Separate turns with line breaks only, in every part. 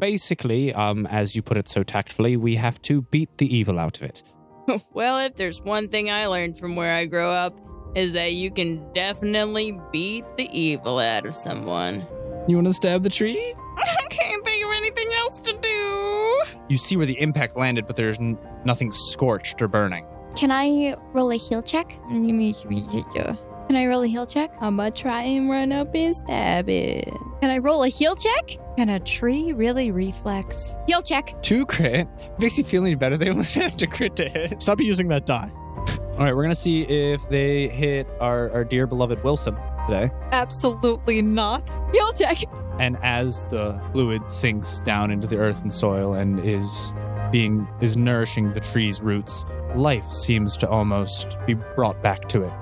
basically, um, as you put it so tactfully, we have to beat the evil out of it.
well, if there's one thing I learned from where I grew up, is that you can definitely beat the evil out of someone.
You want to stab the tree?
I can't think of anything else to do.
You see where the impact landed, but there's n- nothing scorched or burning.
Can I roll a heal check?
Mm,
Can I roll a heal check?
I'ma try and run up and stab it.
Can I roll a heal check?
Can a tree really reflex?
Heal check.
Two crit makes you feel any better. They almost have to crit to hit.
Stop using that die.
All right, we're gonna see if they hit our, our dear beloved Wilson today.
Absolutely not.
Heal check.
And as the fluid sinks down into the earth and soil and is being is nourishing the tree's roots, life seems to almost be brought back to it.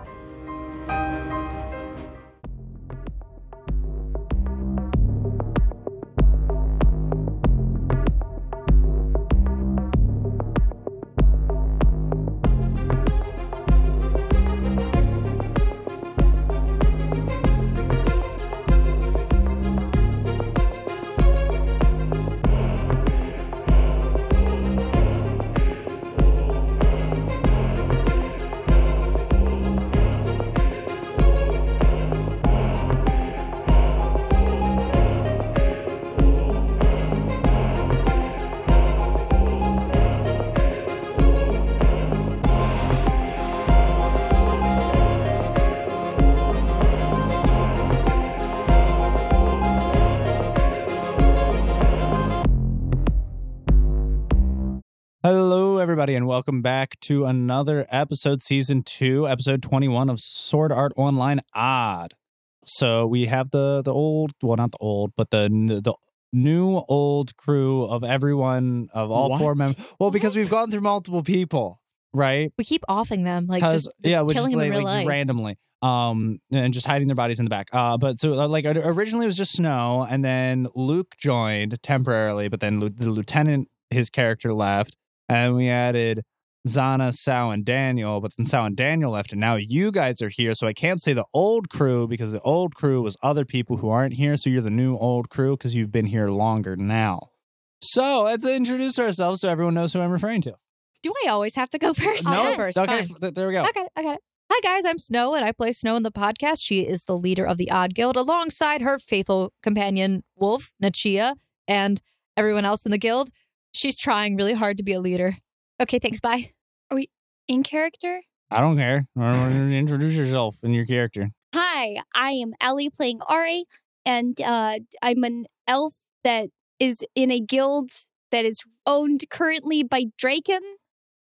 Hello, everybody, and welcome back to another episode, season two, episode 21 of Sword Art Online Odd. So we have the the old, well, not the old, but the the new old crew of everyone of all four
What?
members. Well, because we've gone through multiple people, right?
We keep offing them, like
'Cause-
just
yeah, which
killing
is
them
like,
in real
like,
life.
randomly, um, and just hiding their bodies in the back. Uh, but so uh, like or- originally it was just Snow, and then Luke joined temporarily, but then Lu- the lieutenant, his character left, and we added Zana, Sal, and Daniel. But then Sal and Daniel left, and now you guys are here. So I can't say the old crew because the old crew was other people who aren't here. So you're the new old crew because you've been here longer now. So let's introduce ourselves so everyone knows who I'm referring to.
Do I always have to go first?
No?
I'll go first.
okay,
Fine.
f- th- there we go.
I got it. I got it. Hi, guys. I'm Snow, and I play Snow in the podcast. She is the leader of the Odd Guild alongside her faithful companion, Wolf, Nachia, and everyone else in the guild. She's trying really hard to be a leader. Okay, thanks. Bye.
In character.
I don't care. I don't want you to Introduce yourself and your character.
Hi, I am Ellie playing Ari, and uh, I'm an elf that is in a guild that is owned currently by Draken.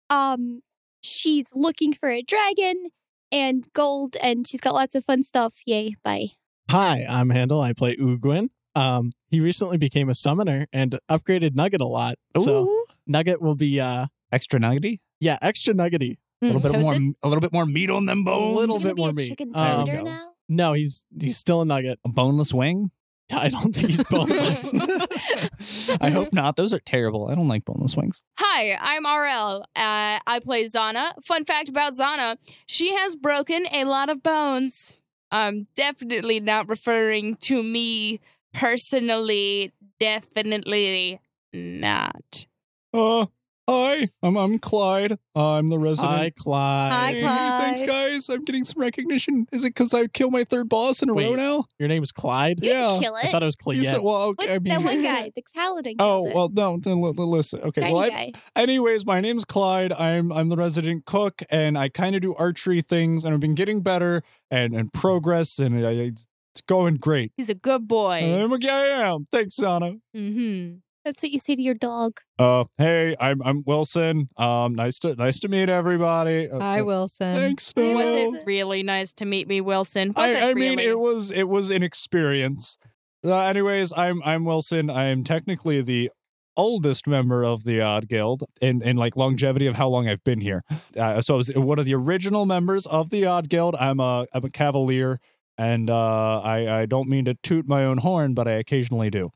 Um, she's looking for a dragon and gold, and she's got lots of fun stuff. Yay! Bye.
Hi, I'm Handel. I play Uguin. Um, he recently became a summoner and upgraded Nugget a lot. So
Ooh.
Nugget will be uh
extra nuggety,
yeah, extra nuggety.
a
Mm,
little bit
toasted?
more, a little bit more meat on them
A
bones,
little
Gonna
bit
be
more
a
meat.
chicken
Um,
go.
tender now.
No, he's he's still a nugget.
a boneless wing.
I don't think he's boneless.
I hope not. Those are terrible. I don't like boneless wings.
Hi, I'm RL. Uh, I play Zana. Fun fact about Zana: she has broken a lot of bones. I'm definitely not referring to me personally. Definitely not.
Uh, hi, I'm, I'm Clyde. I'm the resident.
Hi, Clyde.
Hi,
Hey,
Clyde.
Thanks, guys. I'm getting some recognition. Is it because I killed my third boss in a row
Wait.
now?
Your name is Clyde.
You didn't
Yeah.
kill
I
it.
thought it was Clyde.
You said, well,
What,
okay, I mean,
that one guy, the paladin.
Oh
killed it.
well, no. Then li- li- listen. Okay.
Tiny
Well, I,
guy.
anyways, my name's Clyde. I'm I'm the resident cook, and I kind of do archery things, and I've been getting better and and progress, and I, it's it's going great.
He's a good boy.
I'm a guy. I am. Thanks, Sana.
hmm
That's what you say to your dog.
Uh, hey, I'm I'm Wilson. Um, nice to nice to meet everybody. Uh,
Hi,
uh,
Wilson.
Thanks.
Was
Snow.
Was
Well-
it really nice to meet me, Wilson? Was it
I, I
really?
mean, it was it was an experience. Uh, anyways, I'm I'm Wilson. I'm technically the oldest member of the Odd Guild in in like longevity of how long I've been here. Uh, so I was one of the original members of the Odd Guild. I'm a I'm a cavalier, and uh, I I don't mean to toot my own horn, but I occasionally do.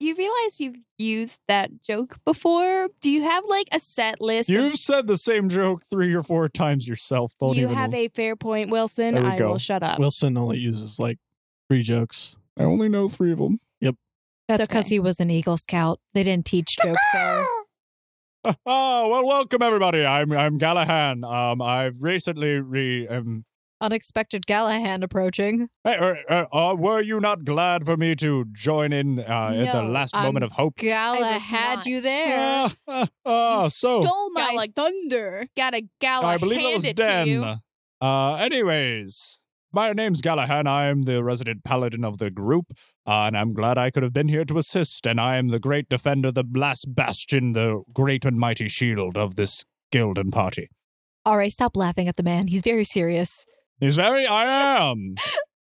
You realize you've used that joke before? Do you have like a set list? of-
You've said the same joke three or four times yourself. Don't
you
even
have a fair point, Wilson.
There we
I
go.
will shut up.
Wilson only uses like three jokes.
I only know three of them.
Yep.
That's
It's
because
okay.
he was an Eagle Scout. They didn't teach jokes there.
Oh, well, welcome everybody. I'm I'm Gallahan. Um, I've recently re um.
Unexpected Gallahan approaching.
Hey, uh, uh, uh, were you not glad for me to join in uh, at the
No,
last
I'm
moment of hope?
Gala
was
had
not.
you there.
Ah, ah,
Oh,
ah,
You
so
stole my
Got like-
thunder.
Gotta gala
I believe that
hand
was
it to you.
Dan. Uh, anyways, my name's Gallahan. I'm the resident paladin of the group, uh, and I'm glad I could have been here to assist. And I am the great defender, the last bastion, the great and mighty shield of this guild and party.
All right, stop laughing at the man. He's very serious.
Is very I am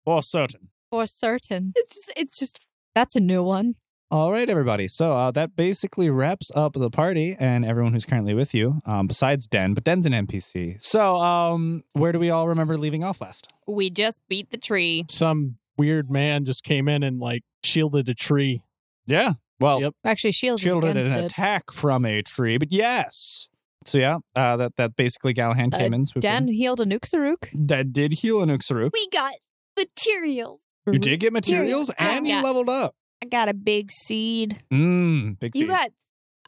for certain.
For certain.
It's just, it's just
That's a new one.
All right, everybody. So uh, that basically wraps up the party and everyone who's currently with you, um, besides Den, but Den's an NPC. So um, where do we all remember leaving off last?
We just beat the tree.
Some weird man just came in and like shielded a tree.
Yeah. Well,
Yep.
Actually, shielded
Shielded
against
an
it.
attack from a tree, but yes. So yeah, uh, that that basically Galahan
Uh,
came in. swooped
Dan
in.
healed a Nuxaruk.
that did heal Anuxaruk.
we got materials.
You did get materials,
I
and you
got-
leveled up.
I got a big seed.
Mm, big
You
C.
got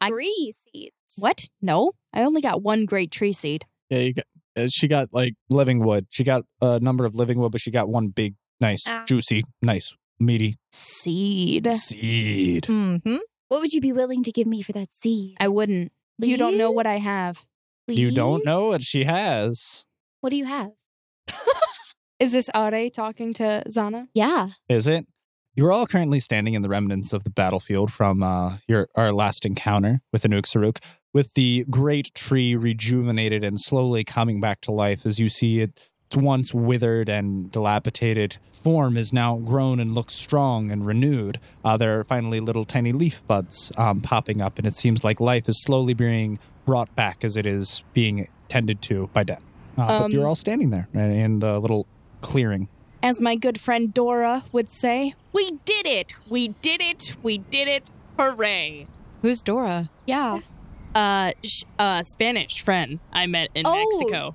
I-
three seeds.
What? No, I only got one great tree seed.
Yeah, you got, uh, she got like
living wood. She got a number of living wood, but she got one big, nice,
Ah.
juicy, nice, meaty
Seed.
seed.
Mm-hmm.
What would you be willing to give me for that seed?
I wouldn't. You don't know what I
Please?
have.
You don't
Please?
know what she has.
What do you have?
Is this Are talking to Zana?
Yeah.
Is it? You're all currently standing in the remnants of the battlefield from uh, your our last encounter with Anuk Saruk, with the great tree rejuvenated and slowly coming back to life as you see it. Its once withered and dilapidated form is now grown and looks strong and renewed. Uh, there are finally little tiny leaf buds um, popping up, and it seems like life is slowly being brought back as it is being tended to by death. Uh, but
Um,
you're all standing there in- in the little clearing.
As my good friend Dora would say, we did it! We did it! We did it! Hooray!
Who's Dora?
Yeah.
Uh, sh- uh, Spanish friend I met in
Oh.
Mexico.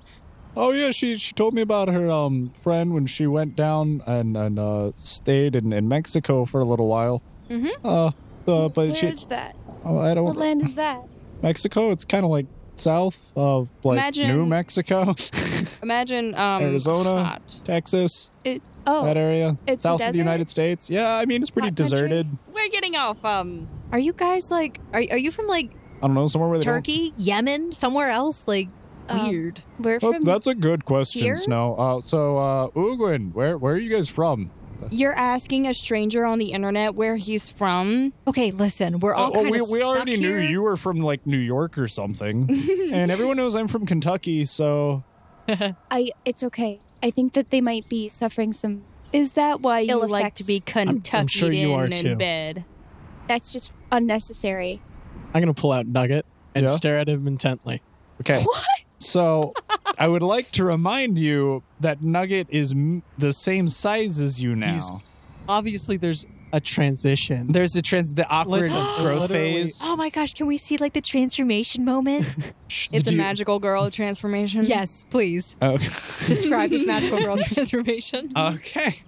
Oh yeah, she she told me about her um friend when she went down and and uh, stayed in, in Mexico for a little while.
Mhm.
Uh, uh, but
Where
she
is that?
oh, I
What
don't
land is that?
Mexico. It's kind of like south of like
Imagine-
New Mexico,
Imagine, um,
Arizona, Texas,
Oh,
that area,
it's
south
a
of
desert.
the United States. Yeah, I mean it's pretty
Hot country?
deserted.
We're getting off, um,
Are you guys like? Are are you from like
I don't know somewhere where they don't-
Turkey, Yemen, somewhere else? Like
Um,
weird.
We're
Oh,
from.
that's a good question,
here?
Snow. Uh, so uh, Uguin, where where are you guys from?
you're asking a stranger on the internet where he's from.
Okay, listen, we're all
Uh,
kind
we,
of
we already knew you were from like New York or something, and everyone knows I'm from Kentucky. So
I. It's okay. I think that they might be suffering some.
Is that why you
Ill
like to be
effects.
I'm-
Kentucky
I'm sure you are,
in
too.
bed?
That's just unnecessary.
I'm gonna pull out Nugget and
Yeah?
stare at him intently.
okay, so I would like to remind you that Nugget is m- the same size as you now.
He's- Obviously, there's a transition.
There's the trans the awkward
Listen,
growth
literally-
phase.
Oh my gosh, can we see like the transformation moment?
It's a magical girl transformation.
yes, please.
Okay.
Describe this magical girl transformation.
okay.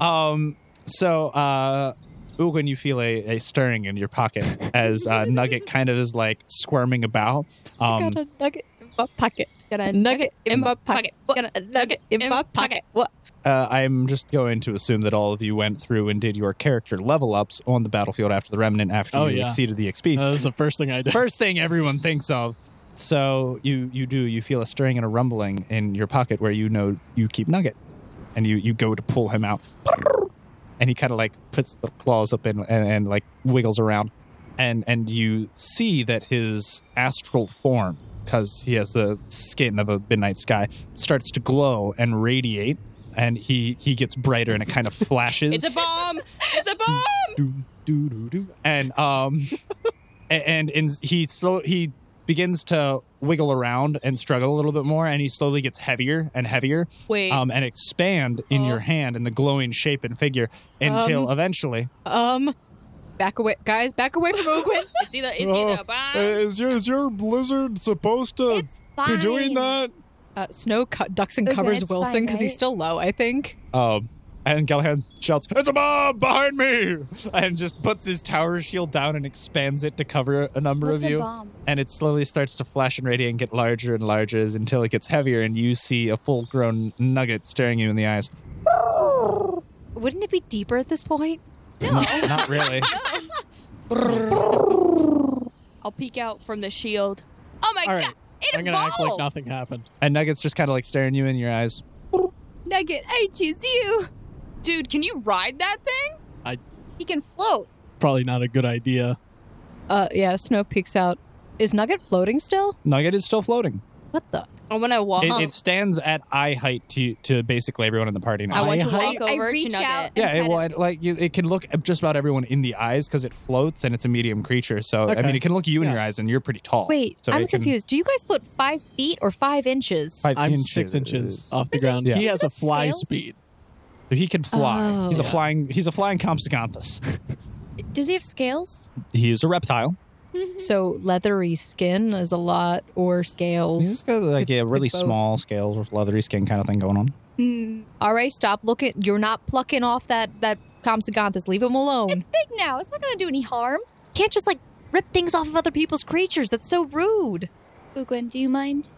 Um. So, uh, Ugin, you feel a, a stirring in your pocket as uh, Nugget kind of is like squirming about. Um,
got a nugget in my pocket.
Got a
Nugget in my pocket.
Got a
Nugget in my pocket. What?
uh, I'm just going to assume that all of you went through and did your character level ups on the battlefield after the Remnant after
Oh,
you
yeah.
exceeded the XP.
That was the first thing I
Oh
did.
first thing everyone thinks of. So you you do you feel a stirring and a rumbling in your pocket where you know you keep Nugget, and you you go to pull him out, and he kind of like puts the claws up and, and and like wiggles around, and and you see that his astral form, because he has the skin of a midnight sky, starts to glow and radiate, and he he gets brighter and it kind of flashes
It's a bomb! It's a bomb!
do do do do, and um, a- and and he slow he begins to wiggle around and struggle a little bit more, and he slowly gets heavier and heavier,
Wait. Oh.
um, and expand in your hand in the glowing shape and figure until eventually.
Um, back away, guys. Back away from Ogwin.
Is he the, is he
Oh,
Oh.
the bomb?
Uh, is your is your lizard supposed to
It's fine.
be doing that?
Uh, Snow cu- ducks and
Okay,
covers
it's
Wilson
fine,
because he's
right?
still low, I think.
Um, And Galahad shouts, It's a bomb behind me! And just puts his tower shield down and expands it to cover a number
What's
of
a
you.
bomb?
And it slowly starts to flash and radiate and get larger and larger as- until it gets heavier, and you see a full grown nugget staring you in the eyes.
Wouldn't it be deeper at this point?
Not, not really.
I'll peek out from the shield. Oh my
All right.
god! It
I'm gonna act like
evolved!
nothing happened.
And Nugget's just kind of like staring you in your eyes.
Nugget, I choose you.
Dude, can you ride that thing?
He can float.
Probably not a good idea.
Uh, yeah. Snow peeks out. Is Nugget floating still?
Nugget is still floating.
What the?
I want to walk.
It,
Uh-huh.
it stands at eye height to, to basically everyone in the party
I
now.
want to
I-
walk
I- I
over to
reach
Nugget.
out.
yeah,
kind
it,
of-
well, it, like you, it can look at just about everyone in the eyes because it floats and it's a medium creature. So I
Okay.
mean, it can look you in
Yeah.
your eyes, and you're pretty tall.
Wait,
so
I'm
it can-
confused. Do you guys float five feet or five inches?
Five
I'm six inches off the ground.
Yeah.
He has a
Isn't it
fly
scales?
speed.
So he can fly.
Oh.
he's a
Yeah.
flying. He's a flying Compsognathus.
Does he have scales?
he is a reptile.
So leathery skin is a lot, or
He's
scales.
got like a really
both.
small scales with leathery skin kind of thing going on.
Hmm.
All right, stop looking. You're not plucking off that that Compsognathus. Leave him alone.
It's big now. It's not gonna do any harm.
can't just like rip things off of other people's creatures. That's so rude.
Ugwin, do you mind?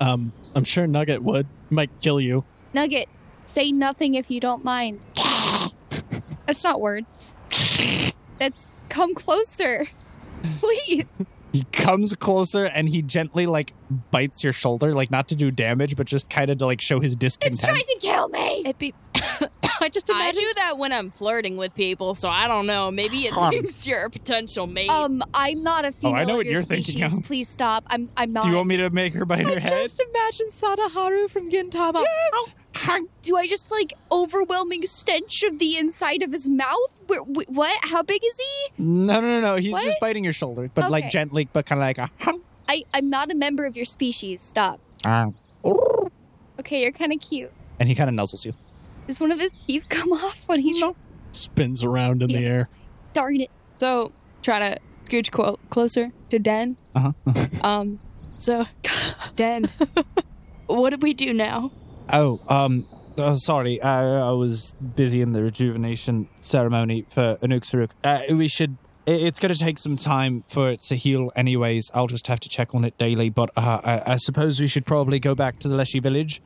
Um, I'm sure Nugget would might kill you.
Nugget, say nothing if you don't mind. That's not words. That's come closer. Please.
He comes closer and he gently like bites your shoulder, like not to do damage, but just kind of to like show his
It's
discontent.
trying to kill me.
It'd be. I just
I
imagine.
do that when I'm flirting with people, so I don't know. Maybe it thinks you're a potential mate.
Um, I'm not a female.
Oh, I know
of
what
your
you're
species.
thinking of.
Please stop. I'm. I'm not.
Do you want me to make her bite her head?
Just imagine Sadaharu from Gintama.
Do I just like overwhelming stench of the inside of his mouth? Where, wh- what? How big is he?
No, no, no, no. He's
What?
just biting your shoulder, but like
Okay.
gently, but kind of like a. "Hum."
I. I'm not a member of your species. Stop.
Ah.
Okay, you're kind of cute.
And he kind of nuzzles you.
Does one of his teeth come off when he?
Spins around in the
Yeah.
air.
Darn it.
so try to scooch qu- closer to Den.
Uh-huh.
um, so Den, what do we do now?
Oh, um, uh, sorry. I, I was busy in the rejuvenation ceremony for Anuk Saruk. Uh, we should. i- It's going to take some time for it to heal, anyways. I'll just have to check on it daily. But uh, I, I suppose we should probably go back to the Leshy village,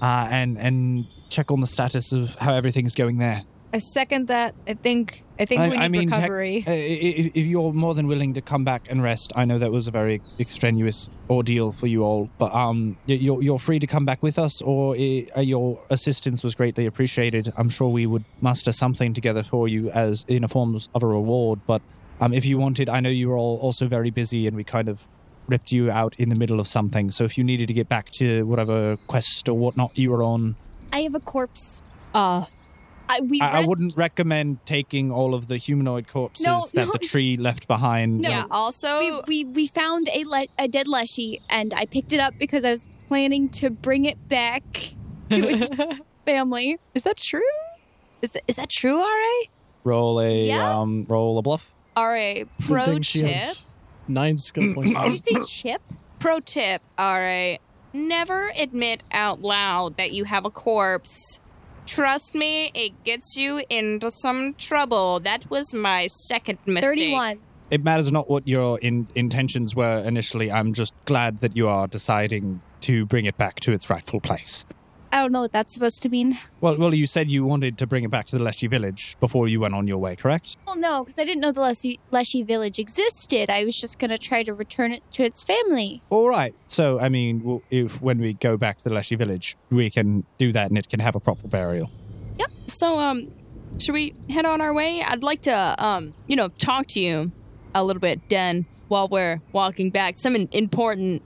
uh, and and check on the status of how everything's going there.
I second that. I think. I think
I-
we need
I mean, tech-
recovery.
Uh, i- i- if you're more than willing to come back and rest, I know that was a very extraneous ordeal for you all, but um, y- you're you're free to come back with us, or i- uh, your assistance was greatly appreciated. I'm sure we would muster something together for you as in a form of a reward. But um, if you wanted, I know you were all also very busy, and we kind of ripped you out in the middle of something. So if you needed to get back to whatever quest or whatnot you were on,
I have a corpse.
uh,
Ah.
I, we
I, I
rest-
wouldn't recommend taking all of the humanoid corpses
No,
that
no.
the tree left behind.
No.
Yeah. Also,
We, we, we found a, le- a dead leshy, and I picked it up because I was planning to bring it back to its family.
is that true? Is that, is that true, Ra?
Roll a
Yeah.
um, roll a bluff.
RA
Good
pro
thing she
tip.
has Nine skill points.
Did you say chip?
Pro tip, RA. Never admit out loud that you have a corpse. Trust me, it gets you into some trouble. That was my second mistake.
31.
It matters not what your in- intentions were initially. I'm just glad that you are deciding to bring it back to its rightful place.
I don't know what that's supposed to mean.
Well, well, you said you wanted to bring it back to the Leshy village before you went on your way, correct?
Well, no, because I didn't know the Leshy, Leshy village existed. I was just going to try to return it to its family.
All right. So, I mean, w- if when we go back to the Leshy village, we can do that, and it can have a proper burial.
So, um, should we head on our way? I'd like to, um, you know, talk to you a little bit, Den, while we're walking back. Some in- important.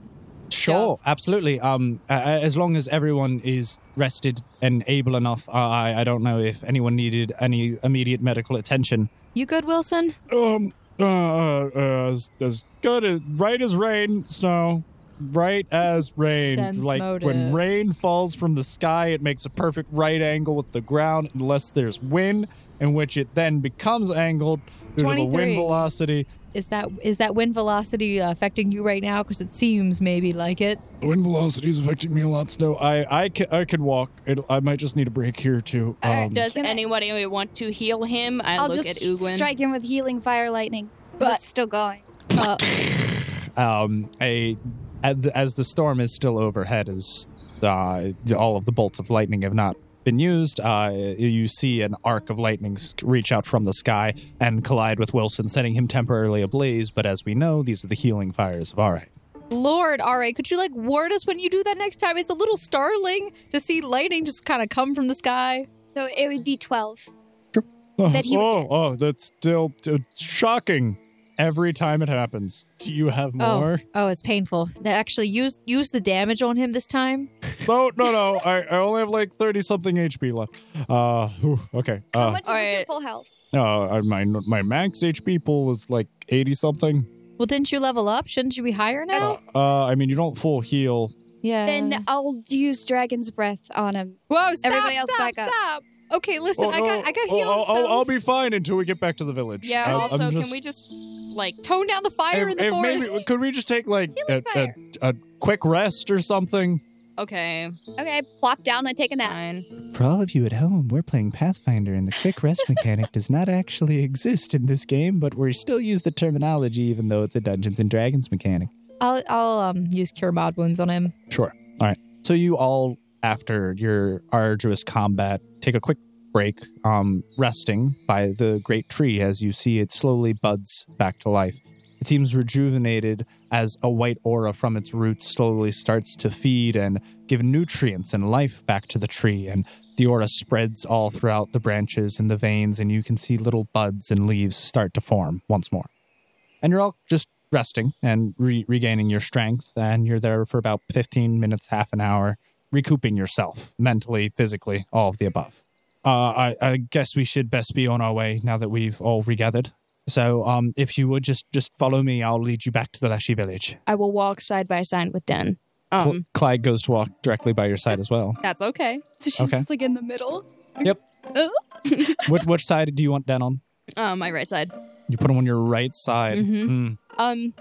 Sure, absolutely. Um, a- a- as long as everyone is rested and able enough, I I don't know if anyone needed any immediate medical attention.
You good, Wilson?
Um, uh, uh, as, as good as right as rain, snow, right as rain.
Sense
like when
motive.
rain falls from the sky, it makes a perfect right angle with the ground, unless there's wind.
in which it then becomes angled due to the
23.
wind velocity.
Is that is that wind velocity affecting you right now? Because it seems maybe like it.
Wind velocity is affecting me a lot, Snow. I I can, I can walk. It, I might just need a break here too.
Alright,
Um,
Does
Can I-
anybody want to heal him? I
I'll
look
just
at Uguin.
strike him with healing fire lightning. But
But-
it's still going.
Uh,
um, a as the- as the storm is still overhead, as uh, all of the bolts of lightning have not been used, uh, you see an arc of lightning s- reach out from the sky and collide with Wilson, setting him temporarily ablaze. But as we know, these are the healing fires of Ari.
Lord, Ra, could you like ward us when you do that next time? It's a little startling to see lightning just kind of come from the sky.
So it would be 12.
That
That he-
oh, oh, that's still it's shocking. Every time it happens.
Do you have
Oh.
more?
Oh, it's painful. Now, actually, use use the damage on him this time.
No, no, no. I, I only have like thirty something HP left. Uh, whew, okay.
Ah.
How
Uh,
much was your
alright.
full health?
uh, my my max HP pool is like eighty something.
Well, didn't you level up? Shouldn't you be higher now?
Uh, I mean, you don't full heal.
yeah.
Then I'll use Dragon's Breath on him.
Whoa! Stop!
Everybody else
stop!
back up.
stop! Okay, listen.
Oh,
I
no,
got I got
oh,
healing
I'll, I'll,
spells.
I'll be fine until we get back to the village.
yeah.
I'm- I'm
also,
just-
can we just like
tone down the fire
if-
in the
if
forest.
maybe- could we just take like a,
Healing
a,
fire.
a quick rest or something?
okay,
Okay, plop down and take a nap.
fine.
For all of you at home, we're playing Pathfinder, and the quick rest mechanic does not actually exist in this game, but we still use the terminology, even though it's a Dungeons and Dragons mechanic.
I'll I'll um use cure mod wounds on him.
So you all, after your arduous combat, take a quick break, um, resting by the great tree as you see it slowly buds back to life. It seems rejuvenated as a white aura from its roots slowly starts to feed and give nutrients and life back to the tree. And the aura spreads all throughout the branches and the veins, and you can see little buds and leaves start to form once more. And you're all just resting and re- regaining your strength. And you're there for about 15 minutes, half an hour, recouping yourself mentally, physically, all of the above. Uh, I, I guess we should best be on our way now that we've all regathered. So, um, if you would just just follow me, I'll lead you back to the Lashy village.
I will walk side by side with Den. Um,
Cl- Clyde goes to walk directly by your side as well.
that's okay.
So she's
Okay.
just like in the middle.
which which side do you want Dan on?
Um, my right side.
You put him on your right side.
Mhm.
Mm.
Um,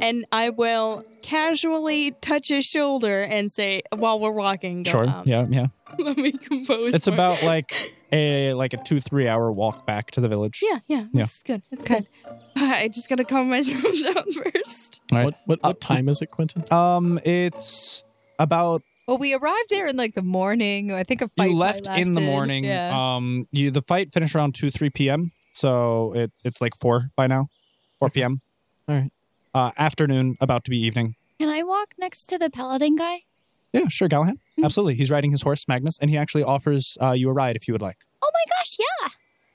and I will casually touch his shoulder and say, while we're walking, go,
Sure.
um,
yeah, yeah.
let me compose.
It's
my-
about like a like a two three hour walk back to the village.
Yeah, yeah,
Yeah.
it's good. It's
Okay.
good. I just gotta calm myself down first.
All
What what, what time is it, Quentin?
Um, it's about
Well, Oh, we arrived there in like the morning. I think a fight.
you
probably
left in the
lasted-
morning.
Yeah.
Um, you the fight finished around two three p.m. So it's it's like four by now, four p.m.
All right.
Uh, afternoon, about to be evening.
Can I walk next to the paladin guy?
Yeah, sure, Galahad.
Hmm.
Absolutely. He's riding his horse, Magnus, and he actually offers uh, you a ride if you would like.
Oh my gosh, yeah.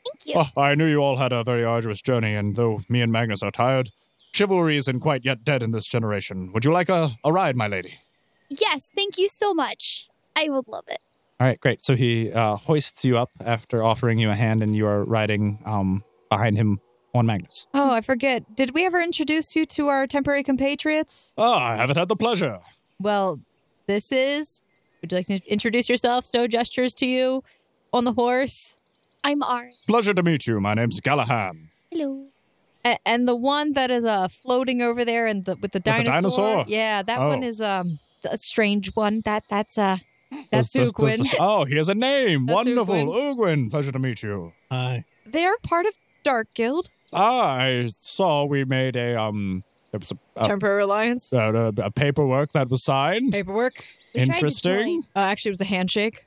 Thank you.
Oh, I knew you all had a very arduous journey, and though me and Magnus are tired, chivalry isn't quite yet dead in this generation. Would you like a, a ride, my lady?
Yes, thank you so much. I would love it.
All right, great. So he uh, hoists you up after offering you a hand, and you are riding um, behind him on Magnus.
Oh, I forget. Did we ever introduce you to our temporary compatriots?
Ah, I haven't had the pleasure.
Well, this is. Would you like to introduce yourself? Snow gestures to you on the horse.
I'm Ari.
Pleasure to meet you. My name's Galahan.
Hello.
A- and the one that is uh, floating over there and the, with the
the
dinosaur.
dinosaur?
Yeah, that
Oh.
one is um, a strange one. That That's uh,
There's-
that's
there's- there's
Uguin.
this- oh, he has a name.
That's
Wonderful.
Uguin.
Uguin. Pleasure to meet you.
Hi.
They're part of Dark Guild.
I saw we made a um it was a,
Oh.
a,
Temporary Alliance.
a, a paperwork that was signed.
Paperwork.
We tried to
Interesting.
join.
Uh, actually, it was a handshake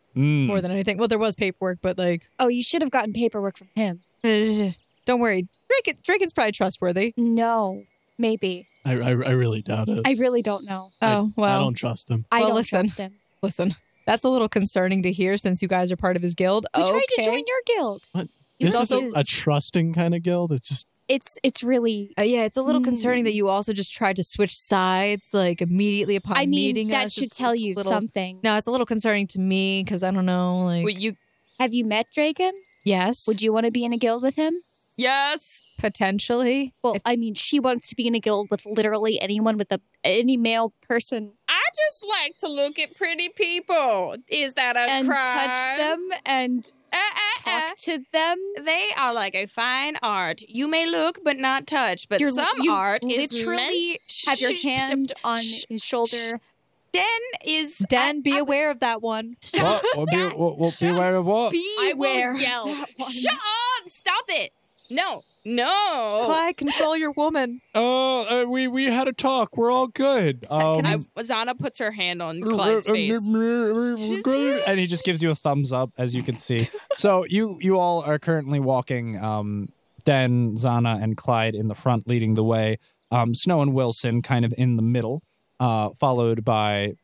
Hmm.
Mm.
more than anything. Well, there was paperwork, but like,
Oh, you should have gotten paperwork from him.
don't worry. Draken, Draken's probably trustworthy.
No, maybe.
I, I, I really doubt it.
I really don't know.
Oh, well.
I don't trust him.
I
Well,
don't
listen.
trust him.
Listen, that's a little concerning to hear since you guys are part of his guild.
We
okay.
tried to join your guild.
What?
He was
this
also
is a, a trusting kind of guild. It's just
it's it's really.
Uh, yeah, it's a little
Mm.
concerning that you also just tried to switch sides like immediately upon
I mean,
meeting
that
us.
should
It's-
tell
it's a
you
little-
something.
No, it's a little concerning to me because I don't know. Like,
Wait, you?
Have you met Draken?
yes,
Would you want to be in a guild with him?
Yes.
potentially?
Well, I mean, she wants to be in a guild with literally anyone with a any male person
I just like to look at pretty people. Is that a
and touch them and
Uh, uh, uh.
talk to them.
They are like a fine art. You may look but not touch, but
You're-
some
you
art is
literally
meant-
Have your
Sh-
hand on
sh-
his shoulder.
Den is
Dan, be
I- I-
aware of that one.
What? Well, be, well, well, be aware of what?
I
Beware.
will yell.
That one.
Shut up! Stop it! No, no.
Clyde, control your woman.
Uh, uh, we we had a talk. We're all good. Um,
I, Zana puts her hand on
Uh,
Clyde's face.
and he just gives you a thumbs up as you can see so you you all are currently walking um den zana and clyde in the front leading the way um snow and wilson kind of in the middle uh followed by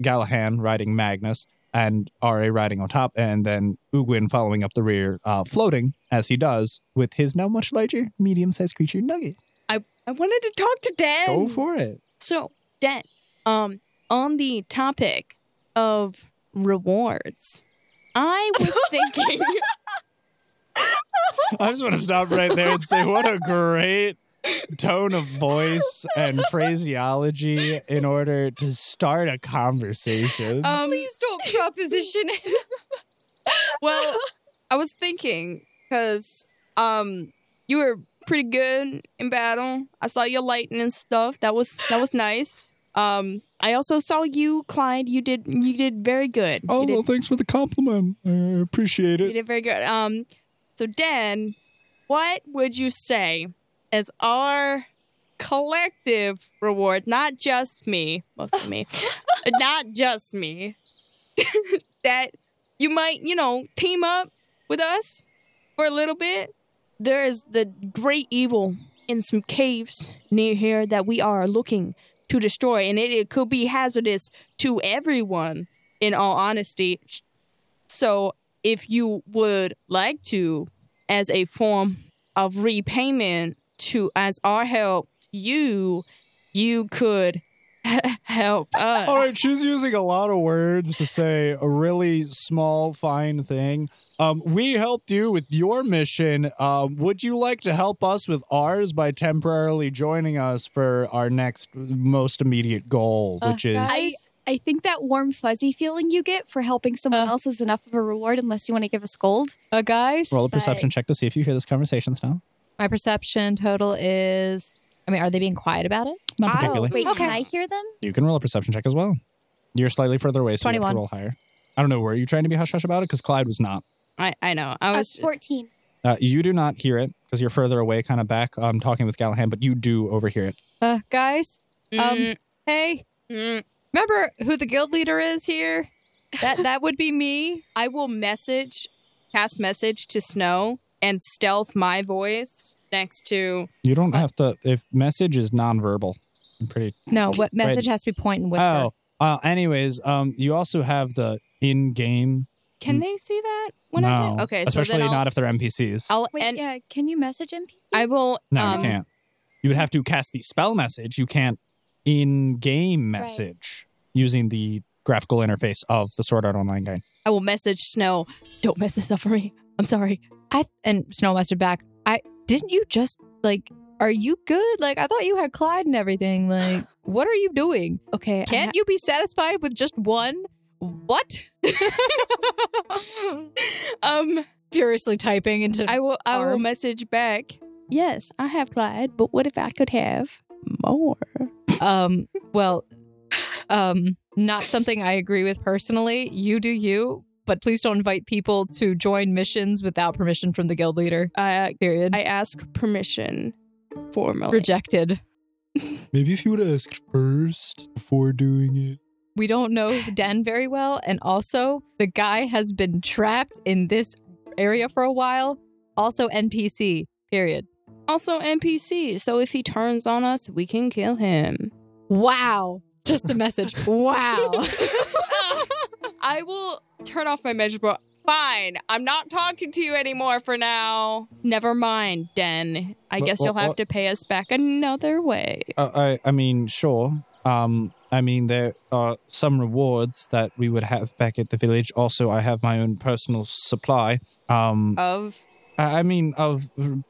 gallahan riding magnus and ra riding on top and then ugwin following up the rear uh floating as he does with his now much larger medium-sized creature nugget
I wanted to talk to Dan.
go for it
So, Dan, um, on the topic of rewards, I was thinking.
I just want to stop right there and say what a great tone of voice and phraseology in order to start a conversation.
Um,
don't proposition it.
well, I was thinking because um, you were pretty good in battle. I saw your lightning and stuff. That was that was nice. Um, I also saw you, Clyde. You did you did very good.
oh,
you did
well, thanks for the compliment. I appreciate
You
it.
did very good. Um, so Dan, what would you say is our collective reward? Not just me, most of me, but not just me. that you might, you know, team up with us for a little bit. There is the great evil in some caves near here that we are looking to destroy, and it, it could be hazardous to everyone. In all honesty, so if you would like to, as a form of repayment to as our help to you, you could help us.
All right, she's using a lot of words to say a really small, fine thing. Um, we helped you with your mission. Um, would you like to help us with ours by temporarily joining us for our next most immediate goal,
Uh,
which is
guys.
I, I think that warm fuzzy feeling you get for helping someone
Uh.
else is enough of a reward unless you want to give us gold.
Uh, guys,
Roll a perception check to see if you hear this conversation, Snow.
my perception total is. I mean, are they being quiet about it?
Not
I-
particularly.
Oh, wait,
Okay.
can I hear them?
You can roll a perception check as well. You're slightly further away, so you have
21.
to roll higher. I don't know. Were you trying to be hush hush about it? Because Clyde was not.
I, I know. I
Uh,
was
14.
Uh, you do not hear it because you're further away, kind of back. um, talking with Gallahan, but you do overhear it.
Uh, guys,
um,
um, hey,
mm,
remember who the guild leader is here? That that would be me.
I will message, cast message to Snow and stealth my voice next to.
You don't have to. If message is nonverbal, I'm pretty.
No, what message has to be point and whisper.
Oh, uh, anyways, um, you also have the in-game.
Can they see that when
no,
I do? Okay, so
especially
then I'll,
not if they're NPCs.
I'll
Wait,
and
yeah, can you message NPCs?
I will.
no,
um,
you can't. You would have to cast the spell message. You can't in-game
Right.
message using the graphical interface of the Sword Art Online guide.
I will message Snow. Don't mess this up for me. I'm sorry.
I and Snow messed it back. I didn't you just like are you good? Like I thought you had Clyde and everything. Like what are you doing?
Okay.
Can't you be satisfied with just one? What?
um,
Furiously typing into
I will. I will
Arm.
message back. Yes, I have Clyde, but what if I could have more?
um well um not something I agree with personally. You do you, but please don't invite people to join missions without permission from the guild leader.
I
Period.
I ask permission formally.
Rejected.
maybe if you would have asked first before doing it.
we don't know Den very well. And also, the guy has been trapped in this area for a while. Also, NPC, period.
Also NPC. So if he turns on us, we can kill him.
Wow. Just the message. wow.
I will turn off my message board. Fine. I'm not talking to you anymore for now. Never mind, Den. I
Wha-
guess
wha-
you'll have
what?
to pay us back another way.
Uh, I, I mean, sure. Um, I mean, there are some rewards that we would have back at the village. Also, I have my own personal supply. Um,
Of
I I mean, of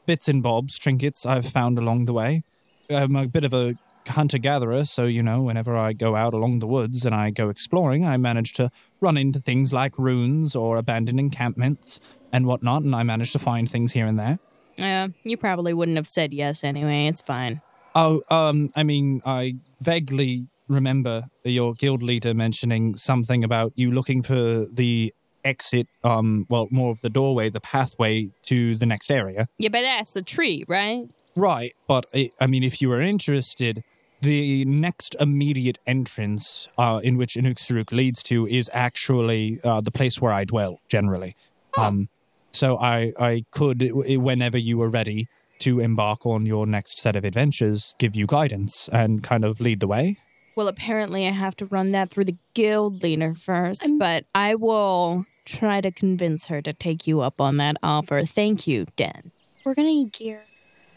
bits and bobs, trinkets I've found along the way. I'm a bit of a hunter gatherer, so, you know, whenever I go out along the woods and I go exploring, I manage to run into things like runes or abandoned encampments. and whatnot, and I managed to find things here and there.
Yeah, you probably wouldn't have said yes anyway. It's fine.
Oh, um, I mean, I vaguely remember your guild leader mentioning something about you looking for the exit, um, well, more of the doorway, the pathway to the next area.
Yeah, but that's the tree, right?
Right, but I I mean, if you were interested, the next immediate entrance uh, in which Inuksaruk leads to is actually uh, the place where I dwell generally. Um, so I, I could, w- whenever you were ready to embark on your next set of adventures, give you guidance and kind of lead the way.
Well, apparently I have to run that through the guild leader 1st
I'm-
but I will try to convince her to take you up on that offer. Thank you, Den.
We're gonna need gear.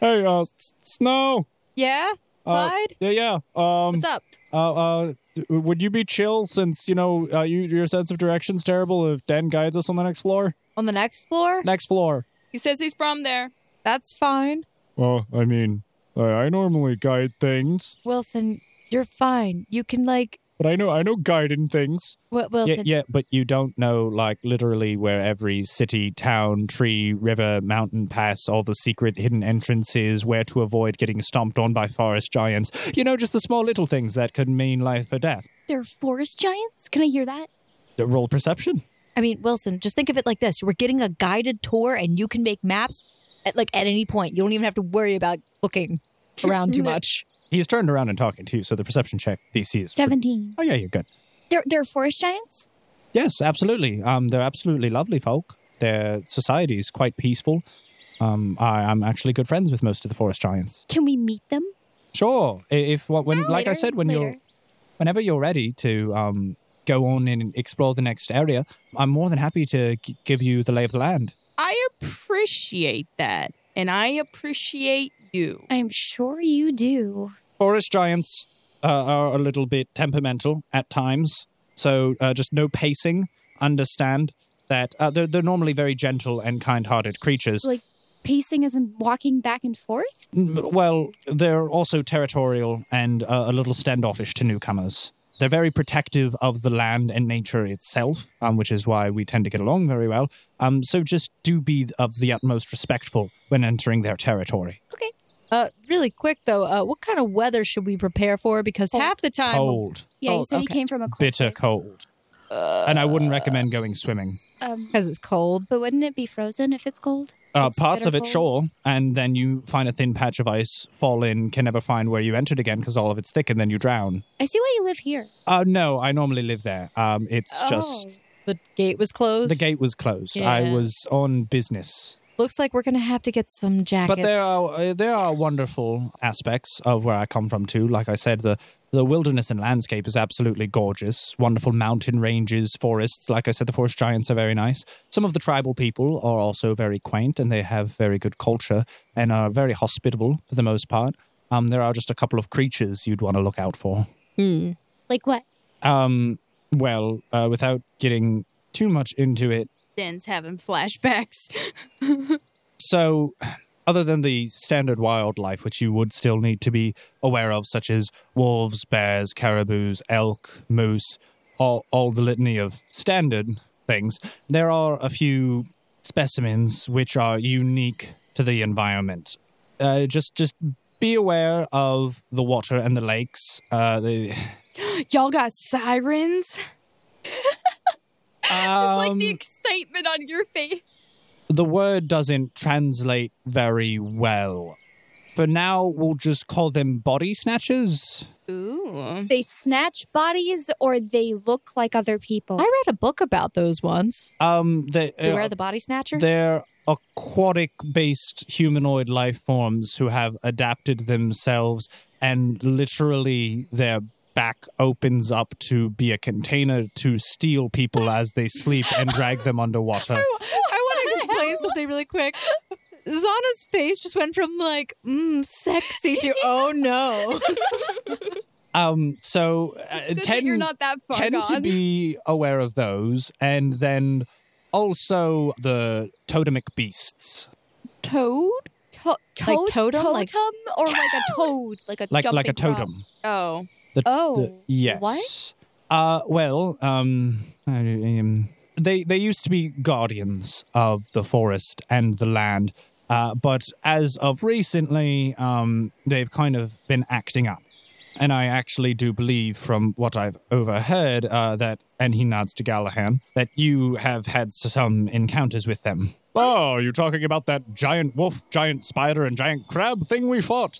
Hey, uh, S- Snow.
Yeah,
Uh,
Clyde,
yeah, yeah. Um,
what's up?
uh, uh, d- would you be chill since you know uh, you, your sense of direction's terrible? If Dan guides us on the next floor,
On the next floor?
next floor.
He says he's from there.
That's fine.
Well, I mean, I, I normally guide things,
Wilson, you're fine. You can like
but I know I know guiding things.
what
Yeah,
Wilson?
yeah, but you don't know, like, literally where every city, town, tree, river, mountain pass, all the secret hidden entrances, where to avoid getting stomped on by forest giants. You know, just the small little things that could mean life or death.
They're forest giants. Can I hear that?
Uh, Roll perception.
I mean, Wilson, just think of it like this. We're getting a guided tour and you can make maps at like at any point. You don't even have to worry about looking around too much.
He's turned around and talking to you, so the perception check DC is. pretty-
Seventeen.
Oh, yeah, you're good.
They're they're forest giants.
Yes, absolutely. Um, they're absolutely lovely folk. Their society is quite peaceful. Um, I, I'm actually good friends with most of the forest giants.
Can we meet them?
Sure, i- if when,
No,
like I
later,
said, when you're
later.
whenever you're ready to um, go on and explore the next area, I'm more than happy to g- give you the lay of the land.
I appreciate that, and I appreciate you.
I'm sure you do.
Forest giants uh, are a little bit temperamental at times, so uh, just no pacing. Understand that uh, they're, they're normally very gentle and kind-hearted creatures.
Pacing isn't walking back and forth.
Mm, Well, they're also territorial and uh, a little standoffish to newcomers. They're very protective of the land and nature itself, um, which is why we tend to get along very well. Um, so just do be of the utmost respectful when entering their territory.
Uh really quick though, uh what kind of weather should we prepare for? Because
Cold.
half the time
Cold,
Yeah,
Oh,
you said he
okay.
came from a cold
bitter
place.
cold. and I wouldn't recommend going swimming.
Um,
because it's cold.
but wouldn't it be frozen if it's cold?
Uh,
it's
parts
bitter
of it,
cold.
sure. And then you find a thin patch of ice, fall in, can never find where you entered again because all of it's thick, and then you drown.
I see why you live here. Oh.
Uh, no, I normally live there. Um, it's just
The gate was closed.
The gate was closed. I
Yeah.
was on business.
looks like we're gonna have to get some jackets.
But there are uh, there are wonderful aspects of where I come from too. Like I said, the the wilderness and landscape is absolutely gorgeous. Wonderful mountain ranges, forests. Like I said, the forest giants are very nice. Some of the tribal people are also very quaint, and they have very good culture and are very hospitable for the most part. Um, there are just a couple of creatures you'd want to look out for.
Hmm.
Like what?
Um, well, uh, without getting too much into it,
Den's having flashbacks.
So, other than the standard wildlife, which you would still need to be aware of, such as wolves, bears, caribous, elk, moose, all, all the litany of standard things, there are a few specimens which are unique to the environment. Uh, just, just be aware of the water and the lakes. Uh, the,
Y'all got sirens?
Um,
excitement on your face.
the word doesn't translate very well. For now, we'll just call them body snatchers.
Ooh.
They snatch bodies or they look like other people.
I read a book about those once.
Um, they,
Beware
uh,
the body snatchers.
they're aquatic-based humanoid life forms who have adapted themselves, and literally their back opens up to be a container to steal people as they sleep and drag them underwater.
I want to explain something really quick. Zana's face just went from like mm, sexy to oh no.
Um, so uh,
Good that
ten
you're not that far
tend to
gone.
be aware of those, and then also the totemic beasts,
Toad?
To-
Like
toad-
totem,
totem
like-
or like a toad, like a
like like a
jumping frog?
totem.
Oh.
The-
Oh,
The- yes.
What?
Uh, well, um, I, um, they they used to be guardians of the forest and the land, uh, but as of recently, um, they've kind of been acting up. And I actually do believe, from what I've overheard, uh, that and he nods to Galahan that you have had some encounters with them.
Oh, you're talking about that giant wolf, giant spider, and giant crab thing we fought.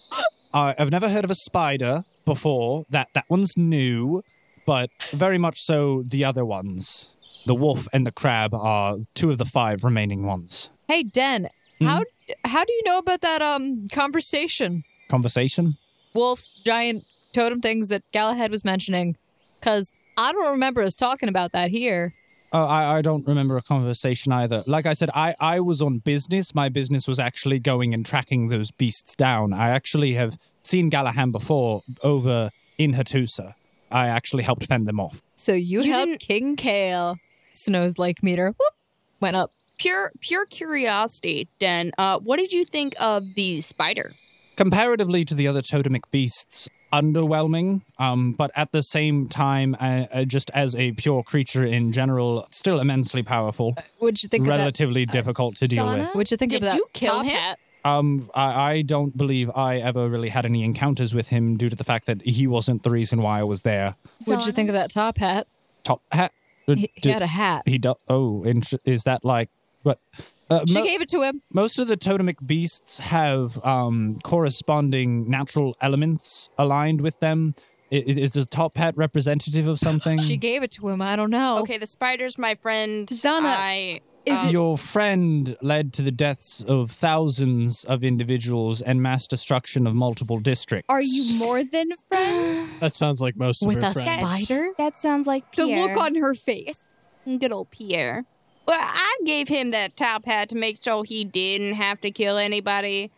I I've never heard of a spider before. That that one's new, but very much so the other ones. The wolf and the crab are two of the five remaining ones.
Hey, Den, how how do you know about that um conversation?
Conversation?
Wolf, giant totem things that Galahad was mentioning? Because I don't remember us talking about that here.
Uh, I, I don't remember a conversation either. Like I said, I, I was on business. My business was actually going and tracking those beasts down. I actually have seen Galahan before over in Hattusa. I actually helped fend them off.
So you,
You
helped
didn't-
King Kale. Snow's like meter whoop, went up.
Pure pure curiosity, Den. Uh, what did you think of the spider?
comparatively to the other totemic beasts, underwhelming. Um, but at the same time, uh, uh, just as a pure creature in general, still immensely powerful,
What'd you think of
relatively difficult to deal
Donna?
with.
that? What'd you think
Did
of that?
you kill
top
him?
hat?
Um, I, I don't believe I ever really had any encounters with him due to the fact that he wasn't the reason why I was there.
What'd you think of that top hat?
Top hat. Uh,
He, he
did-
had a hat.
he do- oh, int- is that like what? Uh,
She
mo-
gave it to him.
most of the totemic beasts have um, corresponding natural elements aligned with them. I- i- Is the top hat representative of something?
She gave it to him. I don't know.
Okay, the spider's my friend.
Zana,
I,
is
um,
it-
Your friend led to the deaths of thousands of individuals and mass destruction of multiple districts.
Are you more than friends?
That sounds like most of
With
her
a
friends.
spider?
That sounds like
the
Pierre.
look on her face.
Good old Pierre. Well, I gave him that top hat to make sure he didn't have to kill anybody,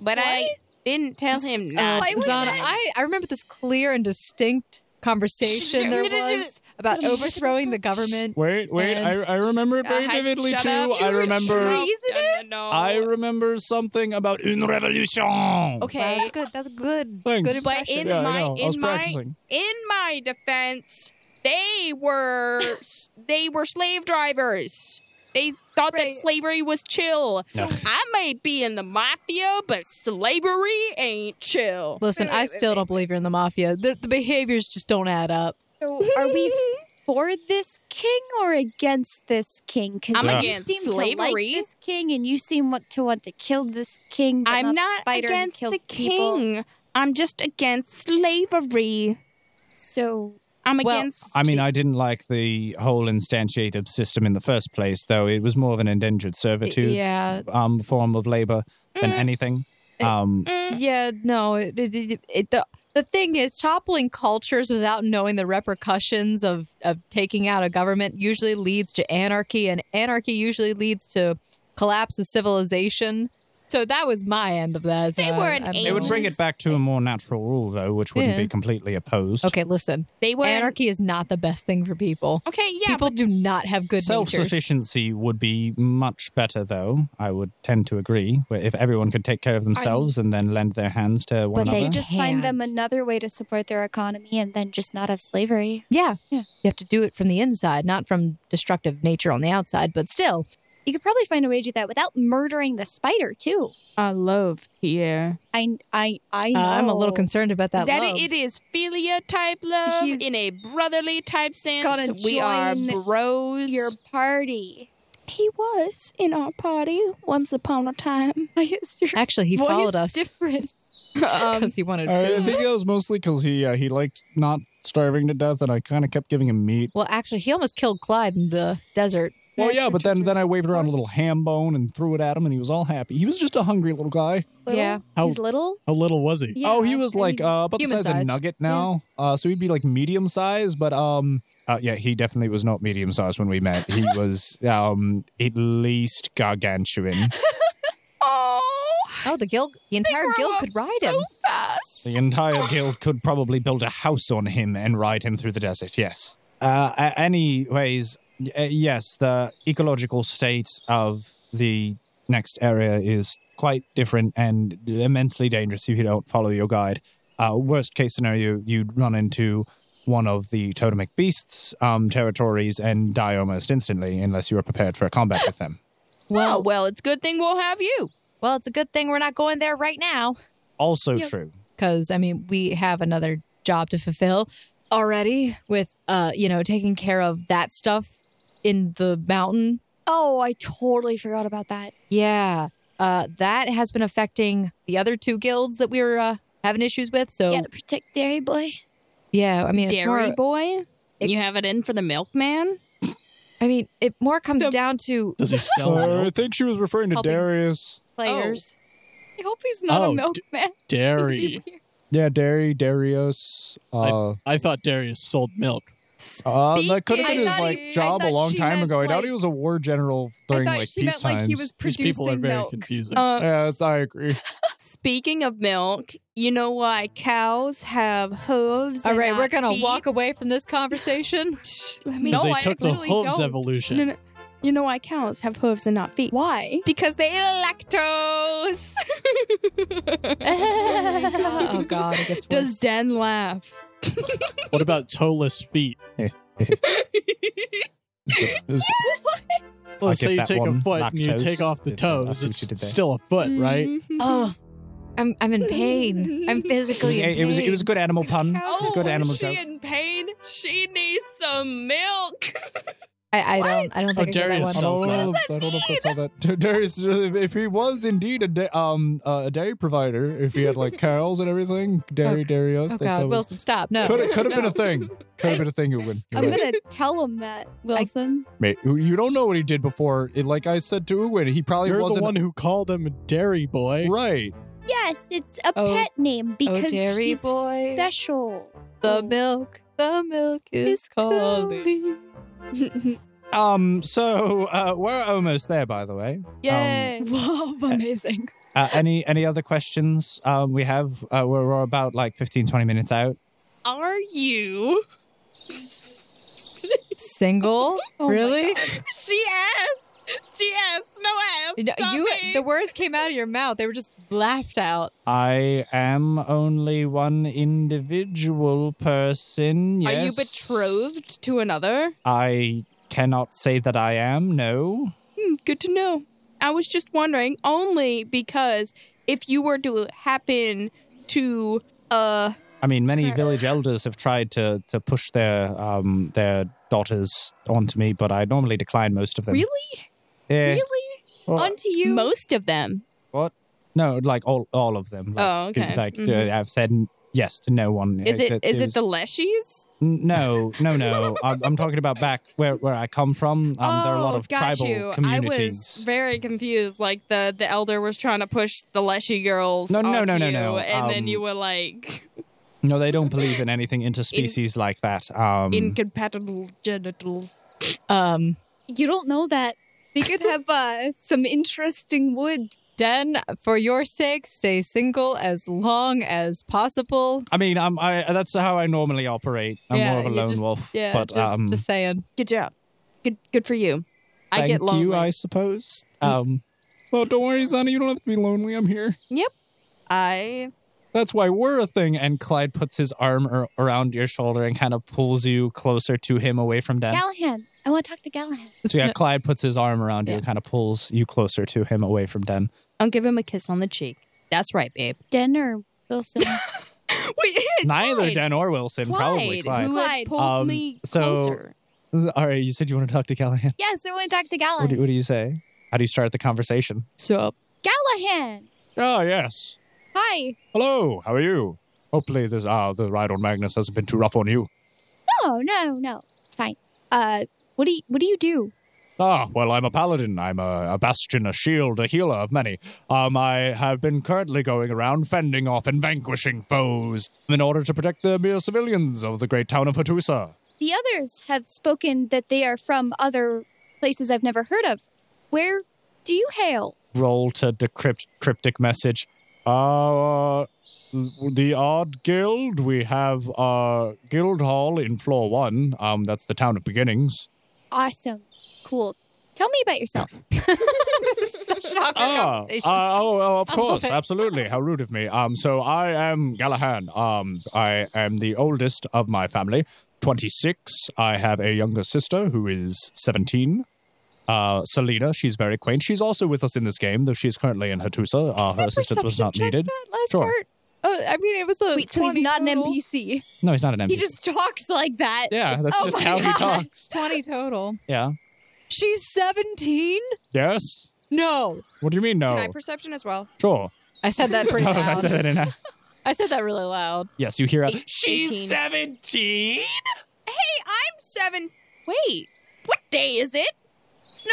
but I didn't tell him not.
Why would
Zana,
they?
I, I remember this clear and distinct conversation there was about overthrowing the government.
Wait, wait, I,
And-
I remember it very
Uh, hi,
vividly
shut
too.
up.
I
You
remember,
retreat. treasonous?
No, no, no.
I remember something about une revolution.
okay,
That's good. That's good.
Thanks.
Good
But
impression.
in
Yeah, I
my
know. I was
in my
practicing.
in my defense, they were they were slave drivers. They thought that slavery was chill.
No.
I may be in the mafia, but slavery ain't chill.
Listen, I still don't believe you're in the mafia. The, the behaviors just don't add up.
So are we for this king or against this king? Because
I'm
you
against
seem to like
slavery.
this king, and you seem want to want to kill this king. But
I'm
the
not
spider who
against
killed
the
people.
king. I'm just against slavery.
So
I'm
Well,
against.
I mean, I didn't like the whole instantiated system in the first place, though. It was more of an indentured servitude
Yeah.
um, form of labor than
Mm.
anything. Um,
Mm,
Yeah, no. It, it, it, it- the, the thing is, toppling cultures without knowing the repercussions of, of taking out a government usually leads to anarchy, and anarchy usually leads to collapse of civilization. So that was my end of that.
They
so I-
were an
I don't
it would
know.
bring it back to a more natural rule, though, which wouldn't
Mm. Yeah.
be completely opposed.
Okay, listen.
they were
Anarchy is not the best thing for people.
Okay, yeah,
people do not have good
Self
natures.
sufficiency would be much better, though. I would tend to agree. Where If everyone could take care of themselves and then lend their hands to one
But
another.
they just find them
can't.
another way to support their economy, and then just not have slavery.
Yeah.
Yeah.
You have to do it from the inside, not from destructive nature on the outside, but still.
You could probably find a way to do that without murdering the spider too.
I love Pierre.
I I I
uh,
know.
I'm a little concerned about that.
that
love.
it is philia type love
He's
in a brotherly type sense.
gotta
we are
join
bros.
Your party.
He was in our party once upon a time.
Why is your
Actually, he
voice
followed us
different?
um,
because he wanted
I
food.
think it was mostly because he uh, he liked not starving to death, and I kind of kept giving him meat.
Well, actually, he almost killed Clyde in the desert.
Well, yeah, but then then I waved around a little ham bone and threw it at him, and he was all happy. He was just a hungry little guy.
Little?
Yeah.
How-
He's little.
How little was he?
Yeah,
oh, he
I-
was
I
like
mean,
uh, about the size of a
human-sized.
nugget now, uh, so he'd be like medium size. But um, uh, yeah, he definitely was not medium sized when we met. He was um at least gargantuan.
oh,
Oh, the guild, the entire
grow
guild
up
could ride
so
him.
fast.
The entire guild could probably build a house on him and ride him through the desert, yes. Uh, a- anyways, y- uh, yes, the ecological state of the next area is quite different and immensely dangerous if you don't follow your guide. Uh, worst case scenario, you'd run into one of the totemic beasts' um, territories and die almost instantly unless you are prepared for a combat with them.
Well,
Well,
well, it's a good thing we'll have you.
well, it's a good thing we're not going there right now
Also
Yep.
true.
because I mean we have another job to fulfill already with uh you know taking care of that stuff in the mountain.
Oh, I totally forgot about that.
Yeah, uh, that has been affecting the other two guilds that we were uh, having issues with. So
Oh.
Gotta protect Dairy Boy.
yeah, I mean it's
Dairy
more.
boy. you have it in for the milkman?
I mean it more comes
The- Oh.
down to
Does he sell
Uh, I
milk?
think she was referring to
Helping.
Darius.
players.
I hope he's not
Oh,
a
d-
milkman.
dairy?
Yeah, Dari, Darius. Uh,
I thought Darius sold milk.
uh, that could
Speaking-
have been
I
his
thought
like
he- I
job a
thought
long
she
time
meant,
ago. I doubt he
like-
was a war general during
I thought
like
she
peace
meant like he
times.
was
These people are
producing
very
milk.
confusing.
Uh,
Yeah, that's- I agree.
Speaking of milk, you know why cows have hooves?
All
and
right,
not
we're gonna
feet?
walk away from this conversation.
Shh, let me- no,
Because they
I
took the
actually
Hulk's
don't.
evolution.
No, no. You know why cows have hooves and not feet?
Why?
Because they eat lactose.
oh God, it gets worse.
Does Den laugh?
What about toeless feet?
It's-
Let's
get
say you
that
take
one.
a foot and you
Lactose.
take off the
Did that- I
toes.
see what you did
It's
there.
still a foot,
Mm-hmm.
right?
oh, I'm I'm in pain. I'm
It was,
physically. in
it, was, it was a good animal pun. It was
Oh,
a good animal
is
joke.
she in pain? She needs some milk.
pain. I, I don't I
Oh,
don't think I get that
Darius.
one.
I don't,
What
know, I don't know if that's all that. Darius, if he was indeed a da- um uh, a dairy provider, if he had like cows and everything, dairy
Oh,
Darius,
Oh
that's
God, Wilson, stop! No,
could could have been a thing. Could have been a thing. It would.
I'm gonna tell him that, Wilson.
Mate, you- you don't know what he did before. It- Like I said to Uwin, he probably
You're the
wasn't
one who called him Dairy Boy.
right.
yes, it's a
Oh.
pet name
oh,
because
dairy
he's
boy,
special.
the milk, the milk is calling.
Um, so uh, we're almost there, by the way. Um,
Yay.
Wow, amazing.
Uh, any any other questions? Um, we have uh, we're, we're about like 15, 20 minutes out.
Are you?
Single?
Oh my
really?
She asked. She asked. No ass.
No,
Stop
you
it.
the words came out of your mouth. They were just laughed out.
I am only one individual person.
Are you
Yes.
betrothed to another?
I cannot say that I am. No.
Hmm, good to know. I was just wondering, only because if you were to happen to uh
I mean, many village elders have tried to to push their um their daughters onto me, but I normally decline most of them.
Really?
Eh,
really
well,
Unto you.
most of them.
no, like all all of them. Like,
Oh, okay.
Like
Mhm.
uh, I've said n- yes to no one.
Is it is it
was-
the Leshies?
N- No, no, no. I'm, I'm talking about back where, where I come from. Um, there are a lot
Oh,
of
got
tribal
you. I was
communities.
very confused. Like the the elder was trying to push the Leshy girls.
No, no, no,
onto
no,
you,
no.
And then
Um,
you were like
No, they don't believe in anything interspecies like that. Um,
incompatible genitals.
Um,
You don't know that. They could have uh, some interesting wood.
Den, for your sake, stay single as long as possible.
I mean, I'm, I, that's how I normally operate. I'm
Yeah,
more of a
you
lone
just-
wolf.
Yeah,
but
just,
um,
just saying.
Good job. Good good for you. I
thank
get lonely.
you, I suppose. Um,
Oh, don't worry, Zana. You don't have to be lonely. I'm here.
I
that's why we're a thing. And Clyde puts his arm ar- around your shoulder and kind of pulls you closer to him, away from Dan.
Gallahan. I want to talk to Gallahan.
so yeah, Clyde puts his arm around you, and kind of pulls you closer to him, away from Dan.
I'll give him a kiss on the cheek. That's right, babe.
Dinner, Wilson.
Wait,
Neither
Clyde.
Dan or Wilson, probably Clyde.
who had
Clyde.
pulled
Um,
me
so-
closer.
All right, you said you want to talk to Callahan.
yes, I want to talk to
What do,
Gallahan.
what do you say? How do you start the conversation?
So
Gallahan.
Ah, yes.
Hi.
Hello. How are you? Hopefully, this uh the ride on Magnus hasn't been too rough on you.
No, no, no. It's fine. Uh, what do you, what do you do?
Ah, well, I'm a paladin. I'm a, a bastion, a shield, a healer of many. Um, I have been currently going around fending off and vanquishing foes in order to protect the mere civilians of the great town of Hattusa.
The others have spoken that they are from other places I've never heard of. Where do you hail?
Roll to decrypt cryptic message.
Uh, the Odd Guild. We have uh, Guild Hall in floor one. Um, that's the town of beginnings.
Awesome. Cool. Tell me about yourself.
Such an awkward
Ah,
conversation.
uh, oh, well, of
I love
course,
it.
absolutely. How rude of me. Um, so I am Galahan. Um, I am the oldest of my family, twenty six. I have a younger sister who is seventeen. Uh, Selena, she's very quaint. She's also with us in this game, though she's currently in Hattusa. Uh, her assistance was
Perception
not
check
needed.
That last
Sure.
part. Oh, I mean, it was a
Wait, so he's
20
not an
total.
NPC.
No, he's not an NPC.
He just talks like that.
yeah, that's
oh
just
my
how he
God.
talks.
Twenty total.
Yeah.
She's seventeen.
Yes.
No,
What do you mean? No.
Can I perception as well?
sure.
I said that pretty
No, I said
loud.
that in a-
I said that really loud.
Yes, you hear a.
Eight-
She's
18.
seventeen.
Hey, I'm seven. Wait, what day is it?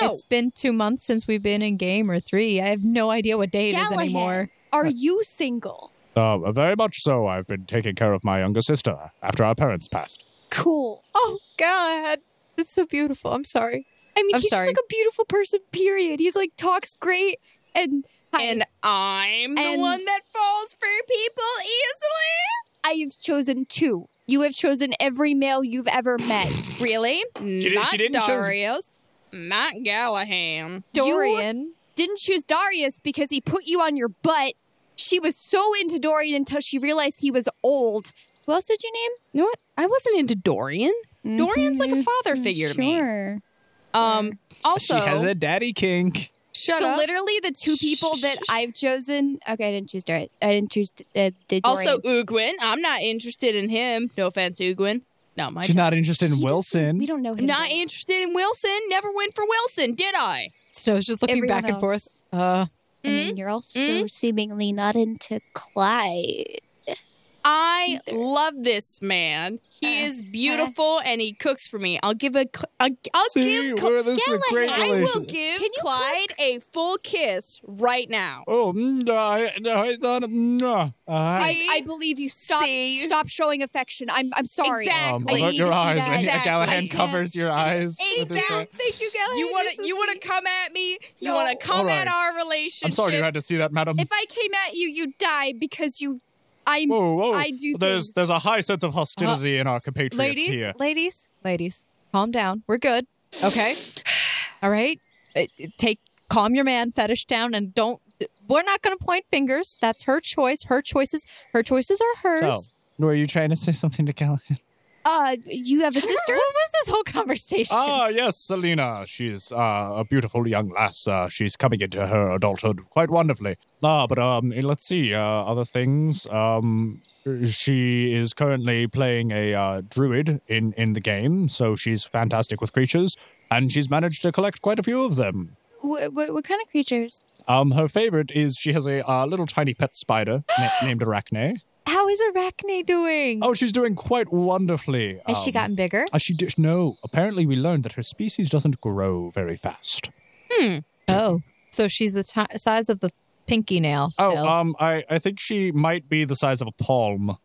No.
It's been two months since we've been in game or three. I have no idea what day it is
Galahad,
anymore.
Are you single?
Uh, very much so. I've been taking care of my younger sister after our parents passed.
Cool.
Oh God, it's so beautiful. I'm sorry.
I mean,
I'm
he's
sorry.
just like a beautiful person. Period. He's like talks great and I-
and I'm the
And-
one that falls for people easily.
I have chosen two. You have chosen every male you've ever met.
Really?
didn't-
not
she didn't choose-
Darius. Not Gallahan.
Dorian.
Didn't choose Darius because he put you on your butt. She was so into Dorian until she realized he was old. Who else did you name?
You know what? I wasn't into Dorian.
Mm-hmm.
Dorian's like a father
Mm,
figure to me.
Sure.
Um. Also,
she has a daddy kink.
shut
so
up.
literally the two people that I've chosen. Okay, I didn't choose Darius. I didn't choose uh, the Dorian.
also, Ugwin. I'm not interested in him. No offense, Ugwin. No, my.
She's not interested in
He just-
Wilson.
we don't know him.
Not
though.
interested in Wilson. Never went for Wilson, did I?
Snow's just looking
Everyone
back and forth.
else.
Uh,
I mean, you're also
Mm?
seemingly not into Clyde.
I love this man. He
Uh,
is beautiful and he cooks for me. I'll give a. Cl- I'll, I'll give. Cl-
this is a
Galahad,
great
I
I will
relation.
give
Can you
Clyde a full kiss right now.
Oh, mm, I, no, I thought, no. Uh,
I, I believe you. Stop.
See?
Stop showing affection. I'm. I'm sorry.
Exactly.
I
avert
need
Oh, your
to see
eyes.
that.
And
Exactly.
Galahad
I
covers your eyes. with his eye.
Exactly. Thank you,
Oh.
Galahad.
You want to?
You're so
You want
sweet.
to come at me? You
No.
want to come
All
at
right.
our relationship?
I'm sorry you had to see that, madam.
If I came at you, you'd die because you. I'm.
Whoa, whoa.
I do.
there's
things. Uh,
there's a high sense of hostility in our compatriots
ladies,
here.
ladies, ladies, calm down. We're good. Okay. All right. Uh, Take calm your man fetish down and don't. We're not going to point fingers. That's her choice. Her choices. Her choices are hers.
So, were you trying to say something to Callahan?
Uh, you have a sister.
What was this whole conversation?
Ah, yes, Selena. She's uh, a beautiful young lass. Uh, she's coming into her adulthood quite wonderfully. Ah, but um, let's see uh, other things. Um, she is currently playing a uh, druid in in the game, so she's fantastic with creatures, and she's managed to collect quite a few of them.
What, what, what kind of creatures?
Um, her favorite is she has a uh, little tiny pet spider na- named Arachne.
How is Arachne doing?
Oh, she's doing quite wonderfully.
Has she
Um,
gotten bigger?
Uh, she did, no. Apparently, we learned that her species doesn't grow very fast.
Oh, so she's the ti size of the pinky nail. Still.
Oh, um, I, I think she might be the size of a palm.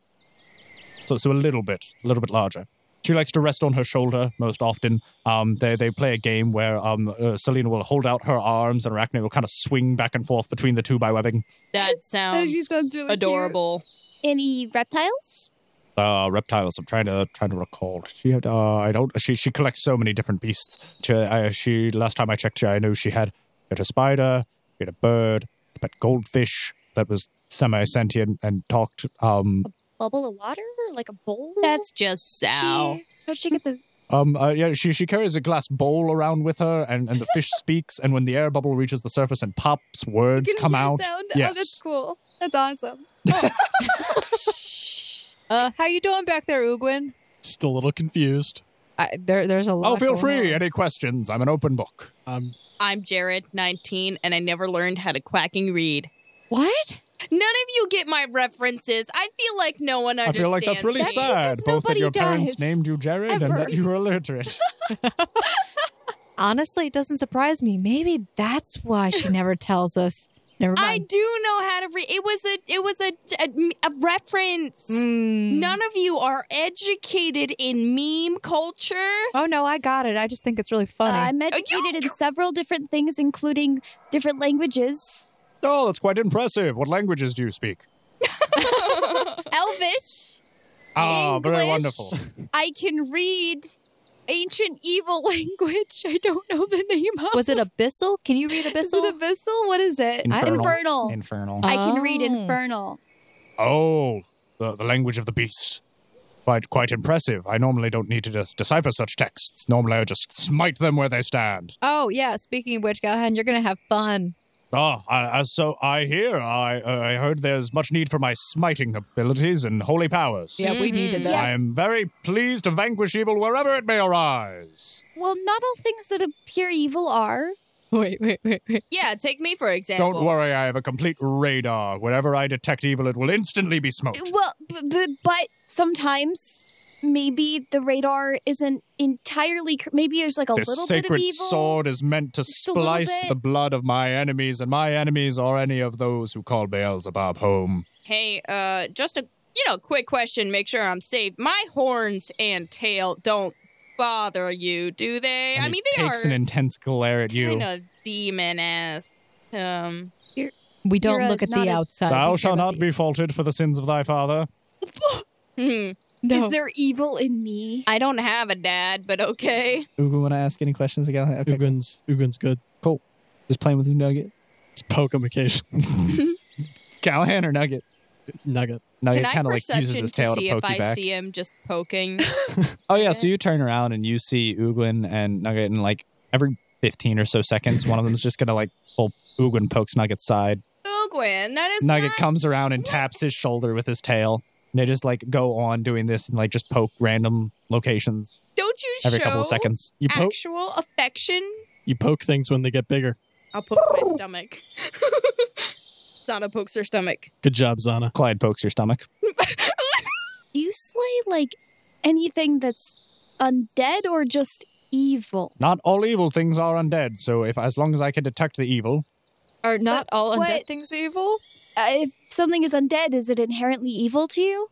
So, so a little bit, a little bit larger. She likes to rest on her shoulder most often. Um, they, they play a game where um, uh, Selena will hold out her arms and Arachne will kind of swing back and forth between the two by webbing.
That sounds
sounds really
Um, adorable.
Any reptiles?
Uh, reptiles. I'm trying to trying to recall. She had. Uh, I don't. She she collects so many different beasts. She, I, she last time I checked, I know she had, she had a spider, she had a bird, a pet goldfish that was semi sentient and talked. Um,
Bubble of water, like a bowl.
That's just Sal.
How'd she get the?
Um, uh, yeah, she, she carries a glass bowl around with her, and, and the fish speaks, and when the air bubble reaches the surface and pops, words come out. Yes.
cool. Oh, That's awesome.
uh, how you doing back there, Ugwin?
Just a little confused.
I, there, there's a lot.
oh, feel
going
free.
on.
Any questions? I'm an open book.
Um,
I'm Jared, 19, and I never learned how to quacking read.
What?
None of you get my references. I feel like no one
I
understands.
feel like that's really
it.
sad.
because
Both that
nobody
your parents
does.
named you Jared and
Ever.
that you were illiterate.
Honestly, it doesn't surprise me. Maybe that's why she never tells us. Never
I
mind.
do know how to read. It was a it was a a, a reference.
Mm.
None of you are educated in meme culture.
Oh no, I got it. I just think it's really
Uh,
funny.
I'm educated in several different things, including different languages.
oh, that's quite impressive. What languages do you speak?
Elvish.
Ah, very
English.
Ah, wonderful.
I can read ancient evil language. I don't know the name of.
Was it abyssal? Can you read
Is it
abyssal?
abyssal? What is it?
Infernal.
Infernal.
Infernal.
I can read
Oh.
infernal.
Oh, the, the language of the beast. Quite, quite impressive. I normally don't need to dis- decipher such texts. Normally, I just smite them where they stand.
oh yeah. Speaking of which, Galhan, you're gonna have fun.
Ah, I- as so I hear. I, I heard there's much need for my smiting abilities and holy powers.
Yeah, we
Mhm.
needed that.
Yes.
I am very pleased to vanquish evil wherever it may arise.
Well, not all things that appear evil are.
Wait, wait, wait, wait.
Yeah, take me for example.
Don't worry, I have a complete radar. Wherever I detect evil, it will instantly be smoked.
Well, b- b- but sometimes maybe the radar isn't entirely. Cr- maybe there's like a
This
little bit of
sacred
evil.
sword is meant to
Just a little
splice
bit.
the blood of my enemies, and my enemies are any of those who call Beelzebub home.
Hey, uh, just a you know quick question. Make sure I'm safe. My horns and tail don't bother you, do they?
And
I
he
mean, they
takes
are
an intense glare at you.
kind of demon ass. Um,
We don't
You're a-
look at
not
the
a-
outside.
Thou
We care
shalt
about
not
the-
be faulted for the sins of thy father.
hmm,
No.
Is there evil in me?
I don't have a dad, but okay.
Ugu, want to ask any questions again? Okay,
Ugun's Ugun's good.
just playing with his nugget.
Let's poke him occasionally.
Callahan or Nugget?
Nugget.
Nugget
Can I
kind of Oh, like uses
perception
his
to
tail to,
see
poke
if
you
I
back.
see him just poking?
Oh yeah, so you turn around and you see Ugin and Nugget, and like every fifteen or so seconds, one of them's just gonna like pull Ugin pokes Nugget's side.
Ugwin, that is
Nugget
not.
comes around and taps his shoulder with his tail. And they just like go on doing this and like just poke random locations
don't you
every
show
couple of seconds.
You poke
actual affection?
you poke things when they get bigger.
I'll poke my stomach. Zana pokes her stomach.
Good job, Zana.
Clyde pokes your stomach.
Do you slay like anything that's undead or just evil?
Not all evil things are undead, so if as long as I can detect the evil,
Are not all
what-
undead things evil?
Uh, if something is undead, is it inherently evil to you?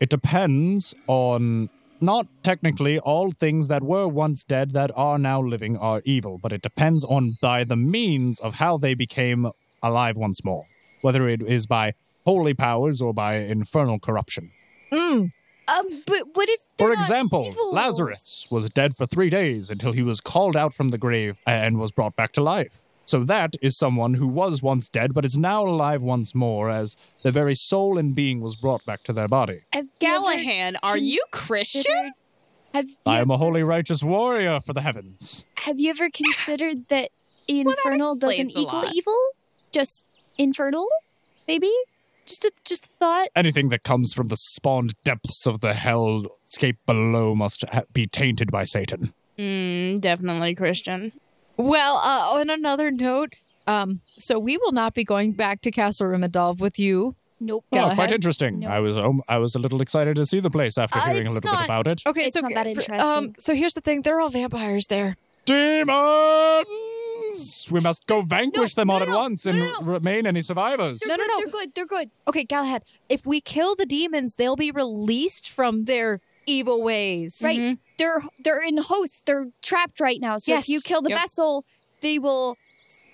it depends on not technically all things that were once dead that are now living are evil, but it depends on by the means of how they became alive once more, whether it is by holy powers or by infernal corruption.
Mm.
Um, but what if they're
For
not
example,
evil?
Lazarus was dead for three days until he was called out from the grave and was brought back to life. So that is someone who was once dead but is now alive once more as their very soul and being was brought back to their body.
Have you ever
Gallahan, are you Christian?
considered- Have you
I am a
ever-
holy righteous warrior for the heavens.
Have you ever considered that infernal doesn't
explains a
equal
lot.
evil? Just infernal, maybe? Just a just a thought.
Anything that comes from the spawned depths of the hellscape below must ha- be tainted by Satan.
Mm, definitely Christian.
Well, uh, on another note, um, so we will not be going back to Castle Rimadolv with you.
Nope.
Go
oh, quite
ahead.
interesting.
No.
I was um, I was a little excited to see the place after
Uh,
hearing a
it's
little
not-
bit about it.
Okay,
It's
so
not that
um,
interesting.
so here's the thing: they're all vampires there.
Demons! We must go vanquish
No,
them all
no,
at
no,
once
no,
and
no, no.
remain any survivors.
No, no,
good,
no.
They're good. They're good.
Okay, Galahad, if we kill the demons, they'll be released from their evil ways.
Right. They're they're in hosts. They're trapped right now. So if you
Yes.
kill the
Yep.
vessel, they will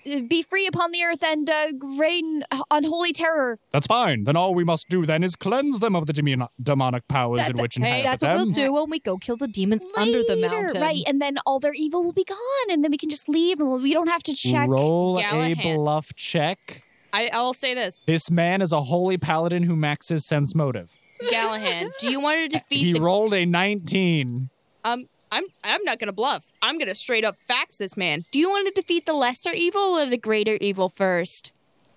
uh, be free upon the earth and uh, reign unholy terror.
That's fine. Then all we must do then is cleanse them of the demon- demonic powers
That-
in which
Hey,
inhabit
that's
them.
what we'll do when we go kill the demons under the
Later,
mountain.
right? And then all their evil will be gone, and then we can just leave, and we don't have to check.
Roll
Gallahan.
a bluff check.
I, I'll say this.
This man is a holy paladin who maxes sense motive.
Gallahan, do you want to
He
defeat the
rolled a nineteen.
um I'm I'm not gonna bluff. I'm gonna straight up fax this man. Do you want to defeat the lesser evil or the greater evil first?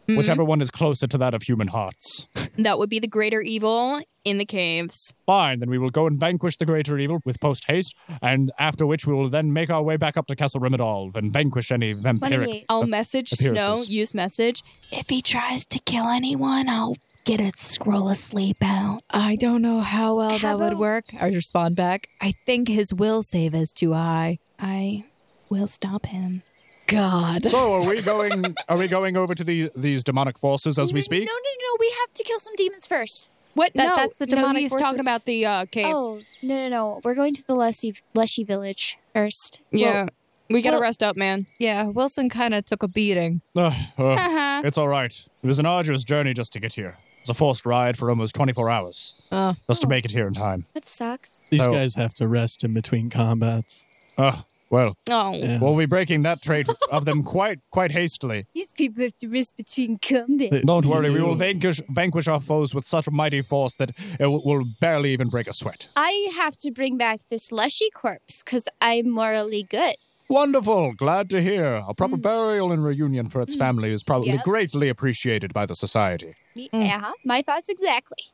Mhm.
Whichever one is closer to that of human hearts.
That would be the greater evil in the caves.
Fine, then we will go and vanquish the greater evil with post haste, and after which we will then make our way back up to Castle Rimadolv and vanquish any vampiric.
28.
I'll message Snow,
appearances.
use message. If he tries to kill anyone, I'll get a scroll of sleep out.
I don't know how well
How
that would
about-
work. I respond back. I think his will save is too high.
I will stop him.
God.
So are we going? Are we going over to the, these demonic forces
Mm-hmm.
as we speak?
No, no, no, no. We have to kill some demons first.
What?
That-
no,
that's the
no,
demonic
he's
forces.
talking about the uh, cave.
Oh no, no, no. We're going to the Leshy Leshy village first.
yeah, we gotta
well-
rest up, man.
Yeah, Wilson kind of took a beating.
Ugh, ugh.
Uh-huh.
It's all right. It was an arduous journey just to get here.
It's a forced ride for almost 24 hours
Oh.
just to make it here in time.
That sucks.
These
Oh.
guys have to rest in between combats.
Uh,
Oh, well,
Oh,
Yeah.
we'll be breaking that trait of them quite quite hastily.
These people have to risk between combat.
Don't worry, we will vanquish, vanquish our foes with such mighty force that it will, will barely even break a sweat.
I have to bring back this Leshy corpse because I'm morally good.
Wonderful, glad to hear. A proper burial and reunion for its family is probably
Yep.
greatly appreciated by the society.
Mm.
Yeah, my thoughts exactly.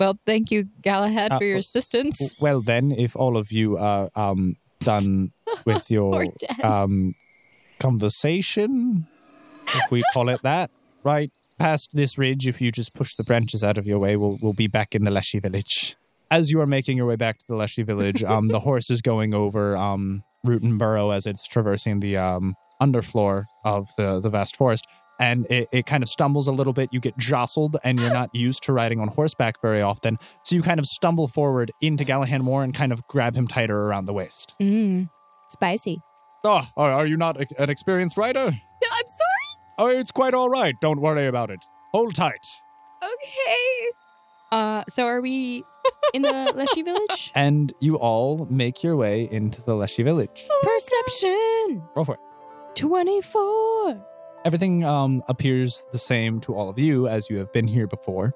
Well, thank you, Galahad,
Uh,
for your
oh.
assistance.
Well, then, if all of you are um, done with your um, conversation, if we call it that, right past this ridge, if you just push the branches out of your way, we'll, we'll be back in the Leshy village. As you are making your way back to the Leshy village, um, the horse is going over um, root and burrow as it's traversing the um, underfloor of the, the vast forest. And it, it kind of stumbles a little bit. You get jostled, and you're not used to riding on horseback very often. So you kind of stumble forward into Gallahan Moore and kind of grab him tighter around the waist.
Mm. Spicy.
Oh, are, are you not a- an experienced rider?
I'm sorry.
Oh, it's quite all right. Don't worry about it. Hold tight.
Okay.
uh, so are we in the Leshy Village?
And you all make your way into the Leshy village.
Oh.
Perception
Roll for it.
24.
Everything um, appears the same to all of you as you have been here before.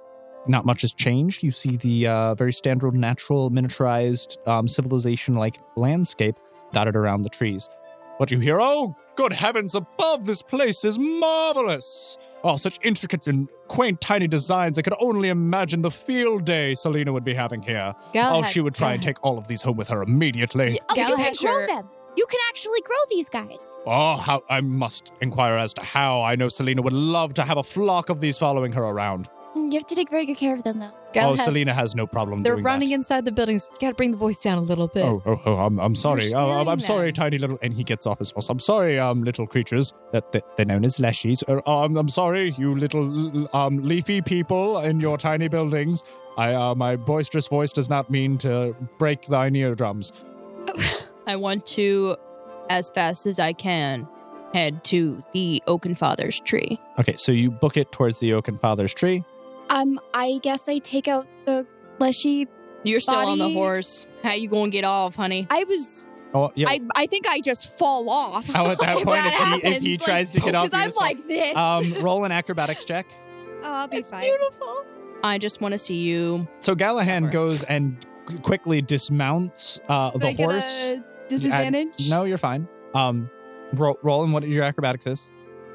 Not much has changed. You see the uh, very standard, natural, miniaturized, um, civilization like landscape dotted around the trees.
What you hear? Oh, good heavens above, this place is marvelous. Oh, such intricate and quaint tiny designs. I could only imagine the field day Selena would be having here.
Galahad.
oh, she would try and take all of these home with her immediately.
Oh, you can
Galahad,
grow
sure.
them. You can actually grow these guys.
Oh, how I must inquire as to how. I know Selena would love to have a flock of these following her around.
Mm, You have to take very good care of them, though.
oh,
Galahad.
Selena has no problem
They're
doing
running
that.
inside the buildings. You gotta bring the voice down a little bit.
Oh, oh, oh, I'm, I'm sorry.
You're
Oh, I'm,
scaring
I'm sorry,
them.
tiny little. And he gets off his horse. I'm sorry, um, little creatures. That that- they're known as leshies. Uh, um, I'm sorry, you little um leafy people in your tiny buildings. I uh, my boisterous voice does not mean to break thine eardrums.
I want to, as fast as I can, head to the Oakenfather's tree.
Okay, so you book it towards the Oaken Father's tree.
Um, I guess I take out the Leshy.
You're still on the
Body-
horse. How you gonna get off, honey?
I was.
Oh, yeah.
I I think I just fall off.
How at that
If
point,
that
if, he, if he
happens,
tries to get off,
Because
you
I'm
just fall-
like this.
um, roll an acrobatics check.
I'll be fine.
I just want to see you.
So Galahan
Suffer.
goes and qu- quickly dismounts uh,
Do
the
I get
horse.
a disadvantage.
No, you're fine. Um, roll, roll and what your acrobatics is.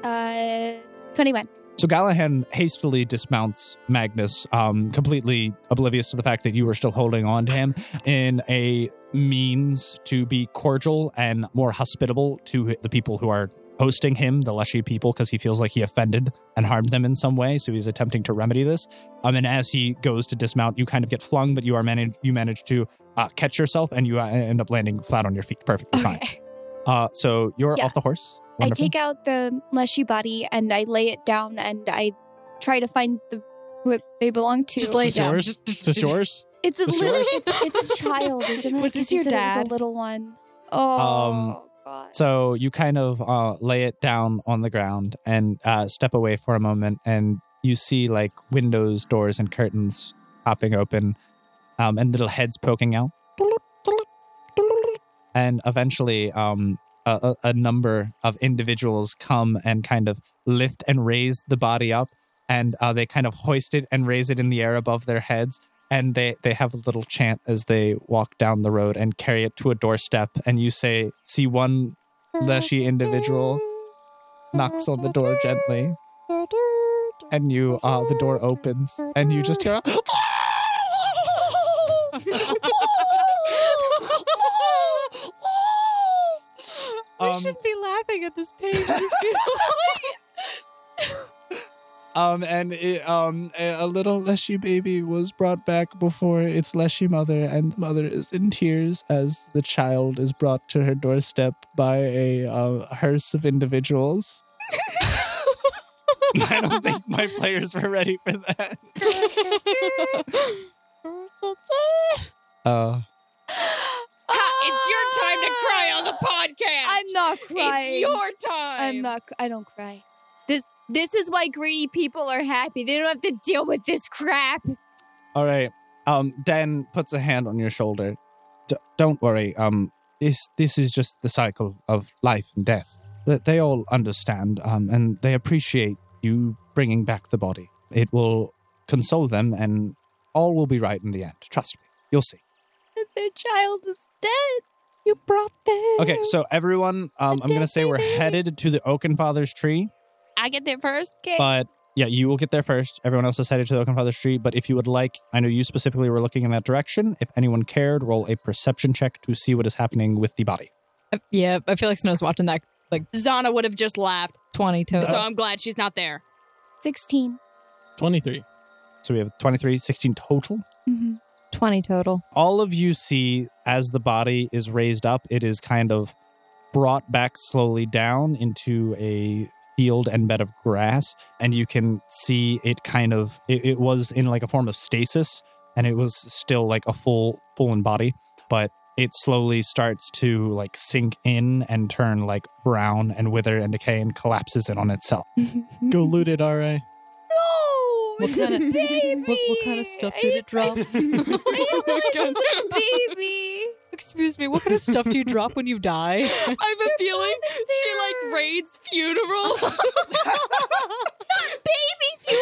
Uh, twenty-one.
So Galahan hastily dismounts Magnus, um, completely oblivious to the fact that you were still holding on to him, in a means to be cordial and more hospitable to the people who are hosting him, the Leshy people, because he feels like he offended and harmed them in some way. So he's attempting to remedy this. Um, and as he goes to dismount, you kind of get flung, but you are managed. You manage to uh, catch yourself, and you uh, end up landing flat on your feet, perfectly fine.
Okay.
Uh, so you're
Yeah.
off the horse.
I
Wonderful.
take out the fleshy body and I lay it down and I try to find the who it- they belong to.
Just lay it
The
down.
source? The source?
it's a
the
little.
source?
It's, it's a child, isn't it?
Was
'Cause
this
you
your
said it was
dad?
a little one. Oh
Um,
God.
So you kind of uh, lay it down on the ground and uh, step away for a moment, and you see like windows, doors, and curtains popping open, um, and little heads poking out. And eventually, um, a, a a number of individuals come and kind of lift and raise the body up, and uh, they kind of hoist it and raise it in the air above their heads. And they, they have a little chant as they walk down the road and carry it to a doorstep. And you say, See one leshy individual knocks on the door gently. And you, uh, the door opens, and you just hear, a-
we
um,
shouldn't be laughing at this page. It's beautiful.
um, and it, um, a a little leshy baby was brought back before its leshy mother, and the mother is in tears as the child is brought to her doorstep by a uh, hearse of individuals. I don't think my players were ready for that. Uh,
it's your time to
Ah,
cry on the podcast.
Ah! I'm not crying.
It's your time.
I'm not. I don't cry. This This is why greedy people are happy. They don't have to deal with this crap.
All right. Um, Dan puts a hand on your shoulder. D- don't worry. Um, this this is just the cycle of life and death. That they all understand. Um, and they appreciate you bringing back the body. It will console them, and all will be right in the end. Trust me. You'll see.
Their child is dead. You brought them.
Okay. So everyone, um, I'm gonna say we're headed to the Oakenfather's tree.
I get there first. Okay.
But yeah, you will get there first. Everyone else is headed to the Oakenfather Street. But if you would like, I know you specifically were looking in that direction. If anyone cared, roll a perception check to see what is happening with the body.
Yeah, I feel like Snow's watching that
Zana would have just laughed. So
20 to
Uh-huh.
I'm glad she's not there.
16.
23.
Mm-hmm.
So we have 23, 16 total.
20 total.
All of you see as the body is raised up, it is kind of brought back slowly down into a field and bed of grass. And you can see it kind of, it, it was in like a form of stasis and it was still like a full, full in body. But it slowly starts to like sink in and turn like brown and wither and decay and collapses in on itself.
Go loot it, RA.
No!
What
it's
kind
a
of-
baby!
drop?
Oh my God.
Baby.
Excuse me, what kind of stuff do you drop when you die?
I have a feeling she like raids funerals.
Baby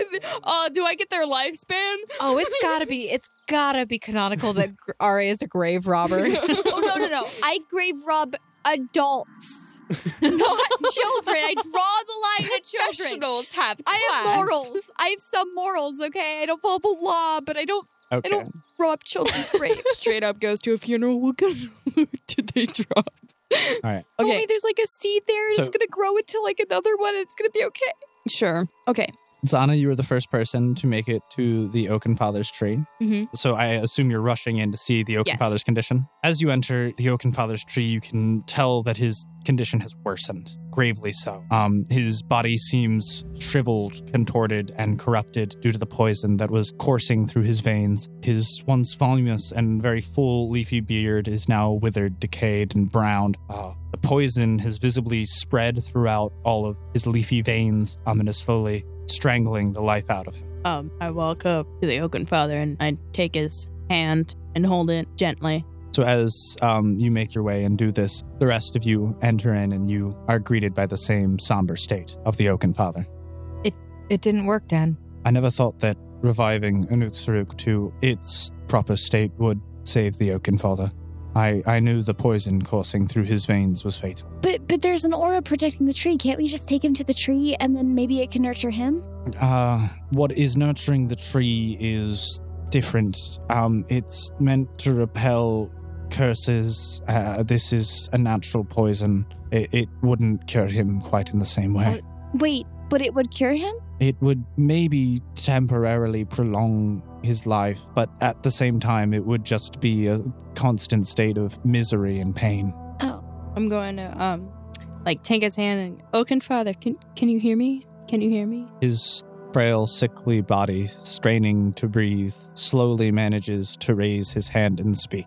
funerals.
uh, do I get their lifespan?
Oh, it's gotta be, it's gotta be canonical that Gr- Arya is a grave robber.
oh, no, no, no. I grave rob adults, not children. I draw the line at children.
Professionals have class.
I have morals. I have some morals, okay? I don't follow the law, but I don't
Okay.
don't- rob children's graves.
Straight up goes to a funeral. What kind of loot did they drop?
All right.
Okay.
Only there's like a seed there and it's
So-
going to grow into like another one and it's going to be okay.
Sure. Okay.
Zana, you were the first person to make it to the Oakenfather's tree.
Mhm.
So I assume you're rushing in to see the
Yes.
Oakenfather's condition. As you enter the Oakenfather's tree, you can tell that his condition has worsened, gravely so. Um, his body seems shriveled, contorted, and corrupted due to the poison that was coursing through his veins. His once voluminous and very full leafy beard is now withered, decayed, and browned. Uh, the poison has visibly spread throughout all of his leafy veins um, and is slowly strangling the life out of him.
Um, I walk up to the Oaken Father and I take his hand and hold it gently.
So, as um, you make your way and do this, the rest of you enter in and you are greeted by the same somber state of the Oaken Father.
it didn't work, Dan.
I never thought that reviving Unuxuruk to its proper state would save the Oaken Father. I, I knew the poison coursing through his veins was fatal.
But but there's an aura protecting the tree. Can't we just take him to the tree and then maybe it can nurture him?
Uh, what is nurturing the tree is different. Um, it's meant to repel curses. Uh, this is a natural poison. It, it wouldn't cure him quite in the same way.
Wait, but it would cure him?
It would maybe temporarily prolong his life, but at the same time, it would just be a constant state of misery and pain.
I'm going to um, like take his hand and Oaken Father, can can you hear me? Can you hear me?
His frail, sickly body, straining to breathe, slowly manages to raise his hand and speak.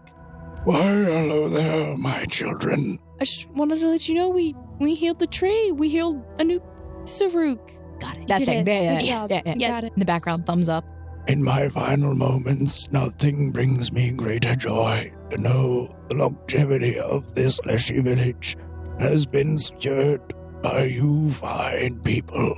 Why, hello there, my children.
I just wanted to let you know we we healed the tree. We healed a new Saruk. Got it.
That
Did it.
thing. Yeah, yeah,
Good
yeah,
job.
yeah, yeah.
Got it.
In the background, thumbs up.
In my final moments, nothing brings me greater joy to know the longevity of this fleshy village has been secured by you fine people.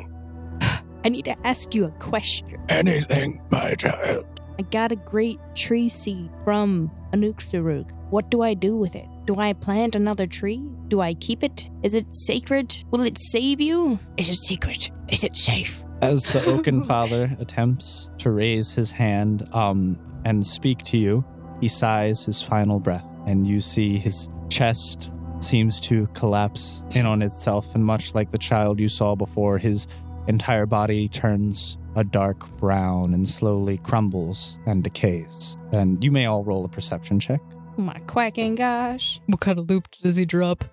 I need to ask you a question.
Anything, my child.
I got a great tree seed from Anuksarug. What do I do with it? Do I plant another tree? Do I keep it? Is it sacred? Will it save you? Is it secret? Is it safe?
As the Oaken Father attempts to raise his hand um, and speak to you, he sighs his final breath, and you see his chest seems to collapse in on itself. And much like the child you saw before, his entire body turns a dark brown and slowly crumbles and decays. And you may all roll a perception check.
Oh my quacking gosh.
What kind of loop does he drop?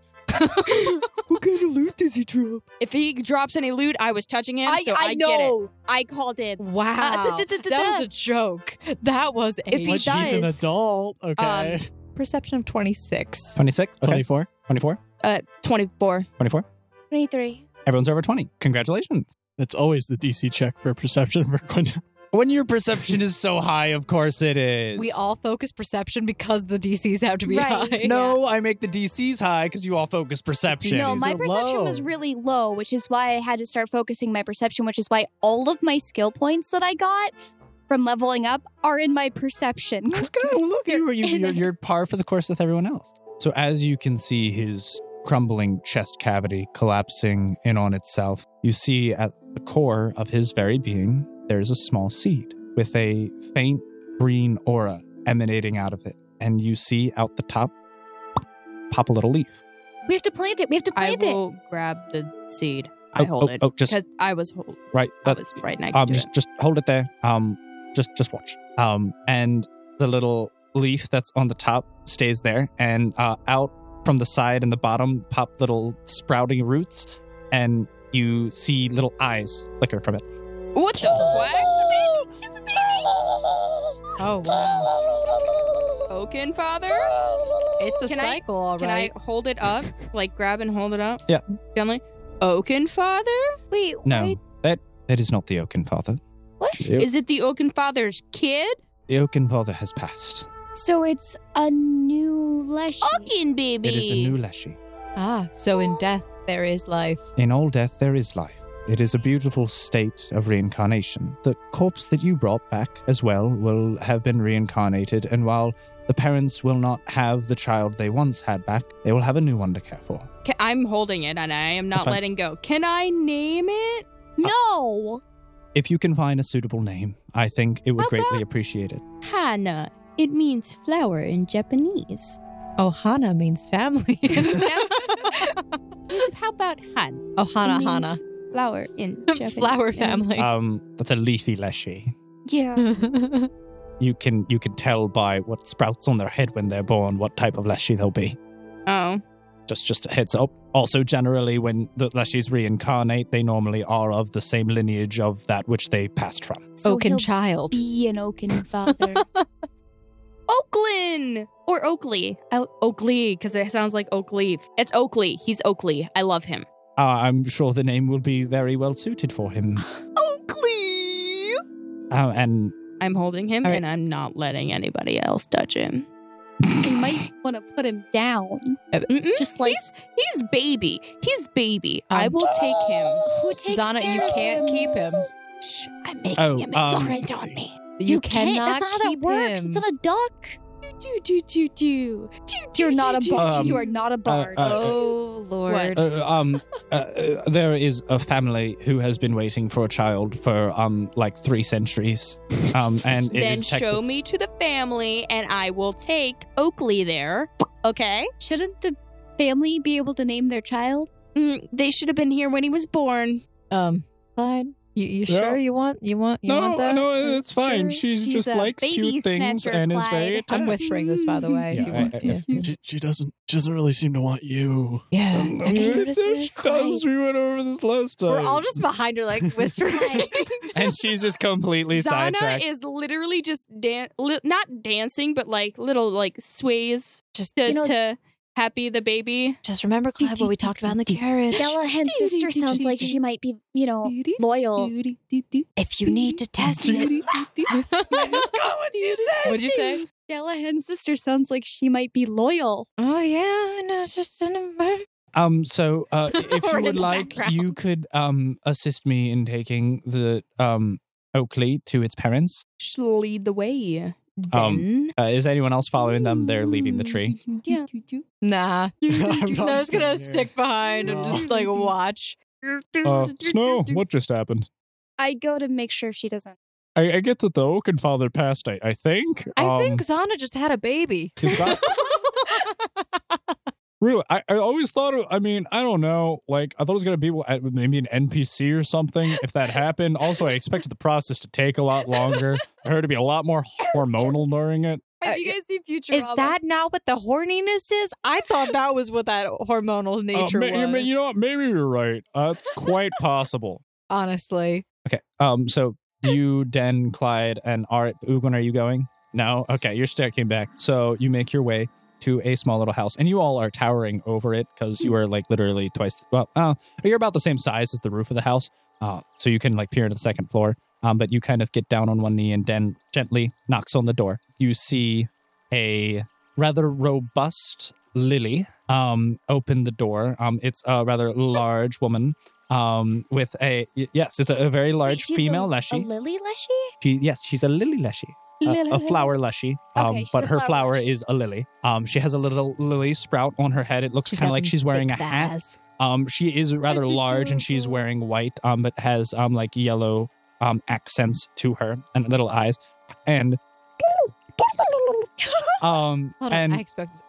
what kind of loot does he drop?
If he drops any loot, I was touching him,
I,
so
I,
I, get it.
know. I called Uh, it.
Wow. That was a joke. That was a
If he um,
But she's an
dies.
adult. Okay.
Perception of 26.
26? Okay.
24.
24?
Uh, 24.
24?
23.
Everyone's over 20. Congratulations.
That's always the DC check for perception for Quentin.
When your perception is so high, of course it is.
We all focus perception because the DCs have to be
Right.
high.
No, I make the DCs high because you all focus perception.
No, my
are
perception was
low.
really low, which is why I had to start focusing my perception, which is why all of my skill points that I got from leveling up are in my perception.
That's good. Well, look, you, you, you're, you're par for the course with everyone else. So, as you can see his crumbling chest cavity collapsing in on itself, you see at the core of his very being, there's a small seed with a faint green aura emanating out of it. And you see out the top pop a little leaf.
We have to plant it. We have to
I
plant it.
will grab the seed. I
Oh,
hold
oh,
it.
oh, just-
because I was hold,
Right.
I
That's
was right next
um
to
just
it.
just hold it there. Um just just watch. Um and the little leaf that's on the top stays there and uh out from the side and the bottom pop little sprouting roots and you see little eyes flicker from it.
What the what?
It's a baby.
Oh, wow.
Oaken father?
It's a
Can I-
cycle, all
Can
right.
I hold it up? Like grab and hold it up?
Yeah.
Gently. Oaken father?
Wait,
No.
wait.
That that is not the Oaken father.
What?
Yep.
Is it the Oaken father's kid?
The Oaken father has passed.
So it's a new Leshy.
Oaken baby.
It is a new Leshy.
ah, so in death there is life.
In all death there is life. It is a beautiful state of reincarnation. The corpse that you brought back as well will have been reincarnated, and while the parents will not have the child they once had back, they will have a new one to care for.
Ca- I'm holding it and I am
That's
not
fine.
letting go. Can I name it?
No.
If you can find a suitable name, I think it would
How
greatly
about-
appreciate it.
Hana. It means flower in Japanese.
Ohana means family.
Yes. How about Han?
Ohana
It
Hana.
means Flower in Japanese.
Flower
And
family.
Uh,
Um, that's a leafy leshy.
Yeah.
You can you can tell by what sprouts on their head when they're born what type of leshy they'll be.
Oh.
Just just a heads up. Also, generally, when the leshies reincarnate, they normally are of the same lineage of that which they passed from.
So
Oaken
he'll
Oh, child.
be an Oaken father.
Oakland or Oakley. I, Oakley, because it sounds like Oak Leaf. It's Oakley. He's Oakley. I love him.
Uh, I'm sure the name will be very well suited for him.
Oakley!
Uh, and
I'm holding him
All right.
and I'm not letting anybody else touch him.
you might want to put him down.
Uh, Mm-mm.
Just like
he's, he's baby. He's baby. I
Um,
will take him.
Who takes
Zana,
care
you
of
can't
him?
keep him.
Shh, I'm making
Oh,
him
um,
ignorant on me.
You,
can't.
cannot
That's not how that
keep
works.
him.
It's not a duck.
Do do do do.
you're not a bard.
Um,
you are not a bard.
uh,
Oh lord.
uh, um, uh, uh, there is a family who has been waiting for a child for um like three centuries. Um, and it is techni-
Then show me to the family and I will take Oakley there. Okay?
Shouldn't the family be able to name their child?
Mm, they should have been here when he was born.
Um, Clyde, you, you
Yeah.
sure you want you want you
no,
want that?
no, it's fine. She
Sure.
She's
just
a
likes
baby
cute things
snatcher,
and is very
Clyde.
attached.
I'm whispering this, by the way. If
Yeah,
you want,
I- I-
yeah.
She, she doesn't. She doesn't really seem to want you.
yeah.
Um,
Have you
it-
noticed
it
this?
does. We went over this last time.
We're all just behind her, like whispering.
and she's just completely
Zana
sidetracked.
is literally just dan- li- not dancing, but like little like sways
just,
just
just,
to happy the baby.
just remember, Clive, what we talked about in the carriage.
Delahan's sister sounds like she might be, you know, loyal.
If you need to test it,
What'd you say?
Gallahan's sister sounds like she might be loyal.
oh yeah, no, just
Um, so uh, if
We're
you
in
would
the
like,
background.
you could um assist me in taking the um Oakley to its parents.
Lead the way.
Um,
Then
Uh, is anyone else following them? They're leaving the tree.
Yeah.
nah.
I'm
Snow's
staying
gonna
here.
stick behind and
No.
just like watch.
Uh, Snow, what just happened?
I go to make sure she doesn't.
I, I get that the Oaken father passed. I, I think.
I
Um,
think Zana just had a baby.
it's not- really, I, I always thought. Of, I mean, I don't know. Like, I thought it was gonna be well, uh, maybe an NPC or something. If that happened, also, I expected the process to take a lot longer. I heard it be a lot more hormonal during it.
Have you
guys seen Future?
Is that not what the horniness is? I thought that was what that
Oh,
hormonal
Uh,
nature
ma- you,
was.
ma- you know what? Maybe you're right. Uh, it's quite possible.
Honestly,
Okay. Um. So you, Den, Clyde, and Art. Ugwen, are you going? No. Okay. You're sticking back. So you make your way to a small little house, and you all are towering over it because you are like literally twice. Well, uh, you're about the same size as the roof of the house, uh, so you can like peer into the second floor. Um, but you kind of get down on one knee and then gently knocks on the door. You see a rather robust Lily um, open the door. Um, it's a rather large woman um, with a y- yes, it's a, a very large
she's
female
a,
leshy.
A lily leshy?
She yes, she's a lily leshy. A,
Lily
a
leshy.
flower leshy, um,
Okay, she's
but
a
her
flower
flower is a lily. Um, she has a little lily sprout on her head. It looks kind of
got
like she's wearing a
thick
hat.
thighs.
Um, she is rather large and she's wearing white, um, but has um like yellow um accents to her and little eyes, and um
Hold on,
and
I expect.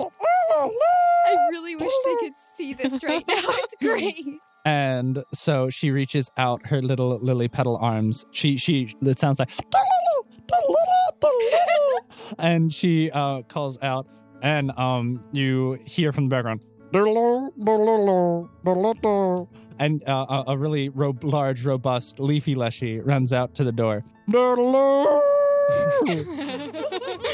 I really wish they could see this right now. It's great.
and so she reaches out her little lily petal arms. She she it sounds like and she uh, calls out, and um, you hear from the background, and uh, a, a really ro- large, robust leafy leshy runs out to the door,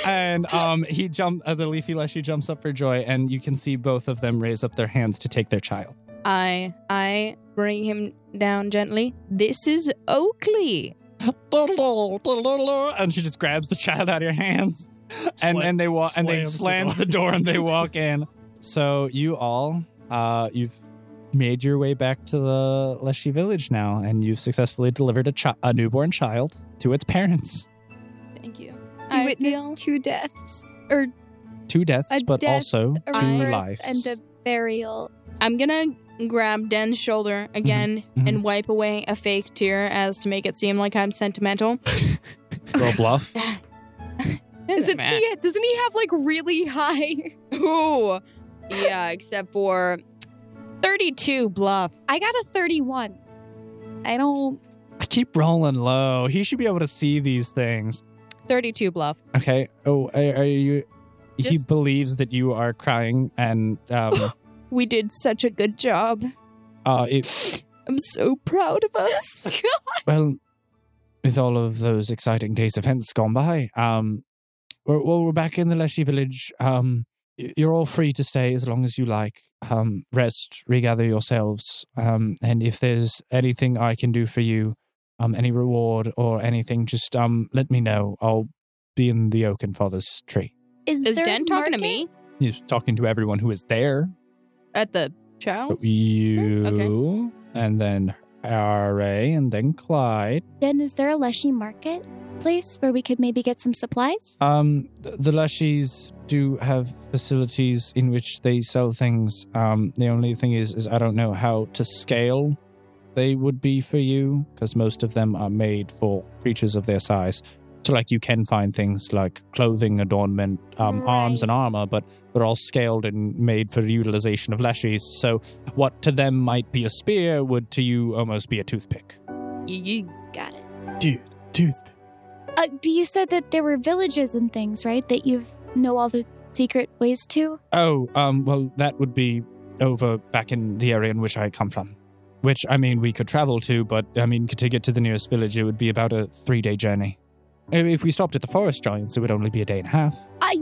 and um, he jump. Uh, the leafy leshy jumps up for joy, and you can see both of them raise up their hands to take their child.
I I bring him down gently. This is Oakley.
And she just grabs the child out of your hands, and then they walk, and they slams the door, and they walk in. So you all, uh, you've made your way back to the Leshy village now, and you've successfully delivered a, chi- a newborn child to its parents.
Thank you.
I witnessed two deaths or
Two deaths,
a
but
death,
also
a
two
rebirth,
lives.
and a burial.
I'm gonna grab Den's shoulder again
mhm.
and wipe away a fake tear as to make it seem like I'm sentimental.
Roll bluff.
Is it he, doesn't he have like really high?
Ooh. Yeah, except for 32 bluff.
I got a 31. I don't
I keep rolling low. He should be able to see these things.
32 bluff.
Okay. Oh, are, are you? he
Just-
believes that you are crying, and um,
We did such a good job.
uh, it,
I'm so proud of us.
well, with all of those exciting days events gone by, um, we're, well, we're back in the Leshy village. Um, y- you're all free to stay as long as you like. Um, rest, regather yourselves, um, and if there's anything I can do for you, um, any reward or anything, just um, let me know. I'll be in the Oakenfather's tree.
Is,
Is
there
Dan talking to
market?
me?
He's talking to everyone who is there.
At the child?
You and then RA and then Clyde.
Dan, is there a Leshy market place where we could maybe get some supplies?
Uh,
Um, th- the Lushies do have facilities in which they sell things. Um, the only thing is, is I don't know how to scale they would be for you because most of them are made for creatures of their size. So, like, you can find things like clothing, adornment, um, arms, and armor, but they're all scaled and made for utilization of Lushies. So, what to them might be a spear would to you almost be a toothpick.
You
Got it.
dude, dude.
Uh, but you said that there were villages and things, right? That you know all the secret ways to?
Oh, um, well, that would be over back in the area in which I come from. Which, I mean, we could travel to, but, I mean, to get to the nearest village, it would be about a three day journey. If if we stopped at the Forest Giants, it would only be a day and a half.
I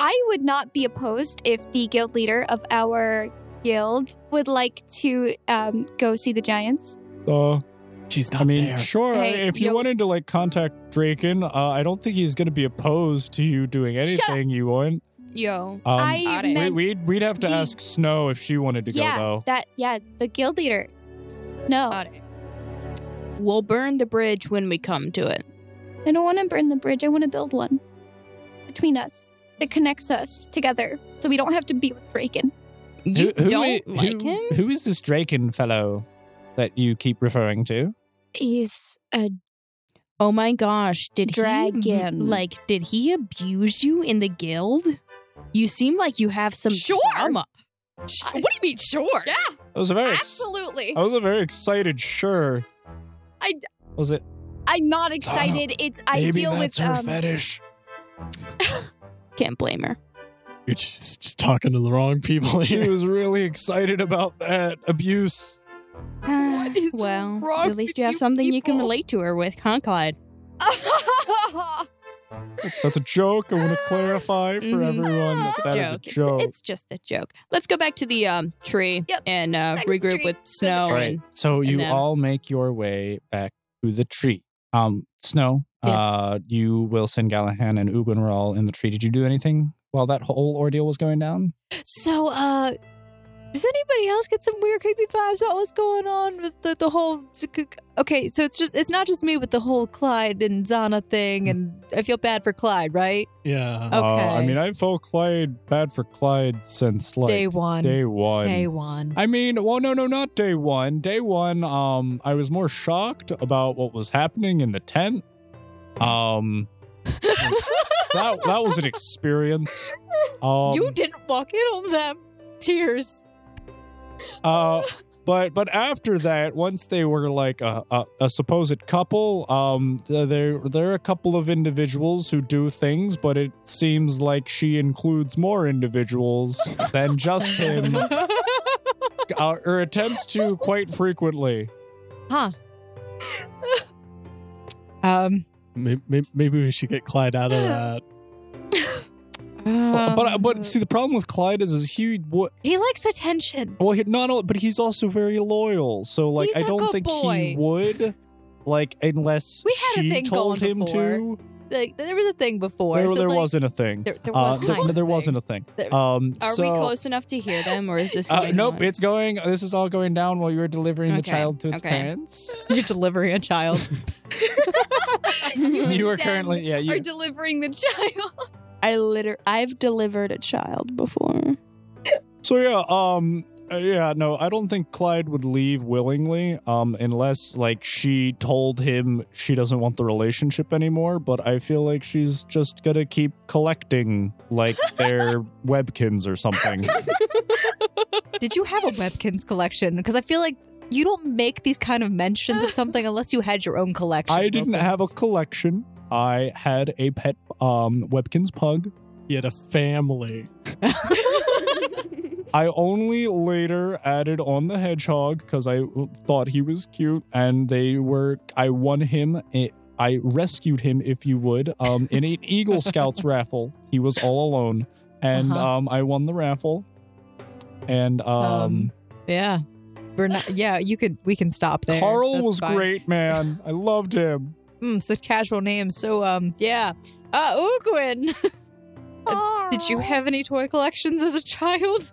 I would not be opposed if the guild leader of our guild would like to um, go see the giants.
Uh,
She's not
I mean,
there.
sure.
Hey,
if you
yo-
wanted to like contact Draken, uh, I don't think he's going to be opposed to you doing anything you want.
Yo.
Um,
I
got it.
we,
meant
we'd we'd have to
the-
ask Snow if she wanted to
yeah,
go
that yeah, the guild leader. No,
Got it. We'll burn the bridge when we come to it.
I don't want to burn the bridge. I want to build one between us that connects us together, so we don't have to be with Draken.
You
Who- who
don't
i-
like
who-
him?
Who is this Draken fellow that you keep referring to?
He's a
Oh my gosh, did he
dragon.
m- like did he abuse you in the guild? You seem like you have some
Sure.
trauma. Sh- what do you mean sure?
Yeah,
though. That was a very ex-
absolutely.
Oh.
I was a very excited. Sure.
I d-
was it.
I'm not excited. It's I
Maybe
deal
that's
with
her
um,
fetish.
Can't blame her.
You're just, just talking to the wrong people
She
here.
was really excited about that abuse.
What is
well,
wrong
at least
with
you have
you
something you can
people?
relate to her with, huh, Clyde?
That's a joke. I want to clarify for
Mhm.
everyone that that is a joke.
It's, it's just a joke. Let's go back to the um, tree
Yep.
and uh,
Back to the
regroup
tree.
with Snow.
All right.
And
So you
then-
all make your way back to the tree. Um, Snow,
Yes.
uh, you, Wilson, Gallahan, and Ugin were all in the tree. Did you do anything while that whole ordeal was going down?
So, uh, does anybody else get some weird, creepy vibes about what's going on with the, the whole? Okay, so it's just it's not just me with the whole Clyde and Zana thing, and I feel bad for Clyde, right?
Yeah.
Okay.
Uh, I mean, I felt Clyde bad for Clyde since like
day one.
Day one.
Day one.
I mean, well, no, no, not day one. Day one, um, I was more shocked about what was happening in the tent. Um, that that was an experience. Um,
you didn't walk in on them. Tears.
uh, but but after that, once they were like a, a, a supposed couple, um, there there are a couple of individuals who do things, but it seems like she includes more individuals than just him, uh, or attempts to quite frequently.
Um.
Maybe, maybe we should get Clyde out of that.
Well, but
um,
but see, the problem with Clyde is is he what.
he likes attention.
Well, he, not only, but he's also very loyal. So, like,
He's
I
a
don't
good
think
boy.
he would, like, unless
We had a
she
thing
told
going
him
before.
to.
Like there was a thing before.
There,
so,
there
like,
wasn't a thing.
There, there
Uh,
was
th-
kind
no,
of
there
thing.
wasn't a thing.
There-
Um,
Are
so-
we close enough to hear them, or is this?
Uh,
going
nope,
on?
it's going. This is all going down while you're delivering the
Okay,
child to its
okay.
parents.
You're delivering a child.
You are currently, yeah, you,
are delivering the child.
I liter I've delivered a child before.
So yeah, um uh, yeah, no, I don't think Clyde would leave willingly um unless like she told him she doesn't want the relationship anymore, but I feel like she's just going to keep collecting like their webkins or something.
Did you have a Webkins collection? Because I feel like you don't make these kind of mentions of something unless you had your own collection.
I didn't
Wilson.
have a collection. I had a pet um webkins pug.
He had a family.
I only later added on the hedgehog because I thought he was cute, and they were. I won him. I I rescued him, if you would, um, in an Eagle Scouts raffle. He was all alone, and
Uh-huh.
um, I won the raffle. And um,
Um, Yeah, we're not. Yeah, you could. We can stop there.
Carl
That's
was
fine.
great, man. I loved him.
Mm, such casual names. So, um, yeah. Uh, Uguin, did you have any toy collections as a child?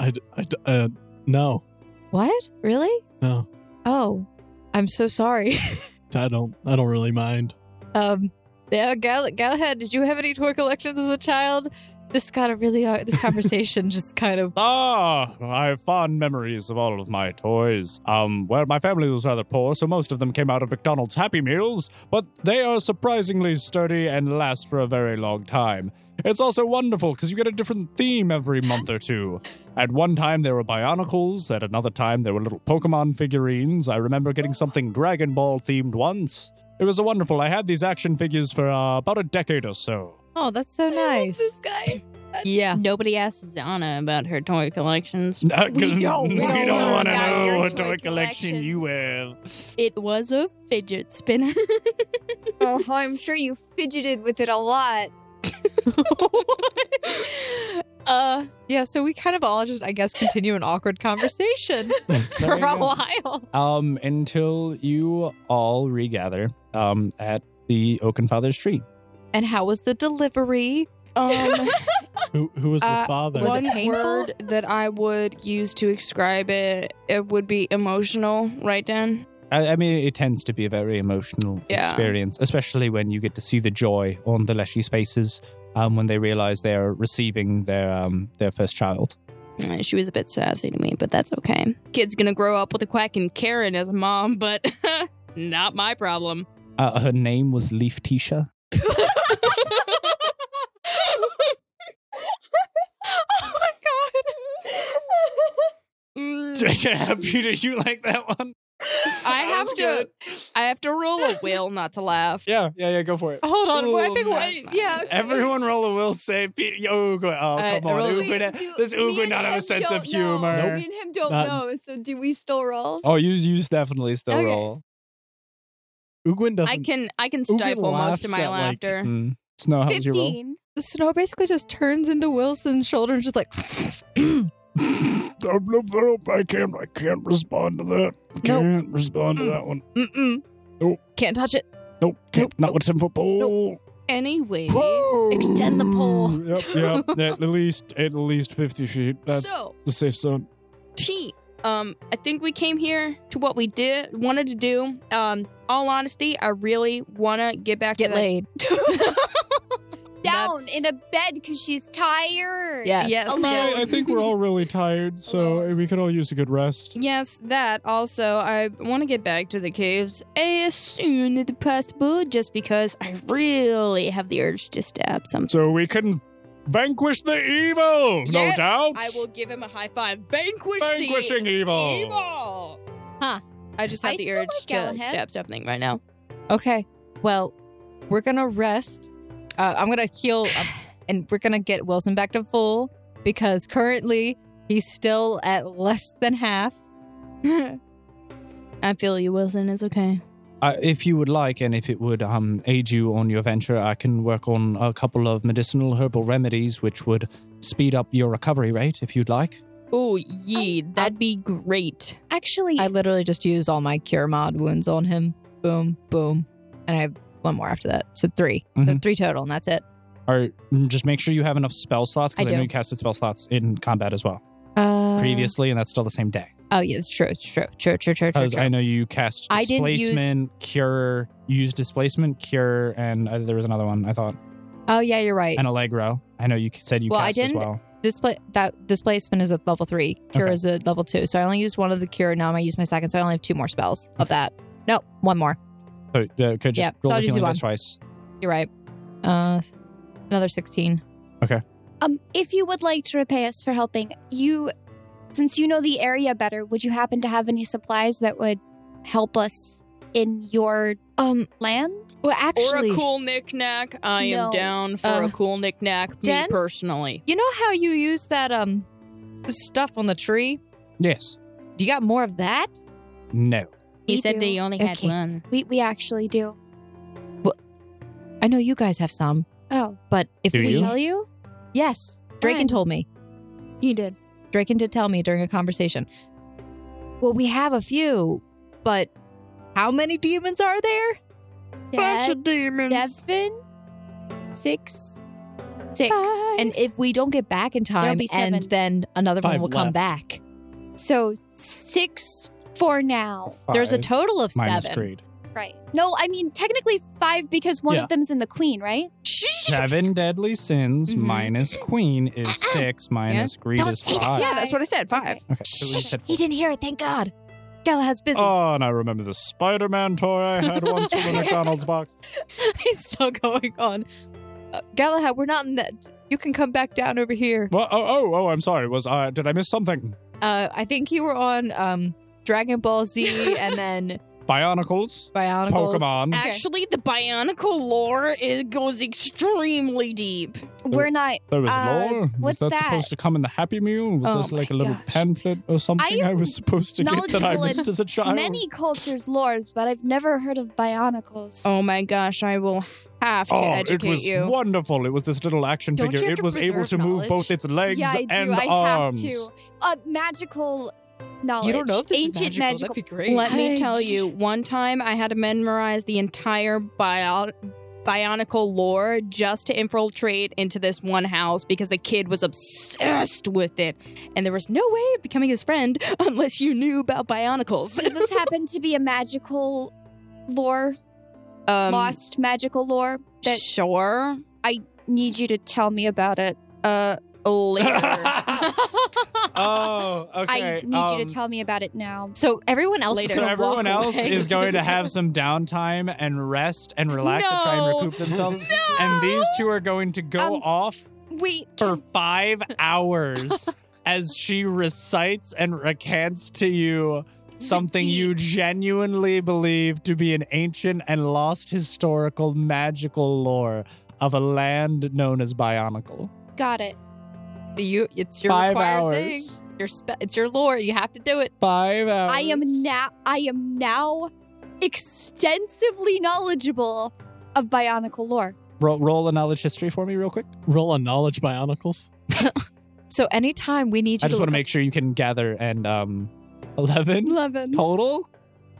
I, d- I d- uh, no,
What? Really?
no.
Oh, I'm so sorry.
I don't. I don't really mind.
Um, yeah, Gal- Galahad, did you have any toy collections as a child? This got a really. Uh, this conversation just kind of.
Ah, I have fond memories of all of my toys. Um, well, my family was rather poor, so most of them came out of McDonald's Happy Meals, but they are surprisingly sturdy and last for a very long time. It's also wonderful because you get a different theme every month or two. At one time, there were Bionicles, at another time, there were little Pokemon figurines. I remember getting something Dragon Ball themed once. It was a wonderful. I had these action figures for uh, about a decade or so.
Oh, that's so nice.
This guy.
Yeah.
Nobody asks Zana about her toy collections.
We
don't- we don't
know
wanna
about your
what
toy collection.
you have.
It was a fidget spinner.
Oh, I'm sure you fidgeted with it a lot.
uh yeah so we kind of all just i guess continue an awkward conversation for
There
a
you go.
while
Um, until you all regather um, at the Oakenfather's tree.
and how was the delivery
Um,
Who who was the
Uh,
father?
was it
one
painful?
word that I would use to describe it it would be emotional, right, Dan?
I, I mean, it tends to be a very emotional
Yeah.
experience, especially when you get to see the joy on the Leshy's faces um, when they realize they're receiving their um, their first child.
Uh, She was a bit sassy to me, but that's okay. Kid's gonna grow up with a quacking Karen as a mom, but not my problem.
Uh, her name was Leaf Tisha.
oh my
Mm,
yeah, Peter, you like that one?
I have to. I have to roll a will not to laugh.
Yeah, yeah, yeah. Go for it.
god hold on
Ooh,
i think
no,
wait,
it's
yeah
fine.
Everyone roll a will save. Peter, yo, Ugo. Oh,
Uh,
come on.
roll-
Ugo, na- does Ugo not have a sense of humor?
Know. Me and him don't
Not-
know. Oh, So do we still roll?
Oh, you you definitely still
Okay.
roll.
Uguin doesn't.
I can. I can
Ugin
stifle most of
laughs
my
at, like,
laughter.
Mm.
Snow, how was your roll?
The snow basically just turns into Wilson's shoulder and just like,
I can't, I can't respond to that. Can't respond to that one.
mm-mm.
Nope.
Can't touch it.
Nope, can't, not with 10 foot pole.
Anyway,
Extend
the pole.
Yep, yep. At least, at least fifty feet. That's
so
the safe zone.
T. Um, I think we came here to what we did wanted to do. Um, all honesty, I really wanna get back
Get
to
laid.
that.
down
That's-
in a bed because she's tired.
Yes.
Yes.
I, mean, I think we're all really tired, so we could all use a good rest.
Yes, that also. I want to get back to the caves as soon as possible, just because I really have the urge to stab some.
So we can vanquish the evil,
Yes,
no doubt.
I will give him a high five. Vanquish the
Vanquishing evil.
evil. Huh. I just have
I
the
still
urge
like
to
Galahad.
stab something right now.
Okay. Well, we're gonna rest. Uh, I'm gonna heal up, and we're gonna get Wilson back to full because currently he's still at less than half.
I feel you, Wilson. It's okay.
Uh, if you would like, and if it would um, aid you on your venture, I can work on a couple of medicinal herbal remedies which would speed up your recovery rate if you'd like.
Oh, ye, that'd be great.
Actually,
I literally just used all my cure mod wounds on him. Boom, boom, and I have one more after that, so 3 So
Mhm.
three total, and that's it.
Or mm, just make sure you have enough spell slots
I
because I,
do.
know you casted spell slots in combat as well
Uh,
previously, and that's still the same day.
Oh yeah, it's true. It's true. True. True. True. True.
Because
true.
I know you cast
I didn't use-
displacement, cure, use displacement, cure, and uh, there was another one I thought,
Oh yeah, you're right.
and Allegro. I know you c- said you
Well, I
cast as
didn't-
well.
display that displacement is at level three. Cure
Okay.
is at level two. So I only used one of the cure. Now I'm gonna use my second. So I only have two more spells of that. No, one more.
So uh, could just
Yeah, so
roll
I'll
the
just do
healing
one.
dice twice.
You're right. Uh, another sixteen.
Um, if you would like to repay us for helping, you, since you know the area better, would you happen to have any supplies that would help us in your
Um.
land?
Well,
Or
actually,
a cool knickknack. I am
No.
down for
Uh,
a cool knickknack. Me
Den?
personally.
you know how you use that um stuff on the tree.
Yes.
Do you got more of that?
No.
He We said do. they
only
had Okay.
one.
We we actually do.
I know you guys have some,
Oh,
but if
Do
we
you?
tell you?
yes, Draken
When?
told me.
You did.
Draken did tell me during a conversation. Well, we have a few, but how many demons are there? Uh,
Dad,
demons.
seven, six, six.
Five.
And if we don't get back in time,
be seven.
and then another one
Five
will come
left.
back.
So six
for now.
There's a
Five
total of
minus
seven.
greed.
right. No, I mean technically five because one
Yeah.
of them's in the queen, right?
Seven deadly sins
Mhm.
minus queen is six, minus greed
Mm-hmm. Uh-uh. Don't
is
say that.
five.
Yeah, that's what I said. Five.
Okay, so we said
He didn't hear it. Thank God. Galahad's busy.
Oh, and I remember the Spider-Man toy I had once from the McDonald's box.
He's still going on. Uh, Galahad, we're not in that. You can come back down over here.
Well, oh, oh, oh, I'm sorry. Was I? Did I miss something?
Uh, I think you were on um, Dragon Ball Z and then
Bionicles,
Bionicles.
Pokemon.
Actually, the Bionicle lore it goes extremely deep.
We're not.
There was
Uh,
lore. Was
what's
that,
that?
supposed to come in the Happy Meal? Was
Oh
this like a
my
little
gosh.
pamphlet or something I,
am
was supposed to get that I
knowledgeable in
missed as a child?
Many cultures, lords, but I've never heard of bionicles.
Oh my gosh, I will have to
Oh, it
educate
was
you.
wonderful. It was this little action
Don't you
figure.
have
It
to
was able
preserve
to
knowledge?
move both its legs
yeah, I do.
and
I
arms.
have to. Uh, magical knowledge.
You don't know if this
ancient
is magical. That'd be great.
Let me
Hey.
tell you, one time I had to memorize the entire bio- Bionicle lore just to infiltrate into this one house because the kid was obsessed with it. And there was no way of becoming his friend unless you knew about Bionicles.
Does this happen to be a magical lore,
Um,
lost magical lore? That
sure.
need you to tell me about it.
Uh, later.
Oh, okay.
I need you to
um,
tell me about it now.
So everyone else
Later.
is
So
gonna
everyone
walk
else
away.
is going to have some downtime and rest and relax and try
No.
and recoup themselves. And these two are going to go
Um,
off
Wait,
for five hours as she recites and recants to you something you genuinely believe to be an ancient and lost historical magical lore of a land known as Bionicle.
got it.
you. It's your
five
required
hours.
thing. Your spe- it's your lore. You have to do it.
Five hours.
I am now. I am now extensively knowledgeable of bionicle lore.
Roll, roll a knowledge history for me, real quick.
Roll a knowledge bionicles.
So anytime we need you
I just
to
want to
look
make sure you can gather and um, eleven
11.
total.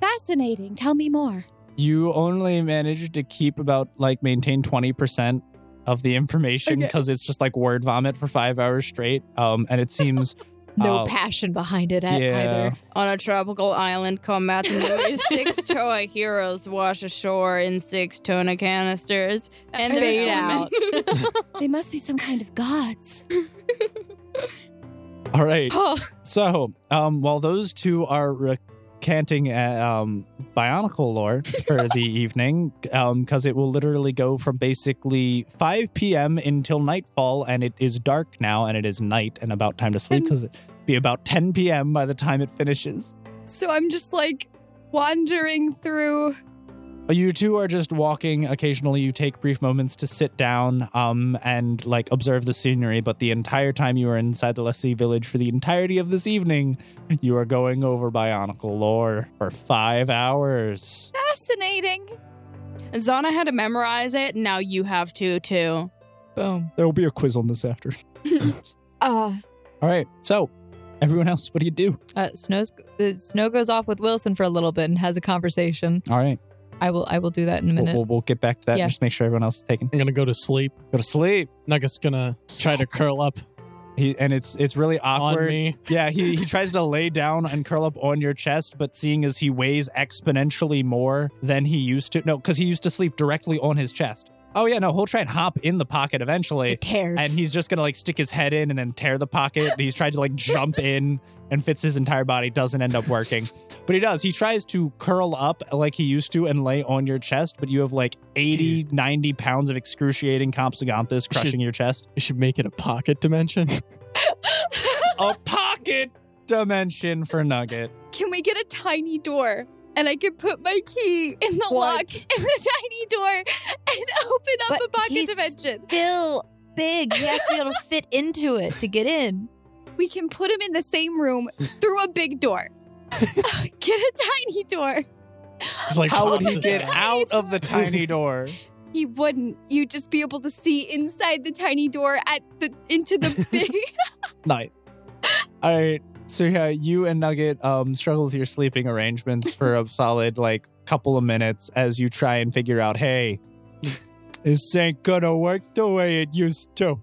Fascinating. Tell me more.
You only managed to keep about like maintain twenty percent of the information
Okay.
because it's just like word vomit for five hours straight. Um, and it seems
no
uh,
passion behind it at
yeah.
either.
On a tropical island come mountain six toy heroes wash ashore in six tuna canisters and
Fade
they're
out.
They must be some kind of gods.
All right.
Oh,
So, um, while those two are recanting uh, um, Bionicle lore for the evening, because it will literally go from basically 5 p.m. until nightfall, and it is dark now, and it is night, and about time to sleep, because it be about 10 p.m. by the time it finishes.
So I'm just like wandering through.
You two are just walking. Occasionally, you take brief moments to sit down um, and like observe the scenery. But the entire time you are inside the Lessie village for the entirety of this evening, you are going over Bionicle lore for five hours.
Fascinating.
Zana had to memorize it. Now you have to too.
boom.
There will be a quiz on this after.
Uh,
All right. So, everyone else, what do you do?
Uh, Snow's, the snow goes off with Wilson for a little bit and has a conversation.
All right.
I will I will do that in a
We'll,
minute.
we'll, we'll get back to that.
Yeah.
and Just make sure everyone else is taken.
I'm gonna go to sleep.
Go to sleep.
Nugget's gonna try to curl up
He, and it's it's really
on
awkward.
me.
Yeah, he, he tries to lay down and curl up on your chest, but seeing as he weighs exponentially more than he used to, no, because he used to sleep directly on his chest. Oh, yeah, no, he'll try and hop in the pocket eventually.
It tears.
And he's just gonna like stick his head in and then tear the pocket. he's tried to like jump in and fits his entire body, doesn't end up working. But he does. He tries to curl up like he used to and lay on your chest, but you have like 80, 90 pounds of excruciating compsoganthus crushing your chest.
You should make it a pocket dimension.
A pocket dimension for Nugget.
can we get a tiny door? And I can put my key in the lock in the tiny door and open up
But
a pocket
he's-
dimension.
Still big. He has to be able to fit into it to get in.
We can put him in the same room through a big door. get a tiny door.
It's like
How would
pops
he
it
get
out.
out of the tiny door?
He wouldn't. You'd just be able to see inside the tiny door at the into the big.
Night. All right. So yeah, you and Nugget um, struggle with your sleeping arrangements for a solid like couple of minutes as you try and figure out, hey, this ain't gonna work the way it used to.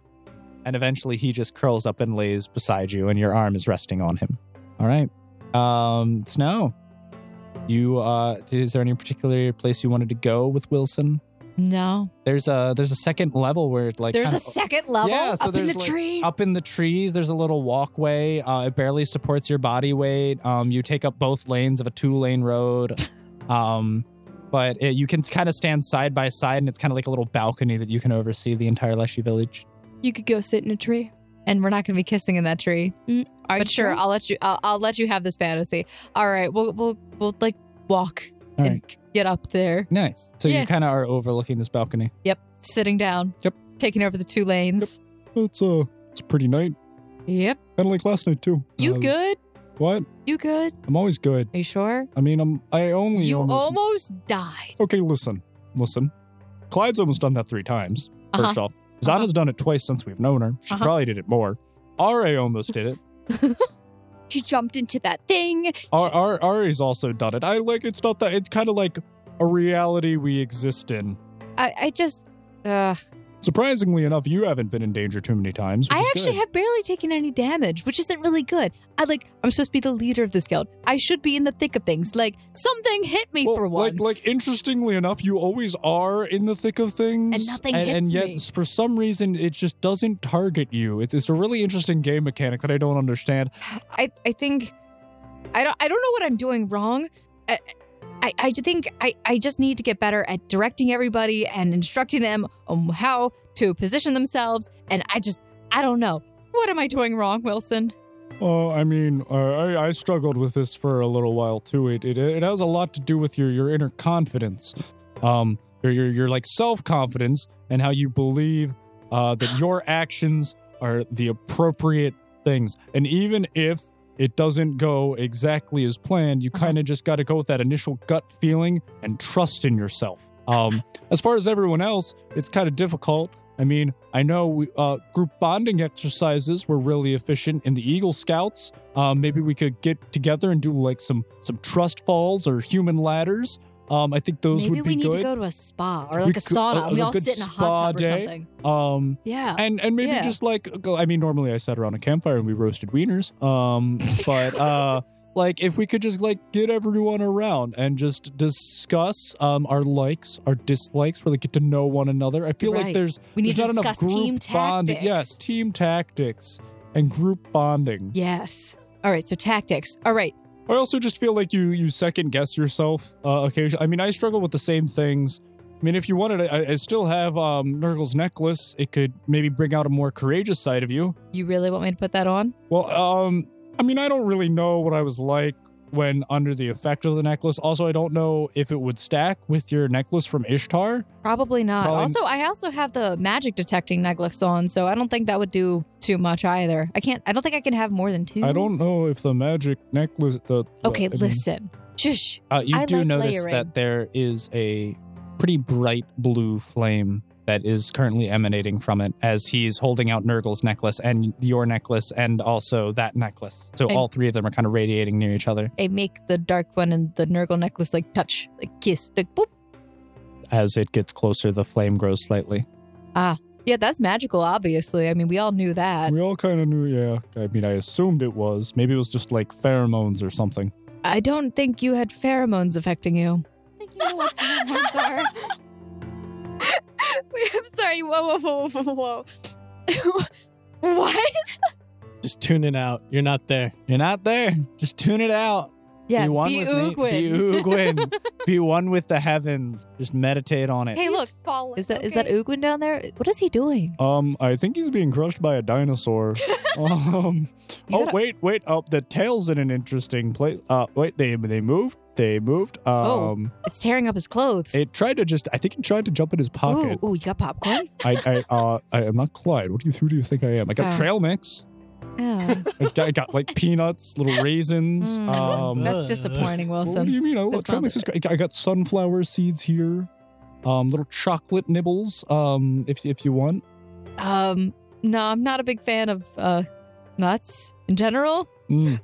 And eventually, he just curls up and lays beside you, and your arm is resting on him. All right. Um, Snow, you uh, is there any particular place you wanted to go with Wilson?
No.
There's a there's a second level where it like
There's a
kinda-
second level
Yeah, so
up in
there's
the
like-
tree.
up in the trees there's a little walkway uh, it barely supports your body weight um, you take up both lanes of a two lane road um, but it, you can kind of stand side by side and it's kind of like a little balcony that you can oversee the entire leshy village
You could go sit in a tree.
and we're not going to be kissing in that tree.
Are
but
you
sure, I'll let Mm, you. I'll, I'll let you have this fantasy. All right, we'll we'll we'll like walk
All
and get up there.
nice so
Yeah.
you kind of are overlooking this balcony
Yep, sitting down.
Yep.
taking over the two lanes.
It's a, it's a pretty night.
Yep,
Kind of like last night, too.
you
Uh,
good?
What?
You good?
I'm always good.
Are you sure?
I mean, I'm, I only
you
almost.
almost died.
okay, listen. Listen. Clyde's almost done that three times, 1st
Uh-huh.
off. Zana's done it twice since we've known her. She
Uh-huh.
probably did it more. Ari almost did it.
she jumped into that thing.
Ar- Ar- Ari's also done it. I like it's not that it's kind of like a reality we exist in.
I I just. Uh,
Surprisingly enough, you haven't been in danger too many times. Which
I
is
actually
good.
have barely taken any damage, which isn't really good. I like. I'm supposed to be the leader of this guild. I should be in the thick of things. Like something hit me
Well,
for once.
Like, like, interestingly enough, you always are in the thick of things,
And nothing
and,
hits
and yet
me.
s- for some reason it just doesn't target you. It's, it's a really interesting game mechanic that I don't understand.
I I think I don't I don't know what I'm doing wrong. I I, I think I, I just need to get better at directing everybody and instructing them on how to position themselves. And I just I don't know what am I doing wrong, Wilson?
Oh, I mean, uh, I, I struggled with this for a little while too. It it, it has a lot to do with your your inner confidence, um, your your, your like self confidence and how you believe uh, that your actions are the appropriate things, and even if it doesn't go exactly as planned, you
Uh-huh.
kind of just got to go with that initial gut feeling and trust in yourself.
Um, as far as everyone else, it's kind of difficult. I mean, I know we, uh, group bonding exercises were really efficient in the Eagle Scouts. Um, maybe we could get together and do like some some trust falls or human ladders. Um, I think those
Maybe
would be
we need
good.
to go to a spa or
We
like a
could- uh,
sauna.
a-
we
a
all
good
sit in a hot
spa
tub or
day.
something.
Um,
Yeah.
and and maybe
Yeah.
just like go. I mean, normally I sat around a campfire and we roasted wieners. Um, but uh, like if we could just like get everyone around and just discuss um our likes, our dislikes, really get to know one another. I feel like
Right.
there's
We need
there's
to
not
discuss
enough group
team
bonding. Yes,
tactics.
team tactics and group bonding.
Yes. All right. So tactics. All right.
I also just feel like you you second guess yourself uh, occasionally. I mean, I struggle with the same things. I mean, if you wanted, I, I still have um, Nurgle's necklace. It could maybe bring out a more courageous side of you.
You really want me to put that on?
Well, um, I mean, I don't really know what I was like when under the effect of the necklace. Also, I don't know if it would stack with your necklace from Ishtar.
Probably not.
Probably-
uh, Also, I also have the magic detecting necklace on, so I don't think that would do too much either. I can't. I don't think I can have more than two.
I don't know if the magic necklace. The, the-
Mm-hmm. Okay,
I mean-
listen. Shush.
Uh, you
I
do
like
notice
layering.
that there is a pretty bright blue flame that is currently emanating from it as he's holding out Nurgle's necklace and your necklace and also that necklace. So
And-
all three of them are kind of radiating near each other
I make the dark one and the Nurgle necklace like touch, like kiss, like boop.
as it gets closer. The flame grows slightly.
Ah, yeah, that's magical. Obviously, I mean, we all knew that.
We all kind of knew, yeah. I mean, I assumed it was. Maybe it was just like pheromones or something.
I don't think you had pheromones affecting you.
You know what the ones are. Wait, I'm sorry. Whoa, whoa, whoa, whoa, whoa. what?
Just tune it out. You're not there.
You're not there. Just tune it out.
Yeah,
be one
be
with na- Be
Oogwin.
Oogwin. be one with the heavens. Just meditate on it.
Hey, look, is that is that Ugwin down there? What is he doing?
Um, I think he's being crushed by a dinosaur. um,
You
oh
gotta-
wait, wait. Oh, the tail's in an interesting place. Uh, wait, they they moved. They moved. Um,
Oh. It's tearing up his clothes.
it tried to just. I think it tried to jump in his
ooh,
pocket.
ooh, you got popcorn?
I, I, uh, I am not Clyde. What do you who do you think I am? I got
Oh.
trail mix.
Oh,
I, got- I got like peanuts, little raisins.
Mm,
um,
that's disappointing,
well, what
Wilson.
do you mean? I
That's
trail
not
mix. Is, I got sunflower seeds here. Um, little chocolate nibbles. Um, if if you want.
Um, no, I'm not a big fan of uh nuts in general.
Mm.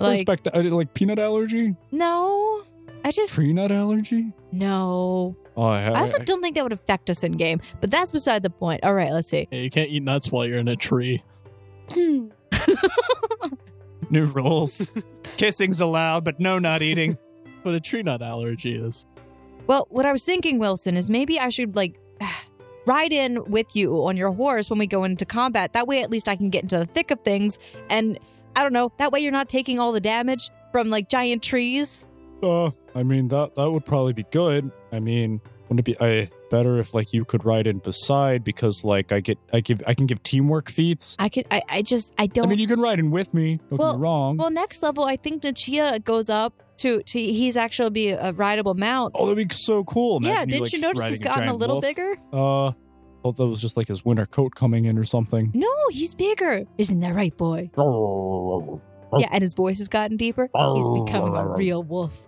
Like,
Respect that. Like peanut allergy,
no, I just
tree nut allergy.
no.
Oh, I,
I also don't think that would affect us in game, but that's beside the point. All right, let's see.
Yeah, you can't eat nuts while you're in a tree.
New rules. Kissing's allowed, but no not eating.
But a tree nut allergy is.
Well, what I was thinking, Wilson, is maybe I should like ride in with you on your horse when we go into combat. That way, at least I can get into the thick of things, and I don't know. That way, you're not taking all the damage from like giant trees.
Uh, I mean that that would probably be good. I mean, wouldn't it be I, better if like you could ride in beside because like I get I give I can give teamwork feats.
I could. I, I just. I
I
don't.
mean, you can ride in with me. Don't get
Well-
me wrong.
Well, next level, I think Nachia goes up to to he's actually be a rideable mount.
oh, that'd be so cool. Imagine
yeah, didn't
like,
you
just
notice he's
riding
gotten a
giant
little
wolf.
bigger?
Uh, thought that was just like his winter coat coming in or something.
No, he's bigger. Isn't that right, boy? Yeah, and his voice has gotten deeper. He's becoming a real wolf.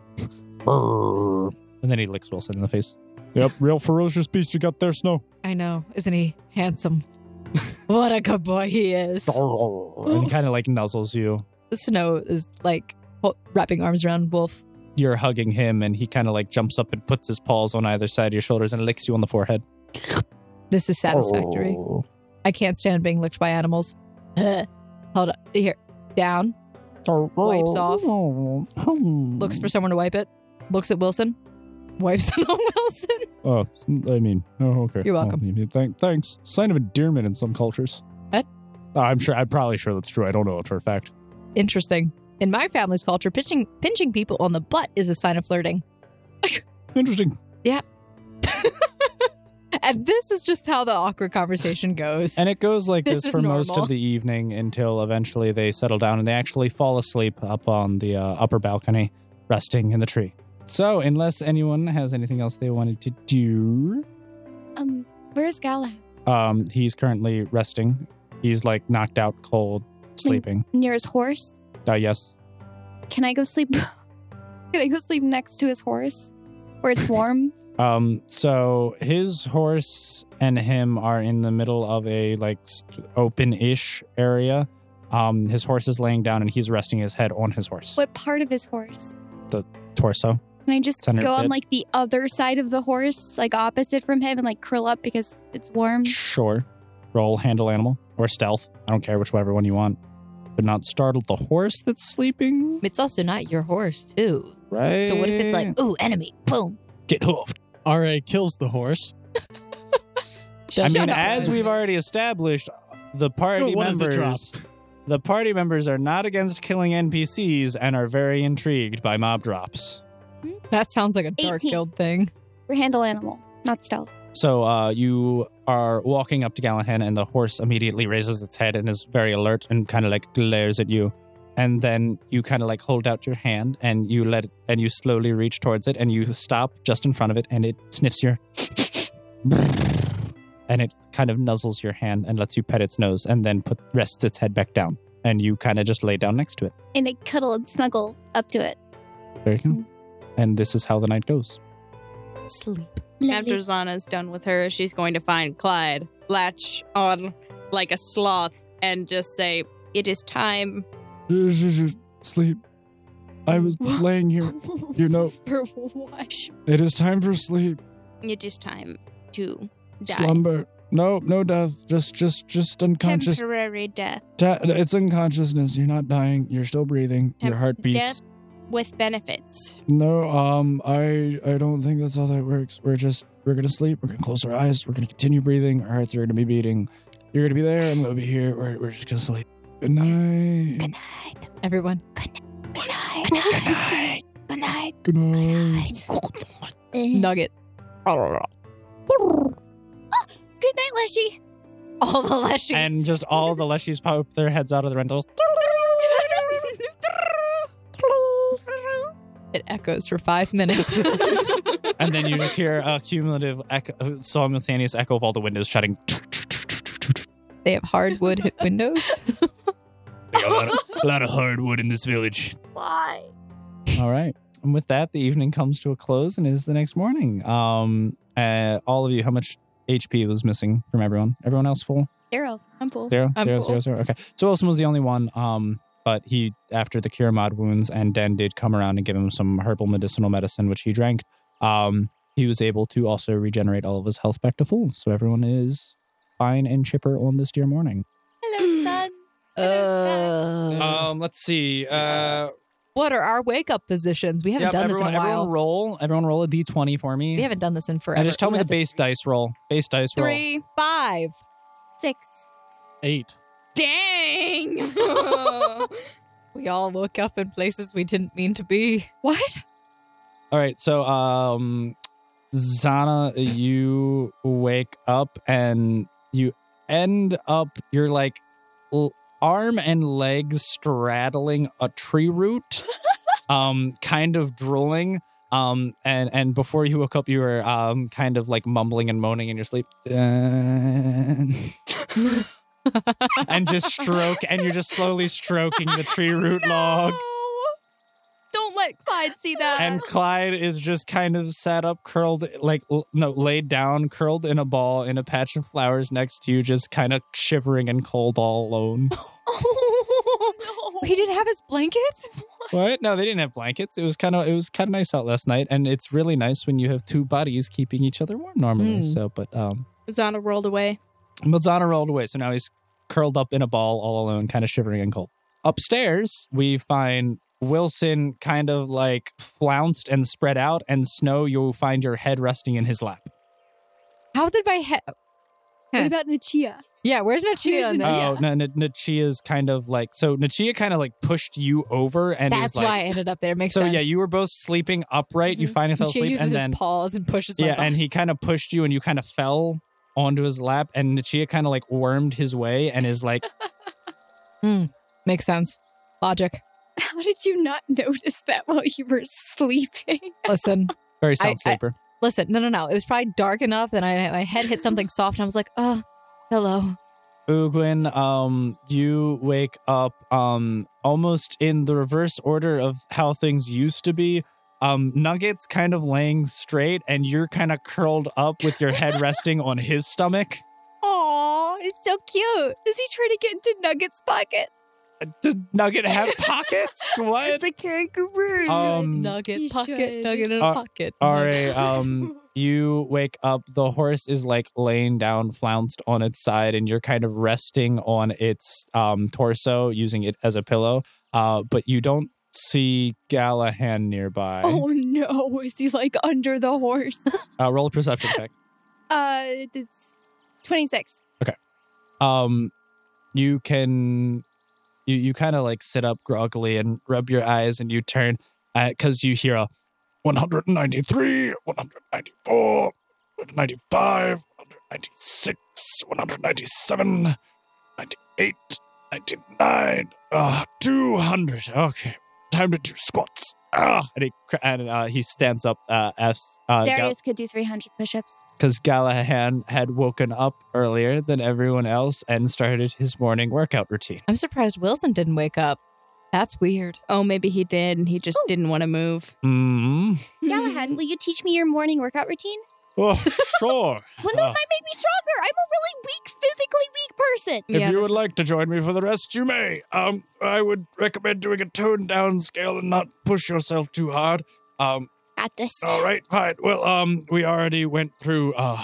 And then he licks Wilson in the face.
Yep, real ferocious beast you got there, Snow.
I know. Isn't he handsome? what a good boy he is.
And he kind of like nuzzles you.
Snow is like ho- wrapping arms around Wolf.
You're hugging him, and he kind of like jumps up and puts his paws on either side of your shoulders and licks you on the forehead.
This is
Oh.
satisfactory. I can't stand being licked by animals. Hold on. Here. Down. Wipes off. Looks
Mm-hmm.
for someone to wipe it. Looks at Wilson. Wipes it on Wilson.
Oh, I mean, oh, okay.
You're welcome.
Oh, I mean, thank, thanks. Sign of endearment in some cultures.
What?
I'm sure. I'm probably sure that's true. I don't know it for a fact.
Interesting. In my family's culture, pinching pinching people on the butt is a sign of flirting.
Interesting.
And this is just how the awkward conversation goes.
And it goes like
This
this,
is
for most
normal.
of the evening until eventually they settle down and they actually fall asleep up on the uh, upper balcony, resting in the tree. So, unless anyone has anything else they wanted to do,
Um, where's Galahad?
um, he's currently resting. He's like knocked out cold, sleeping.
Near his horse?
Uh, yes.
Can I go sleep? Can I go sleep next to his horse, where it's warm?
Um, so his horse and him are in the middle of a like st- open-ish area. Um, his horse is laying down and he's resting his head on his horse
What part of his horse?
torso.
Can I just
Center
go on
pit.
like the other side of the horse, like opposite from him, and like curl up because it's warm?
Sure, roll handle animal or stealth. I don't care which whichever one you want, but not startle the horse that's sleeping.
It's also not your horse, too.
Right.
So what if it's like, ooh, enemy, boom.
get hoofed?
RA kills the horse.
I
Shut
mean,
up.
as we've already established, the party
What does it drop?
members the party members are not against killing NPCs and are very intrigued by mob drops.
That sounds like a dark
18.
guild thing.
Or handle animal, not stealth.
So uh, you are walking up to Gallahan, and the horse immediately raises its head and is very alert and kind of like glares at you. And then you kind of like hold out your hand and you let it, and you slowly reach towards it and you stop just in front of it and it sniffs your. and it kind of nuzzles your hand and lets you pet its nose and then put rests its head back down. And you kind of just lay down next to it.
And it cuddle and snuggle up to it.
There you go. And this is how the night goes.
Sleep.
After Zana's done with her, she's going to find Clyde, latch on like a sloth, and just say, It is time.
Sleep. I was laying here. You know,
For what?
it is time for sleep.
It is time to die.
Slumber. No, no death. Just, just, just unconscious.
Temporary death.
Ta- it's unconsciousness. You're not dying. You're still breathing. Your
Temp-
heart
Death
beats.
with benefits.
No, um, I, I don't think that's how that works. We're just, we're gonna sleep. We're gonna close our eyes. We're gonna continue breathing. Our hearts are gonna be beating. You're gonna be there. I'm gonna be here. We're, we're just gonna sleep. Good night.
Everyone.
Good night. Good night.
Good night.
Nugget.
Good night, Leshy.
All the leshies.
And just all the leshies pop their heads out of the rentals.
it echoes for five minutes.
and then you just hear a cumulative echo, simultaneous echo of all the windows shutting.
they have hardwood hit windows.
a, lot of, hardwood in this village.
Why?
All right. And with that, the evening comes to a close and it is the next morning. Um, uh, all of you, how much HP was missing from everyone? Everyone else full?
Daryl, Temple.
Zero?
I'm
Zero,
full.
zero, zero. Okay. So Wilson was the only one. Um, but he, after the cure mod wounds, and Den did come around and give him some herbal medicinal medicine, which he drank. Um, he was able to also regenerate all of his health back to full. So everyone is fine and chipper on this dear morning.
Hello, son.
Uh, Mm.
Um, let's see. Uh,
what are our wake up positions? We haven't
yep,
done
everyone,
this in a
everyone
while.
roll. Everyone roll a d20 for me.
We haven't done this in forever.
and just tell
Ooh,
me the
that's a
base dice roll. Base dice roll.
Three, five.
Six.
Eight.
Dang!
We all woke up in places we didn't mean to be.
What?
All right. So, um, Zana, you wake up and you end up, you're like l- arm and legs straddling a tree root, um, kind of drooling. Um, and, and before you woke up, you were, um, kind of like mumbling and moaning in your sleep. "Dan." and just stroke, and you're just slowly stroking the tree root log.
Don't let Clyde see that.
and Clyde is just kind of sat up, curled, like, l- no, laid down, curled in a ball in a patch of flowers next to you, just kind of shivering and cold all alone.
Oh, He didn't have his blanket?
what? No, they didn't have blankets. It was kind of, it was kind of nice out last night. And it's really nice when you have two bodies keeping each other warm normally.
Mm.
So, but, um,
Zana rolled away.
Mazana rolled away. So now he's curled up in a ball all alone, kind of shivering and cold. Upstairs, we find Wilson kind of like flounced and spread out, and Snow, you'll find your head resting in his lap.
How did my head.
What about Nichia?
Yeah, where's Nachia?
Where's
on this?
Nachia?
Oh, no, N- Nachia's kind of like so. Nachia kind of like pushed you over, and is
That's
like-
why I ended up there. Makes
so
sense.
yeah, you were both sleeping upright. You
Mhm.
finally fell
she
asleep,
uses
and
his
then
paws and pushes my
yeah,
body.
and he kind of pushed you, and you kind of fell onto his lap, and Nachia kind of like wormed his way, and is like,
Makes sense. Logic.
How did you not notice that while you were sleeping?
Listen,
very
I-
sound
I-
sleeper.
listen. No, no, no. It was probably dark enough that I my head hit something soft, and I was like, "Oh, hello."
Ugwin, um, you wake up um almost in the reverse order of how things used to be.
um, Nugget's kind of laying straight, and you're kind of curled up with your head resting on his stomach.
Aw, it's so cute.
Is he trying to get into Nugget's pocket?
Did Nugget have pockets? What?
a kangaroo.
Um,
nugget
You
pocket,
should.
nugget in a
Uh,
pocket.
All right. Um, you wake up. The horse is like laying down, flounced on its side, and you're kind of resting on its um, torso, using it as a pillow. Uh, but you don't see Gallahan nearby.
Oh no, is he like under the horse?
Uh, roll a perception check.
Uh, it's 26.
Um, you can, you you kind of like sit up groggily and rub your eyes, and you turn because you hear a
193, 194, 195, 196, 197, 98, 99, ah,
uh,
200. Okay, time to do squats. Ah,
and he cr- and uh, he stands up. Uh, as uh, Gal-
Darius could do 300 push-ups.
because Gallahan had woken up earlier than everyone else and started his morning workout routine.
I'm surprised Wilson didn't wake up. That's weird.
Oh, maybe he did, and he just didn't want to move.
Mm-hmm.
Mm.
Hmm.
Galahad, will you teach me your morning workout routine?
Oh, sure.
Well, no,
Uh,
it might make me stronger. I'm a really weak, physically weak person.
If
Yeah,
you
this
would
is-
like to join me for the rest, you may. Um, I would recommend doing a toned down scale and not push yourself too hard. Um,
At this.
all right, fine. Well, um, we already went through. Uh,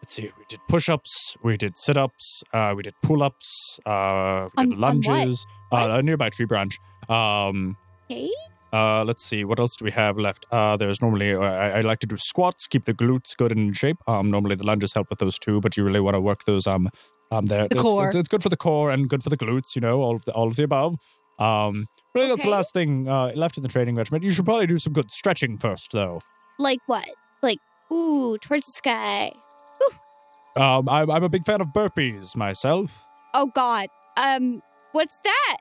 let's see. We did push ups. We did sit ups. Uh, we did pull ups. Uh, we did
On- on what?
lunges. Uh, a nearby tree branch. Um,
Okay.
uh, let's see. What else do we have left? Uh, there's normally I, I like to do squats, keep the glutes good and in shape. Um, normally the lunges help with those too, but you really want to work those um um there.
The
it's,
core.
It's, it's good for the core and good for the glutes. You know, all of the all of the above. Um, really, that's the
Okay.
last thing uh, left in the training regimen. You should probably do some good stretching first, though.
Like what? Like, ooh, towards the sky.
Um, I'm I'm a big fan of burpees myself.
Oh god. Um, what's that?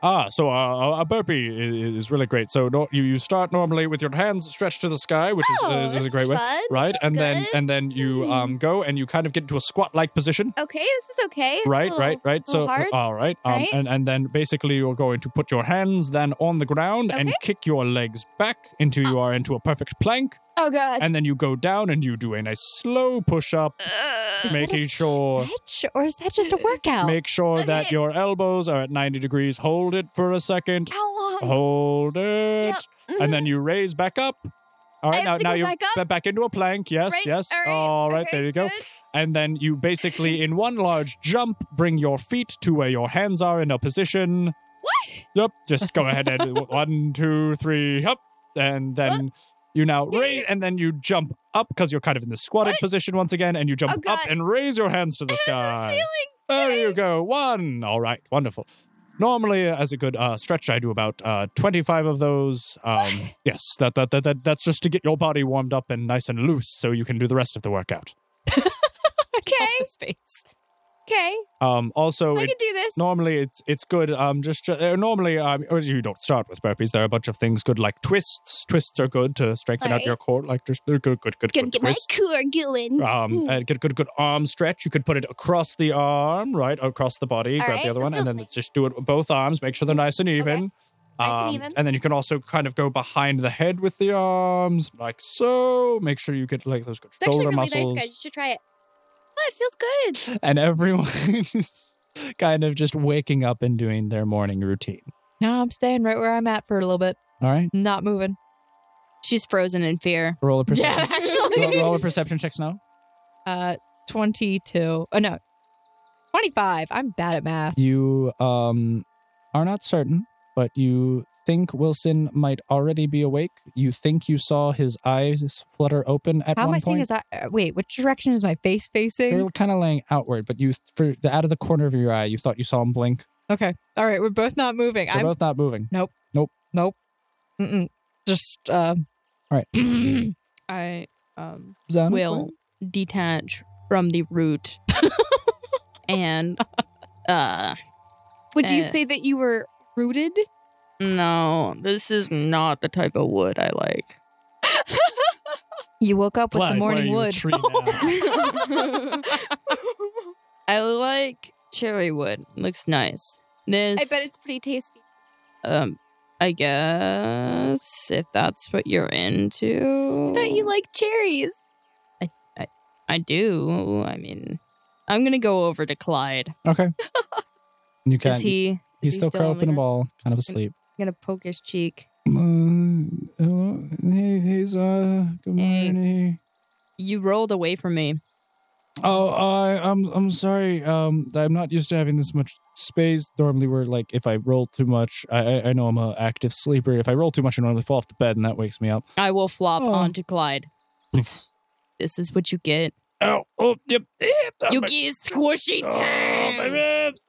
Ah, so uh, a- a burpee is, is really great. So no, you, you start normally with your hands stretched to the sky, which is,
Oh,
is,
this
a great
is
way,
fun. This
right?
is
and then
good. Mm.
and then you um go and you kind of get into a squat like position,
Okay, this is okay. It's a
right,
little-
right, right. So
little hard,
all right, um,
right?
and and then basically you're going to put your hands then on the ground and kick your legs back into
Ah.
you are into a perfect plank,
Oh God.
and then you go down and you do a nice slow push up, making sure.
Bitch, or is that just a workout?
Make sure that
Okay.
your elbows are at 90 degrees. Hold it for a second.
How long?
Oh, Hold it. And then you raise back up. All right,
Mm-hmm. have
now,
to
now
go
you're
back up?
ba- back into a plank. Yes,
Right,
yes.
all right, okay,
there you go.
good.
And then you basically, in one large jump, bring your feet to where your hands are in a position.
What?
Yep, just go ahead and one, two, three, up. And then you now raise, and then you jump up because you're kind of in the squatted
What?
position once again. And you jump
Oh,
up
God.
and raise your hands to the sky.
The ceiling.
There you go. One. All right. Wonderful. Normally, uh, as a good uh, stretch, I do about uh, twenty-five of those. Um, yes, that, that that that that's just to get your body warmed up and nice and loose, so you can do the rest of the workout.
Okay,
Space.
okay.
Um, also,
I
it,
can do this.
normally it's it's good. Um, just uh, normally, um, or you don't start with burpees. There are a bunch of things good, like twists. Twists are good to strengthen out
Alright.
your core. Like just they're good, good, good,
Gonna
good
get
twists.
my core going.
Um,
Ooh.
and get a good, good arm stretch. You could put it across the arm, right across the body.
All
grab the
right,
other
this
one, and
feels
then
nice.
let's just do it with both arms. Make sure they're nice and even.
Nice and
Um,
even.
And then you can also kind of go behind the head with the arms, like so. Make sure you get like those good
it's actually
shoulder
really
muscles.
nice, guys. You should try it. Oh, it feels good.
And everyone is kind of just waking up and doing their morning routine.
No, I'm staying right where I'm at for a little bit.
All right.
I'm not moving.
She's frozen in fear.
Roll a
Yeah,
perception. roll,
actually.
roll a perception checks now.
Uh, 22. Oh, no. 25. I'm bad at math.
You um are not certain, but you think Wilson might already be awake. You think you saw his eyes flutter open at
How am
one
I seeing
point.
his eye? uh, Wait, which direction is my face facing?
They're kind of laying outward, but you for the out of the corner of your eye, you thought you saw him blink.
Okay. All right. We're both not moving.
They're
I'm
both not moving.
mm-mm, just, uh,
All
right.
I um
Zan,
will detach from the root and uh
Would you
Eh.
say that you were rooted?
no, this is not the type of wood I like.
you woke up with
Clyde,
the
why are
morning
you a
wood.
tree now?
I like cherry wood. Looks nice. This
I bet it's pretty tasty.
um I guess, if that's what you're into.
Don't
Oh.
you like cherries?
I do. I mean, I'm going to go over to Clyde.
Okay. you can.
Is he. is
he's
he
still, curled up in a
there?
ball, kind of asleep.
I'm going to poke his cheek.
Uh, hello? Hey, hey, Zara. Good
Hey.
morning.
You rolled away from me.
Oh, I, I'm I'm sorry. Um, I'm not used to having this much space. Normally, we're like, if I roll too much, I I- I know I'm a active sleeper. If I roll too much, I normally fall off the bed, and that wakes me up.
I will flop
Oh.
onto Clyde. this is what you get.
Oh, oh, yep. eh, oh,
You
my-
get squishy
oh,
time.
my ribs.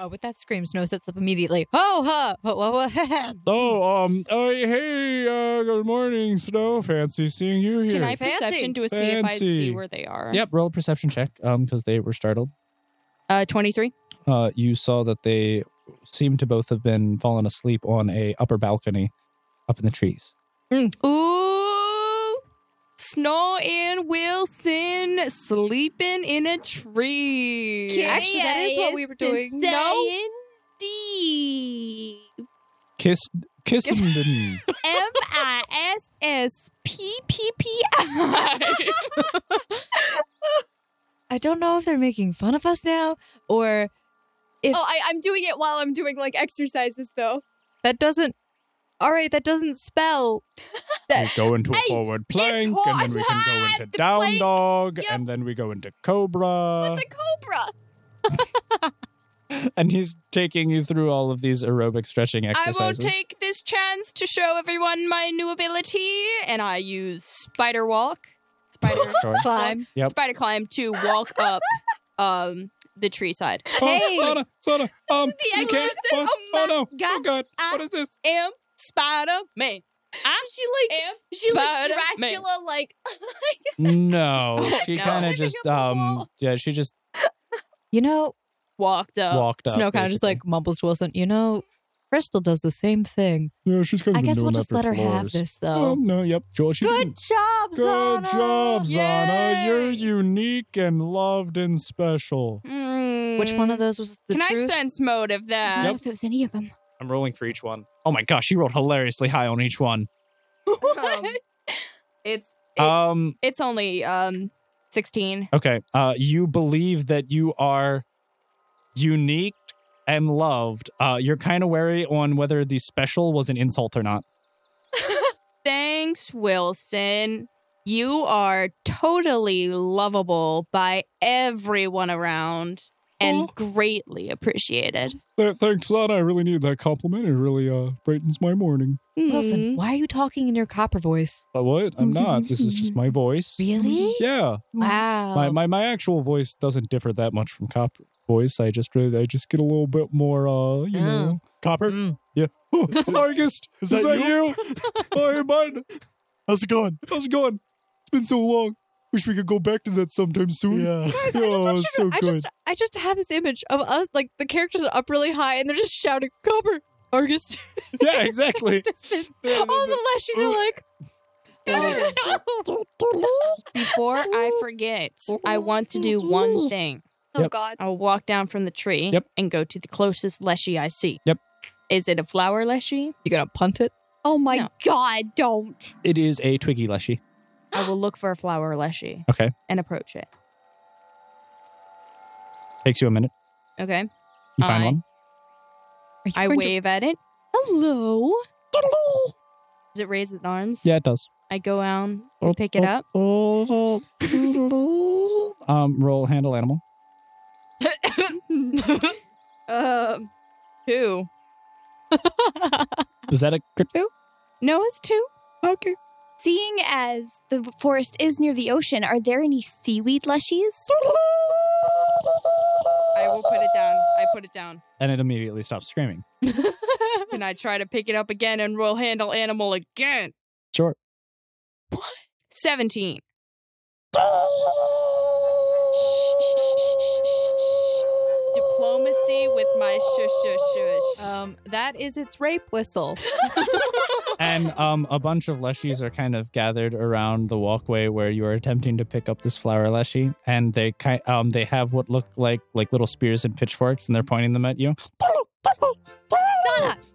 Oh, with that scream, Snow sets up immediately. Ho ha! Ho, ho, ho,
Oh, um, oh, hey, uh, good morning, Snow. Fancy seeing you here.
Can I
Fancy.
perception to see if I see
Fancy.
where they are?
Hmm. Yep, roll a perception check um because they were startled.
Uh, 23.
Uh, you saw that they seemed to both have been fallen asleep on a upper balcony up in the trees.
Ooh. Snow and Wilson sleeping in a tree.
Actually, that is what we were doing. No.
D
Kiss, kiss,
M I S S P P P I.
I don't know if they're making fun of us now or If-
Oh, I, I'm doing it while I'm doing like exercises though.
that doesn't. All right, that doesn't spell.
We go into a
Hey,
forward plank, and then we can go
hard,
into
the
down
plank.
dog,
Yep.
and then we go into cobra.
The cobra.
and he's taking you through all of these aerobic stretching
I will
exercises.
take this chance to show everyone my new ability, and I use spider walk, spider
Sure.
Climb.
Yep.
spider climb to walk up um the tree side.
Oh,
Hey.
Sona, Sona, um,
the
you can't.
exorcist.
Oh,
Oh my
Sona, oh
gosh, Ah.
God,
I-
what is this?
Am Spider Man. I
She like
am
she like
Spider-Man.
Dracula like
no,
Oh,
she
no.
kind
Climbing
of just
up the
um
wall.
yeah she just
You know,
walked up.
walked up.
Snow kind of just
basically.
like mumbles to Wilson. You know, Crystal does the same thing.
Yeah, she's kind
I guess we'll just let her have this though.
Um, no, yep, Joel. She
Good
didn't-
job,
Good
Zana!
job, Zana.
Yay.
You're unique and loved and special.
Hmm.
Which one of those was the
Can I
truth?
sense mode of
I
that?
don't know if it was any of them.
I'm rolling for each one. Oh my gosh, she rolled hilariously high on each one.
Um, it's it-
Um,
it's only um sixteen.
Okay. Uh, you believe that you are unique and loved. Uh, you're kind of wary on whether the special was an insult or not.
Thanks, Wilson. You are totally lovable by everyone around and
Oh.
greatly appreciated.
Th- thanks, Zana. I really needed that compliment. It really uh, brightens my morning.
Hmm?
Wilson,
Mm.
why are you talking in your copper voice?
But what? I'm not. This is just my voice.
Really?
Yeah,
Wow.
my, my my actual voice doesn't difffer that much from copper voice. I just really I just get a little bit more. Uh, you
Oh.
know, copper.
Mm.
Oh, Argus,
Is
is,
that
that, you? oh, hey, bud.
How's it going?
How's it going? It's been so long. Wish we could go back to that sometime soon.
Yeah.
Guys, I just
Oh,
want you
so
to, I just I just have this image of us like the characters are up really high and they're just shouting Copper Argus
yeah, exactly.
distance.
Yeah,
All the leshies are like
Before I forget, I want to do one thing.
Oh
Yep.
god.
I'll walk down from the tree
Yep.
and go to the closest leshy I see.
Yep.
Is it a flower leshy?
You gonna punt it?
Oh my
No.
god, don't.
It is a Twiggy Leshy.
I will look for a flower leshy.
Okay.
And approach it.
Takes you a minute.
Okay.
You find
Aye.
one.
I wave at it. Hello. Does it raise its arms?
Yeah, it does.
I go out, pick it
Oh,
up.
Um, roll handle animal.
oh,
um, two.
Was that a crit fail?
Noah's two.
Okay.
Seeing as the forest is near the ocean, are there any seaweed leshies?
Oh,
I will put it down. I put it down.
And it immediately stops screaming.
And I try to pick it up again and roll handle animal again.
Sure.
17. Diplomacy with my shush shush shush.
Uh,
Um that is its rape whistle.
And um, a bunch of leshies are kind of gathered around the walkway where you are attempting to pick up this flower leshy, and they ki- um, they have what look like like little spears and pitchforks, and they're pointing them at you.
Donna,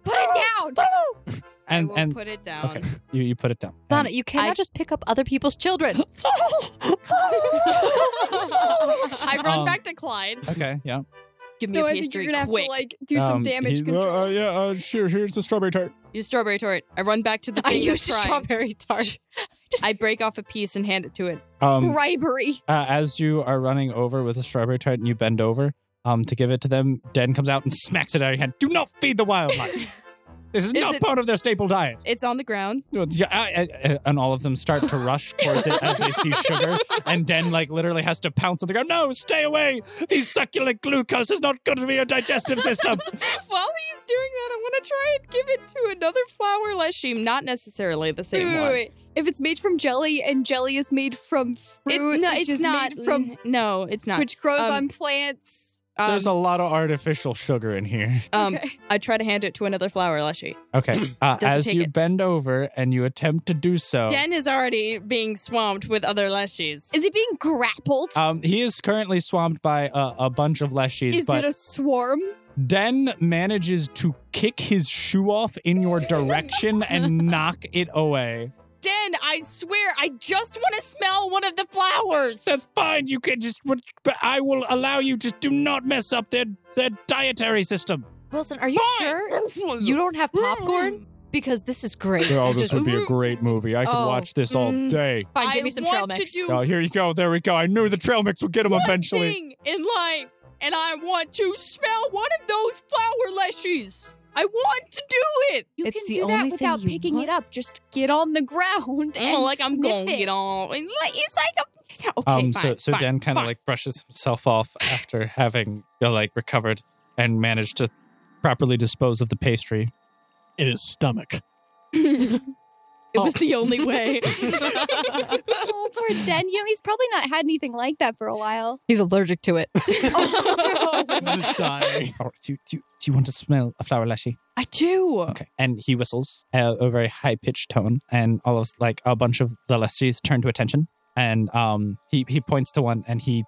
put it down.
down.
And
will
and
put it down.
okay, you, you put it down.
Donna, you cannot just pick up other people's children.
I run
Um,
back to Clyde.
Okay, yeah.
Give me
No,
a
I think
pastry
you're gonna have
quick.
to like do some
Um,
damage
He-
control.
uh, uh, yeah, uh, sure. Here's the strawberry tart.
Use strawberry tart. I run back to the
I
thing
used
that's
a
crying.
strawberry tart.
I break off a piece and hand it to it.
Um,
Bribery.
uh, as you are running over with a strawberry tart and you bend over um, to give it to them, Den comes out and smacks it out of your hand. Do not feed the wildlife. this is,
Is
not
it-
part of their staple diet.
It's on the ground.
No, yeah, I- I- I- and all of them start to rush towards it as they see sugar. And Den like literally has to pounce on the ground. No, stay away! These succulent glucose is not good for your digestive system.
While he's doing that, I want to try and give it to another flower leshim, not necessarily the
Wait,
same
wait,
one.
wait. If it's made from jelly and jelly is made from
It-
fruit,
no,
which
it's
is
not
made from
No, it's not.
which grows
Um,
on plants.
Um,
There's a lot of artificial sugar in here.
um,
okay.
I try to hand it to another flower leshy.
Okay. Uh,
Does it
as
take
you
it?
bend over and you attempt to do
Oh.
so,
Den is already being swamped with other leshies.
Is it being grappled?
um, he is currently swamped by a, a bunch of leshies,
is
but
it a swarm?
Den manages to kick his shoe off in your direction and knock it away.
Den, I swear, I just want to smell one of the flowers.
That's fine. You can just. But I will allow you. Just do not mess up their their dietary system.
Wilson, are you sure you don't
Mm.
have popcorn? Because this is great.
Oh,
I
this
just-
would be a great movie. I could
Oh,
watch this all
mm.
day.
Fine, give
I
me some
want
trail
to
mix.
do
Uh,
Oh, here you go. There we go. I knew the trail mix would get him
one
eventually.
thing in life, and I want to smell one of those flower leshies. I want to do it.
You
It's
can
the
do that
only thing
without
you
picking
want.
it up. Just get on the ground and
Oh, like I'm
sniff
going to
it.
get all. and like- It's like a. Okay,
um.
fine,
so so
fine,
Dan kind of
fine.
like brushes himself off after having uh, like recovered and managed to properly dispose of the pastry.
in his stomach.
It was the only way.
Oh, poor Den. You know he's probably not had anything like that for a while. Oh,
He's allergic to it.
He's just dying.
Oh, do, you- do, you- do you want to smell a flower lashy?
I do.
Okay. Uh, And he whistles uh, a very high pitched tone, and all of like a bunch of the lessees turn to attention, and um he he points to one, and he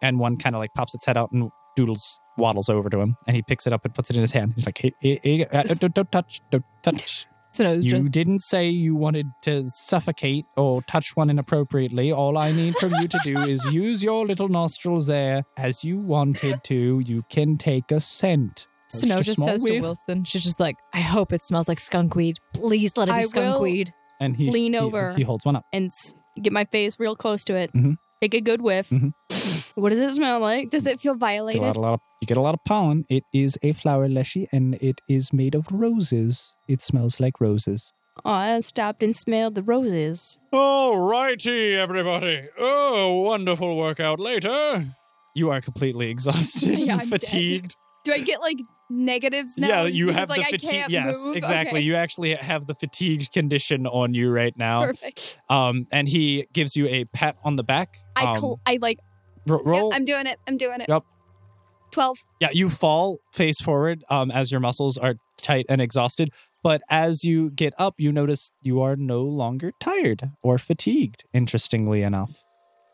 and one kind of like pops its head out and doodles waddles over to him, and he picks it up and puts it in his hand. He's like, hey, hey, hey, uh, don't, don't touch, don't touch.
So it was
You
just
didn't say you wanted to suffocate or touch one inappropriately. All I need from you to do is use your little nostrils there as you wanted to. You can take a scent. Just
Snow
a
just
small
says to
whiff.
Wilson, she's just like, I hope it smells like skunk weed. Please let it be
I
skunk
will-
weed.
and he
Lean
he-
over.
He holds one up.
And s- get my face real close to it.
Mhm.
Take a good whiff.
Mhm.
What does it smell like?
Does it feel
You get a lot,
violated?
a lot of, you get a lot of pollen. It is a flower leshy, and it is made of roses. It smells like roses.
Oh, I stopped and smelled the roses.
All righty, everybody. Oh, wonderful workout later.
You are completely exhausted,
Yeah,
and
I'm dead.
fatigued.
Do I get like negatives now?
yeah,
just
you
because,
have
like,
the
I
fatigue.
can't
Yes,
move?
exactly.
Okay.
You actually have the fatigued condition on you right now.
Perfect.
Um, and he gives you a pat on the back.
I
Um,
cl- I like.
ro-
yeah,
roll.
I'm doing it. I'm doing it.
Yep.
Twelve.
Yeah, you fall face forward um, as your muscles are tight and exhausted. But as you get up, you notice you are no longer tired or fatigued, interestingly enough.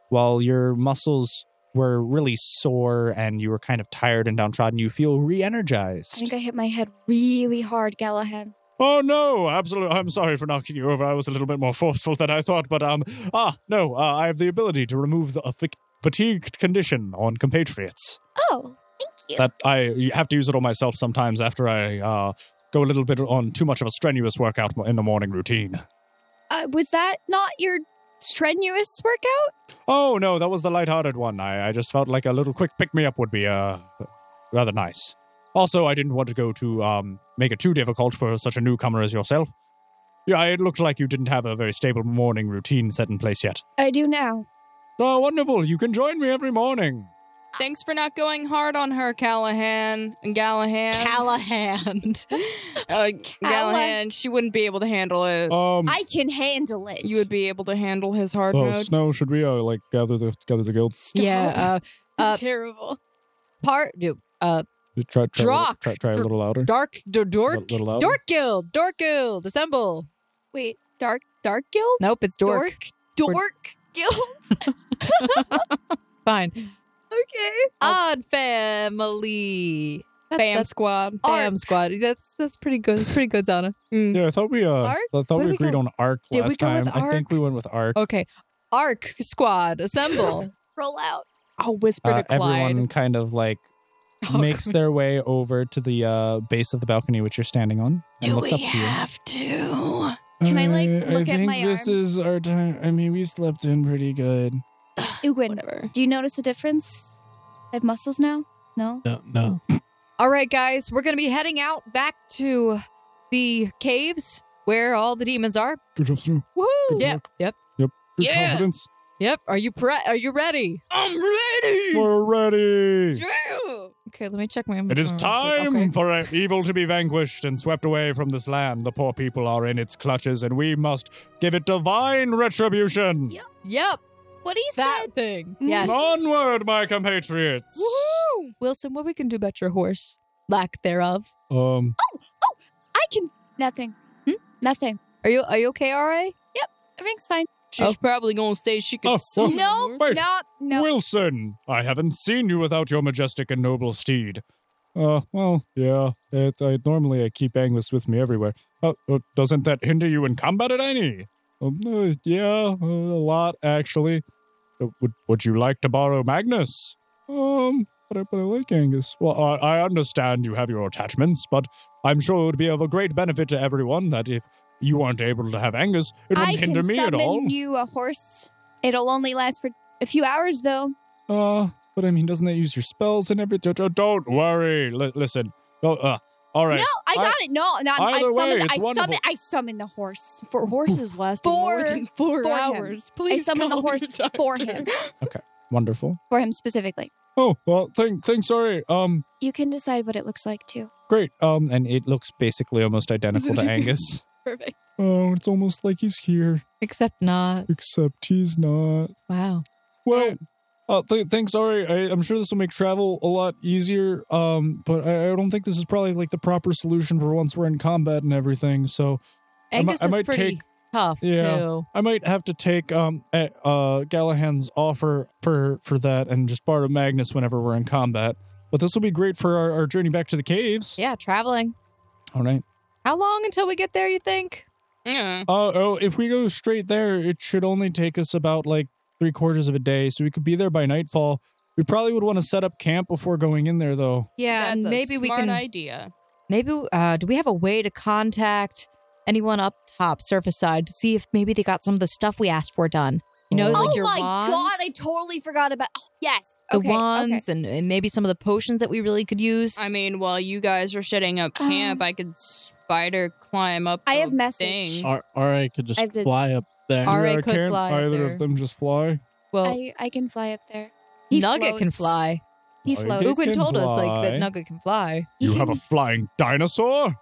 While your muscles were really sore and you were kind of tired and downtrodden, you feel re
I
energized.
think I hit my head really hard, Galahad.
Oh no, absolutely. I'm sorry for knocking you over. I was a little bit more forceful than I thought, but um, ah, no, uh, I have the ability to remove the uh, fa- fatigued condition on compatriots.
Oh, thank you.
That I have to use it on myself sometimes after I uh go a little bit on too much of a strenuous workout in the morning routine.
Uh, was that not your strenuous workout?
Oh no, that was the lighthearted one. I, I just felt like a little quick pick me up would be uh rather nice. Also, I didn't want to go to um make it too difficult for such a newcomer as yourself. Yeah, it looked like you didn't have a very stable morning routine set in place yet.
I do now.
Oh, wonderful! You can join me every morning.
Thanks for not going hard on her, Callahan. And Gallahan.
Callahan.
uh, Gallahan, she wouldn't be able to handle it.
Um,
Hmm. I can handle it.
you would be able to handle his hard
oh,
mode.
Snow, should we uh like gather the gather the guilds?
yeah. Uh, uh,
terrible.
part uh,
Try, try, a little-
Drock.
try, try a little louder.
Dark d- Dork.
little louder.
dork Guild. Dork Guild. Assemble.
Wait, dark dark guild?
Nope, it's dork.
Dork,
Dork.
dork guild.
Fine.
Okay.
Odd family.
Bam
That- that's-
squad.
Bam squad. That's that's pretty good. That's pretty good, Zana.
Yeah, I thought we uh,
Arc?
I thought
Where Mm.
we
did we
agreed
go?
on arc
Did we
last
go with Oh,
time. I think we went with arc.
Okay. Arc squad, assemble.
Roll out.
I'll whisper
Uh,
to Clyde.
everyone kind of like makes their way over to the uh, base of the balcony which you're standing on and
Do
looks
we
up to you.
have to?
Can I, like,
Uh,
I
look at
think
my
this is our time. I mean, we slept in pretty good.
Ugwin,
Whatever.
do you notice a difference? I have muscles now? No?
No, no.
All right, guys, we're gonna be heading out back to the caves where all the demons are.
Good job, Snoop.
Woohoo!
Good
Yep. Yep.
Good
Yeah.
confidence.
Yep. Are you pre- are you ready?
I'm ready.
We're ready.
Yeah.
Okay, let me check my
It is
inventory real
time
quick. Okay.
for uh, evil to be vanquished and swept away from this land. The poor people are in its clutches, and we must give it divine retribution.
Yeah.
Yep.
What he
That
said?
thing. Yes.
Onward, my compatriots.
Woohoo! Wilson, what we can do about your horse? Lack thereof.
Um,
I can. Nothing.
Hmm?
Nothing.
Are you are you okay, RA?
Everything's fine.
She's probably gonna say she could
Oh,
see.
No,
Wait.
no, no.
Wilson, I haven't seen you without your majestic and noble steed. Uh, well, yeah. It, I normally I keep Angus with me everywhere. Uh, uh, doesn't that hinder you in combat at any? Um, uh, yeah, uh, a lot actually. Uh, would Would you like to borrow Magnus? Um, but I, but I like Angus. Well, I, I understand you have your attachments, but I'm sure it would be of a great benefit to everyone that if you aren't able to have Angus, it wouldn't
I can
hinder me
summon
at all.
you a horse. It'll only last for a few hours, though.
Uh, but I mean, doesn't that use your spells and everything? Don't- Don't worry. Li- listen. Oh, uh, all right.
No, I
I-
got it. No, no. I'm,
Either
I've
way,
summoned.
it's
I
wonderful.
summoned. I summoned the horse.
For horses lasting
more than
four
for him.
hours.
I
Please
summoned the
call your
horse for him.
Wonderful.
For him specifically.
Oh, well, thank, thank, sorry. Um,
You can decide what it looks like too.
great. Um, and it looks basically almost identical to Angus.
Perfect.
Oh, it's almost like he's here,
Except not.
except he's not.
Wow.
Well, uh, th- thanks, sorry. I, I'm sure this will make travel a lot easier. Um, but I, I don't think this is probably like the proper solution for once we're in combat and everything. So, I mi-
Angus
I
is
might
pretty
take-
tough
Yeah.
too.
I might have to take um a- uh Gallahan's offer for for that and just borrow Magnus whenever we're in combat. But this will be great for our, our journey back to the caves.
Yeah, traveling.
All right.
How long until we get there, you think?
Yeah.
Uh, oh, if we go straight there, it should only take us about like three quarters of a day, so we could be there by nightfall. We probably would want to set up camp before going in there, though.
Yeah,
That's
and
a
maybe we
smart
can
idea.
Maybe uh, do we have a way to contact anyone up top, surface side, to see if maybe they got some of the stuff we asked for done? You know,
oh
like your
my
wands,
god! I totally forgot about. oh, yes.
the
okay,
wands, and, and maybe some of the potions that we really could use.
I mean, while you guys are setting
Uh,
up camp,
Um,
I could spider climb up.
I
the
have message.
Thing.
Or, or I could just
I have to-
fly up there.
All right,
Yeah,
could
can't
fly up
either
there.
of them just fly?
well,
Okay. I I can fly up there. He
oh. Nugget can
floats.
fly.
He
Oh,
floats.
He
Uguin
can
told us like
fly.
that Nugget can fly.
He
you have
can-
a flying dinosaur?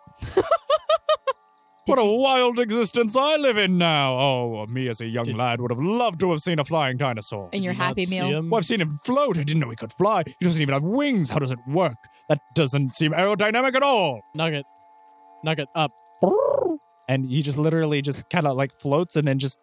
what a wild existence I live in now. Oh, me as a young
Did-
lad would have loved to have seen a flying dinosaur.
And your
Did you not
Happy
see
Meal.
him?
Well, I've seen him float. I didn't know he could fly. He doesn't even have wings. How does it work? That doesn't seem aerodynamic at all.
Nugget. Nugget up.
and he just literally just kind of like floats and then just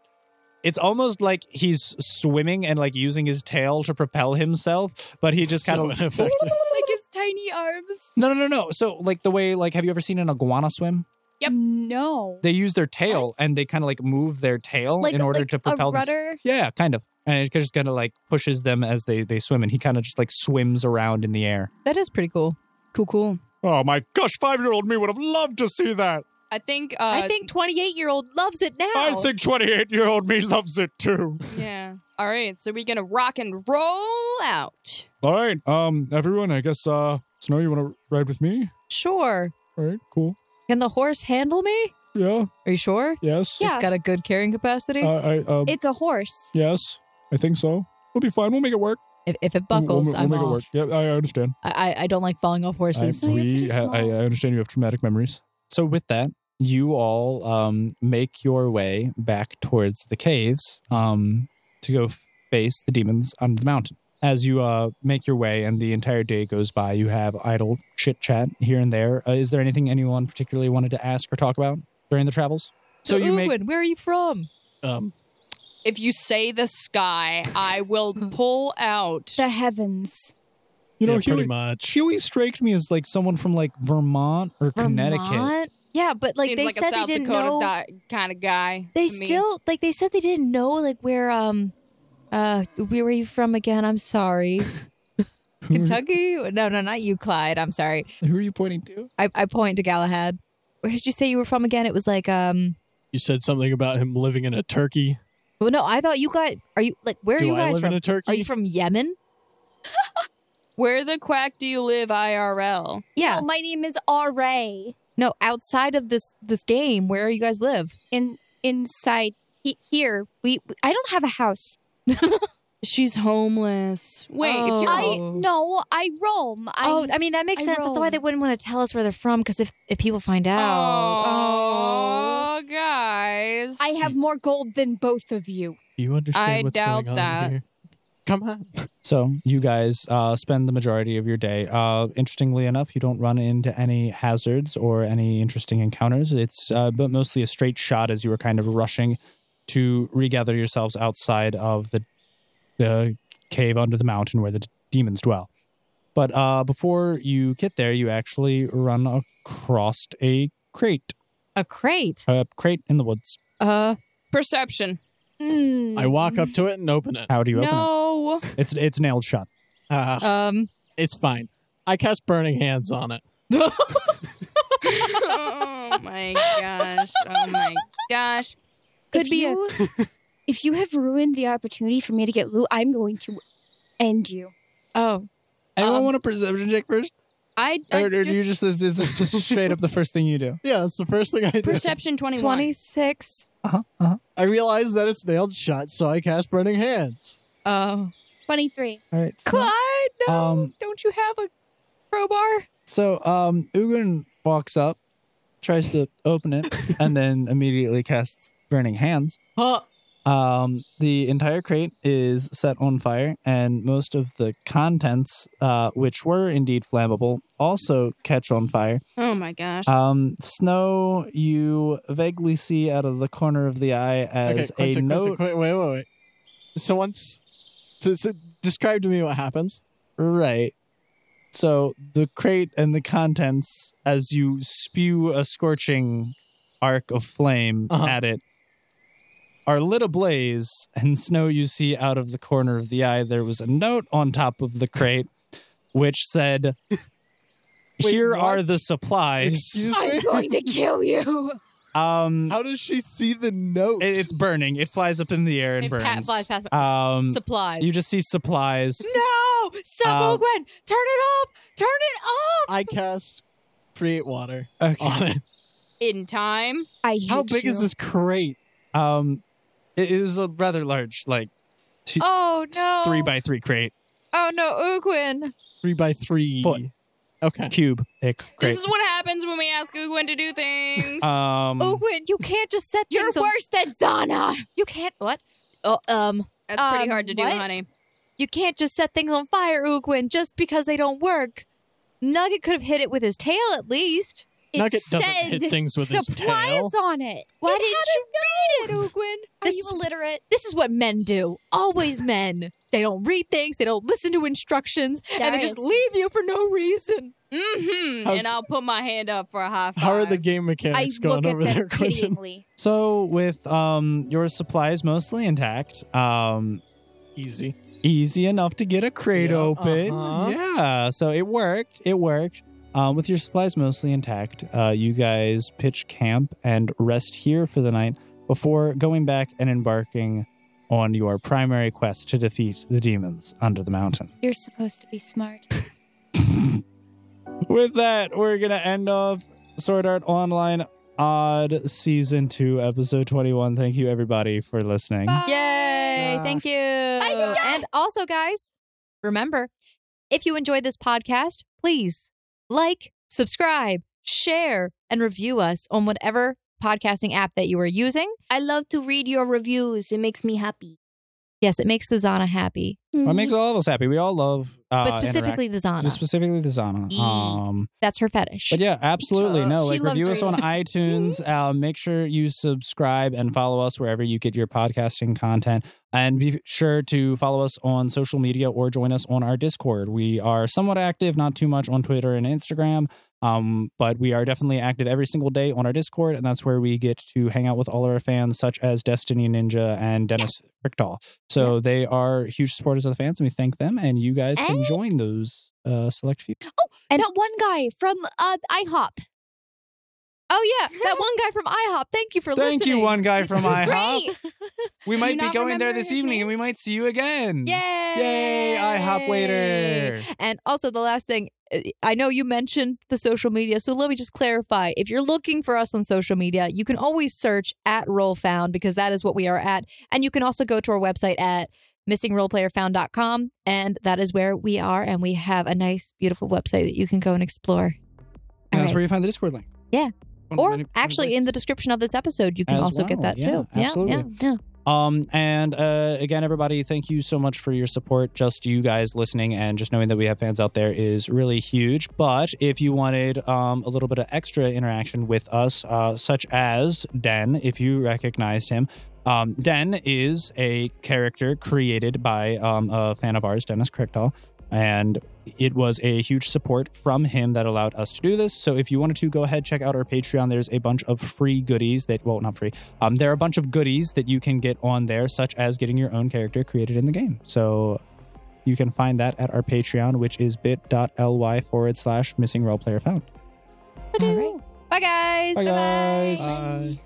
it's almost like he's swimming and like using his tail to propel himself but he just kind of
So ineffective.
like his tiny arms.
no no no no so like the way like have you ever seen an iguana swim
Yep.
No.
they use their tail and they kind of like move their tail in order
like
to propel
a
them
rudder.
yeah kind of and it just kind of like pushes them as they they swim and he kind of just like swims around in the air
That is pretty cool.
Cool, cool.
Oh my gosh, five year old me would have loved to see that.
I think. Uh,
I think 28 year old loves it now.
I think 28 year old me loves it too.
Yeah. All right. So we're gonna rock and roll out.
All right, um, everyone, I guess, uh, Snow, you want to ride with me?
Sure.
All right, cool.
Can the horse handle me?
Yeah,
Are you sure?
yes.
Yeah.
It's got a good carrying capacity.
Uh, I, um,
It's a horse.
yes, I think so. We'll be fine. We'll make it work.
if, if it
We'll- we'll
buckles,
ma- we'll
I'm
make
off.
it work. Yeah, I I understand.
I, I- I don't like falling off
I,
horses.
you're
we,
pretty
I, I
small.
understand you have traumatic memories.
so with that you all um make your way back towards the caves um to go face the demons on the mountain as you uh make your way and the entire day goes by you have idle chit chat here and there uh, is there anything anyone particularly wanted to ask or talk about during the travels
So,
you
Uwin, where are you from?
Um,
Hmm.
If you say the sky, I will pull out
The heavens.
You know,
Yeah,
Huey,
pretty much.
Huey striked me as like someone from like Vermont or Connecticut.
Vermont? Yeah, but like
Seems
they
like a
said
South
they didn't
Dakota
know.
kind of guy.
they
to me.
still like they said they didn't know like where um uh where were you from again? I'm sorry. Kentucky? No, no, not you, Clyde. I'm sorry.
Who are you pointing to?
I, I point to Galahad. Where did you say you were from again? It was like um.
You said something about him living in a turkey.
Well, no, I thought you guys are you like where
Do
are you
I
guys
live
from?
in a turkey?
Are you from Yemen?
Where the quack do you live, IRL?
Yeah.
Oh, my name is Ray.
No, outside of this this game, where you guys live?
In inside he, here, we I don't have a house.
She's homeless. Wait, if you're
I
home-
no, I roam. I,
oh, I mean that makes
I
sense. That's why
roam.
they wouldn't want to tell us where they're from because if if people find out,
Oh, guys.
I have more gold than both of you.
Do you understand
I
what's
doubt
going on
that.
here? Come on.
So you guys uh, spend the majority of your day. Uh, interestingly enough, you don't run into any hazards or any interesting encounters. It's uh, but mostly a straight shot as you were kind of rushing to regather yourselves outside of the the cave under the mountain where the d- demons dwell. But uh, before you get there, you actually run across a crate,
a crate.
a crate in the woods.
Uh,
perception.
Mm.
I walk up to it and open it.
How do you open
No.
it? It's it's nailed shut.
Ah,
um,
it's fine. I cast burning hands on it.
oh my gosh. Oh my gosh.
Could
If
be
you- if you have ruined the opportunity for me to get loot, I'm going to end you.
oh,
Anyone
Um,
want a perception check first,
I, I
or, or do
just-
you just is this just straight up the first thing you do?
Yeah, that's the first thing I do.
perception 21.
twenty six.
I realize that it's nailed shut, so I cast burning hands.
Oh,
Twenty three.
All right. so-
Clyde, no,
Um,
don't you have a crowbar?
So um Ugin walks up, tries to open it, and then immediately casts burning hands.
Huh.
Um the entire crate is set on fire and most of the contents uh which were indeed flammable also catch on fire.
Oh my gosh.
Um snow you vaguely see out of the corner of the eye as
okay,
a
quick,
note
Quick, quick, wait, wait, wait. So once, so, so describe to me what happens.
Right. So the crate and the contents, as you spew a scorching arc of flame
Uh-huh.
at it, are lit ablaze. And snow, you see out of the corner of the eye, there was a note on top of the crate which said, Here are
what?
the supplies.
Excuse me.
going to kill you.
Um,
How does she see the note?
it- it's burning. It flies up in the air and
It
burns.
pa- flies past-
um,
Supplies.
you just see supplies.
no, stop,
Um,
Ogwen. Turn it up. Turn it up.
I cast create water
Okay.
on it.
In time.
I hate
How big
you.
is this crate?
Um, it is a rather large, like two,
Oh no.
three by three crate
Oh no, Ogwen.
Three by three.
Foot.
Okay.
cube. Ick, crate.
This is what happens when we ask Uguin to do things.
Uh,
Mm.
um,
Oh,
Ogwen, you can't just set
You're
things on-
worse than Zana.
You can't what? Oh, um,
That's pretty
um,
hard to do,
what?
honey.
you can't just set things on fire, Ogwen, just because they don't work. Nugget could have hit it with his tail at least.
It
Nugget
said
doesn't hit things with his
supplies
tail.
on it.
Why
It
didn't
had
you read it, Ogwen?
Are
This
you
is
illiterate?
this is what men do. Always men. They don't read things. They don't listen to instructions, and they just
Darius.
leave you for no reason.
Mm-hmm.
How's-
And I'll put my hand up for a high five.
How are the game
I
mechanics
look
going
at
over there,
them
Quentin?
pityingly.
so with um your supplies mostly intact, um,
Easy.
easy enough to get a crate
Yeah,
open.
uh-huh.
Yeah. So it worked. It worked. Um, with your supplies mostly intact, uh, you guys pitch camp and rest here for the night before going back and embarking on your primary quest to defeat the demons under the mountain.
You're supposed to be smart.
with that, we're gonna end off Sword Art Online Odd Season Two, Episode Twenty One. Thank you, everybody, for listening.
Yay!
Uh,
Thank you. And also, guys, remember if you enjoyed this podcast, please like, subscribe, share, and review us on whatever podcasting app that you are using.
I love to read your reviews. It makes me happy.
Yes, it makes the Zana happy,
What makes all of us happy? We all love, uh,
but specifically the
interact-
Zana.
specifically the Zana.
Eee.
Um,
That's her fetish.
But yeah, absolutely.
up.
No,
She
like
loves
review us on
reading.
iTunes. uh, make sure you subscribe and follow us wherever you get your podcasting content. And be sure to follow us on social media or join us on our Discord. We are somewhat active, not too much on Twitter and Instagram, um, but we are definitely active every single day on our Discord. And that's where we get to hang out with all of our fans, such as Destiny Ninja and Dennis Frickdahl. So they are huge supporters of the fans, and we thank them. And you guys can
And-
join those uh, select few.
And that one guy from uh, IHOP.
Oh yeah, that one guy from IHOP. Thank you for
Thank
listening.
you, one guy from IHOP.
Great.
We
Do
might
you
be
not
going there
remember
this
his
evening,
name?
and we might see you again.
Yay!
Yay, IHOP waiter.
And also the last thing, uh, I know you mentioned the social media, so let me just clarify. If you're looking for us on social media, you can always search at Roll Found because that is what we are at, and you can also go to our website at missingroleplayerfound.com and that is where we are and we have a nice beautiful website that you can go and explore.
And
All
that's
right.
where you find the Discord link.
Yeah.
One of
Or
many- many
actually in the description of this episode you can
As
also get
well,
that
yeah,
too.
absolutely.
Yeah, yeah, yeah.
Um, and uh, again, everybody, thank you so much for your support. Just you guys listening and just knowing that we have fans out there is really huge. But if you wanted um, a little bit of extra interaction with us, uh, such as Den, if you recognized him, um, Den is a character created by um, a fan of ours, Dennis Krickdahl. And it was a huge support from him that allowed us to do this. So if you wanted to, go ahead, check out our Patreon. There's a bunch of free goodies that, well, not free. Um, there are a bunch of goodies that you can get on there, such as getting your own character created in the game. So you can find that at our Patreon, which is bit.ly forward slash missing role player found.
Bye guys.
Bye, guys.
Bye.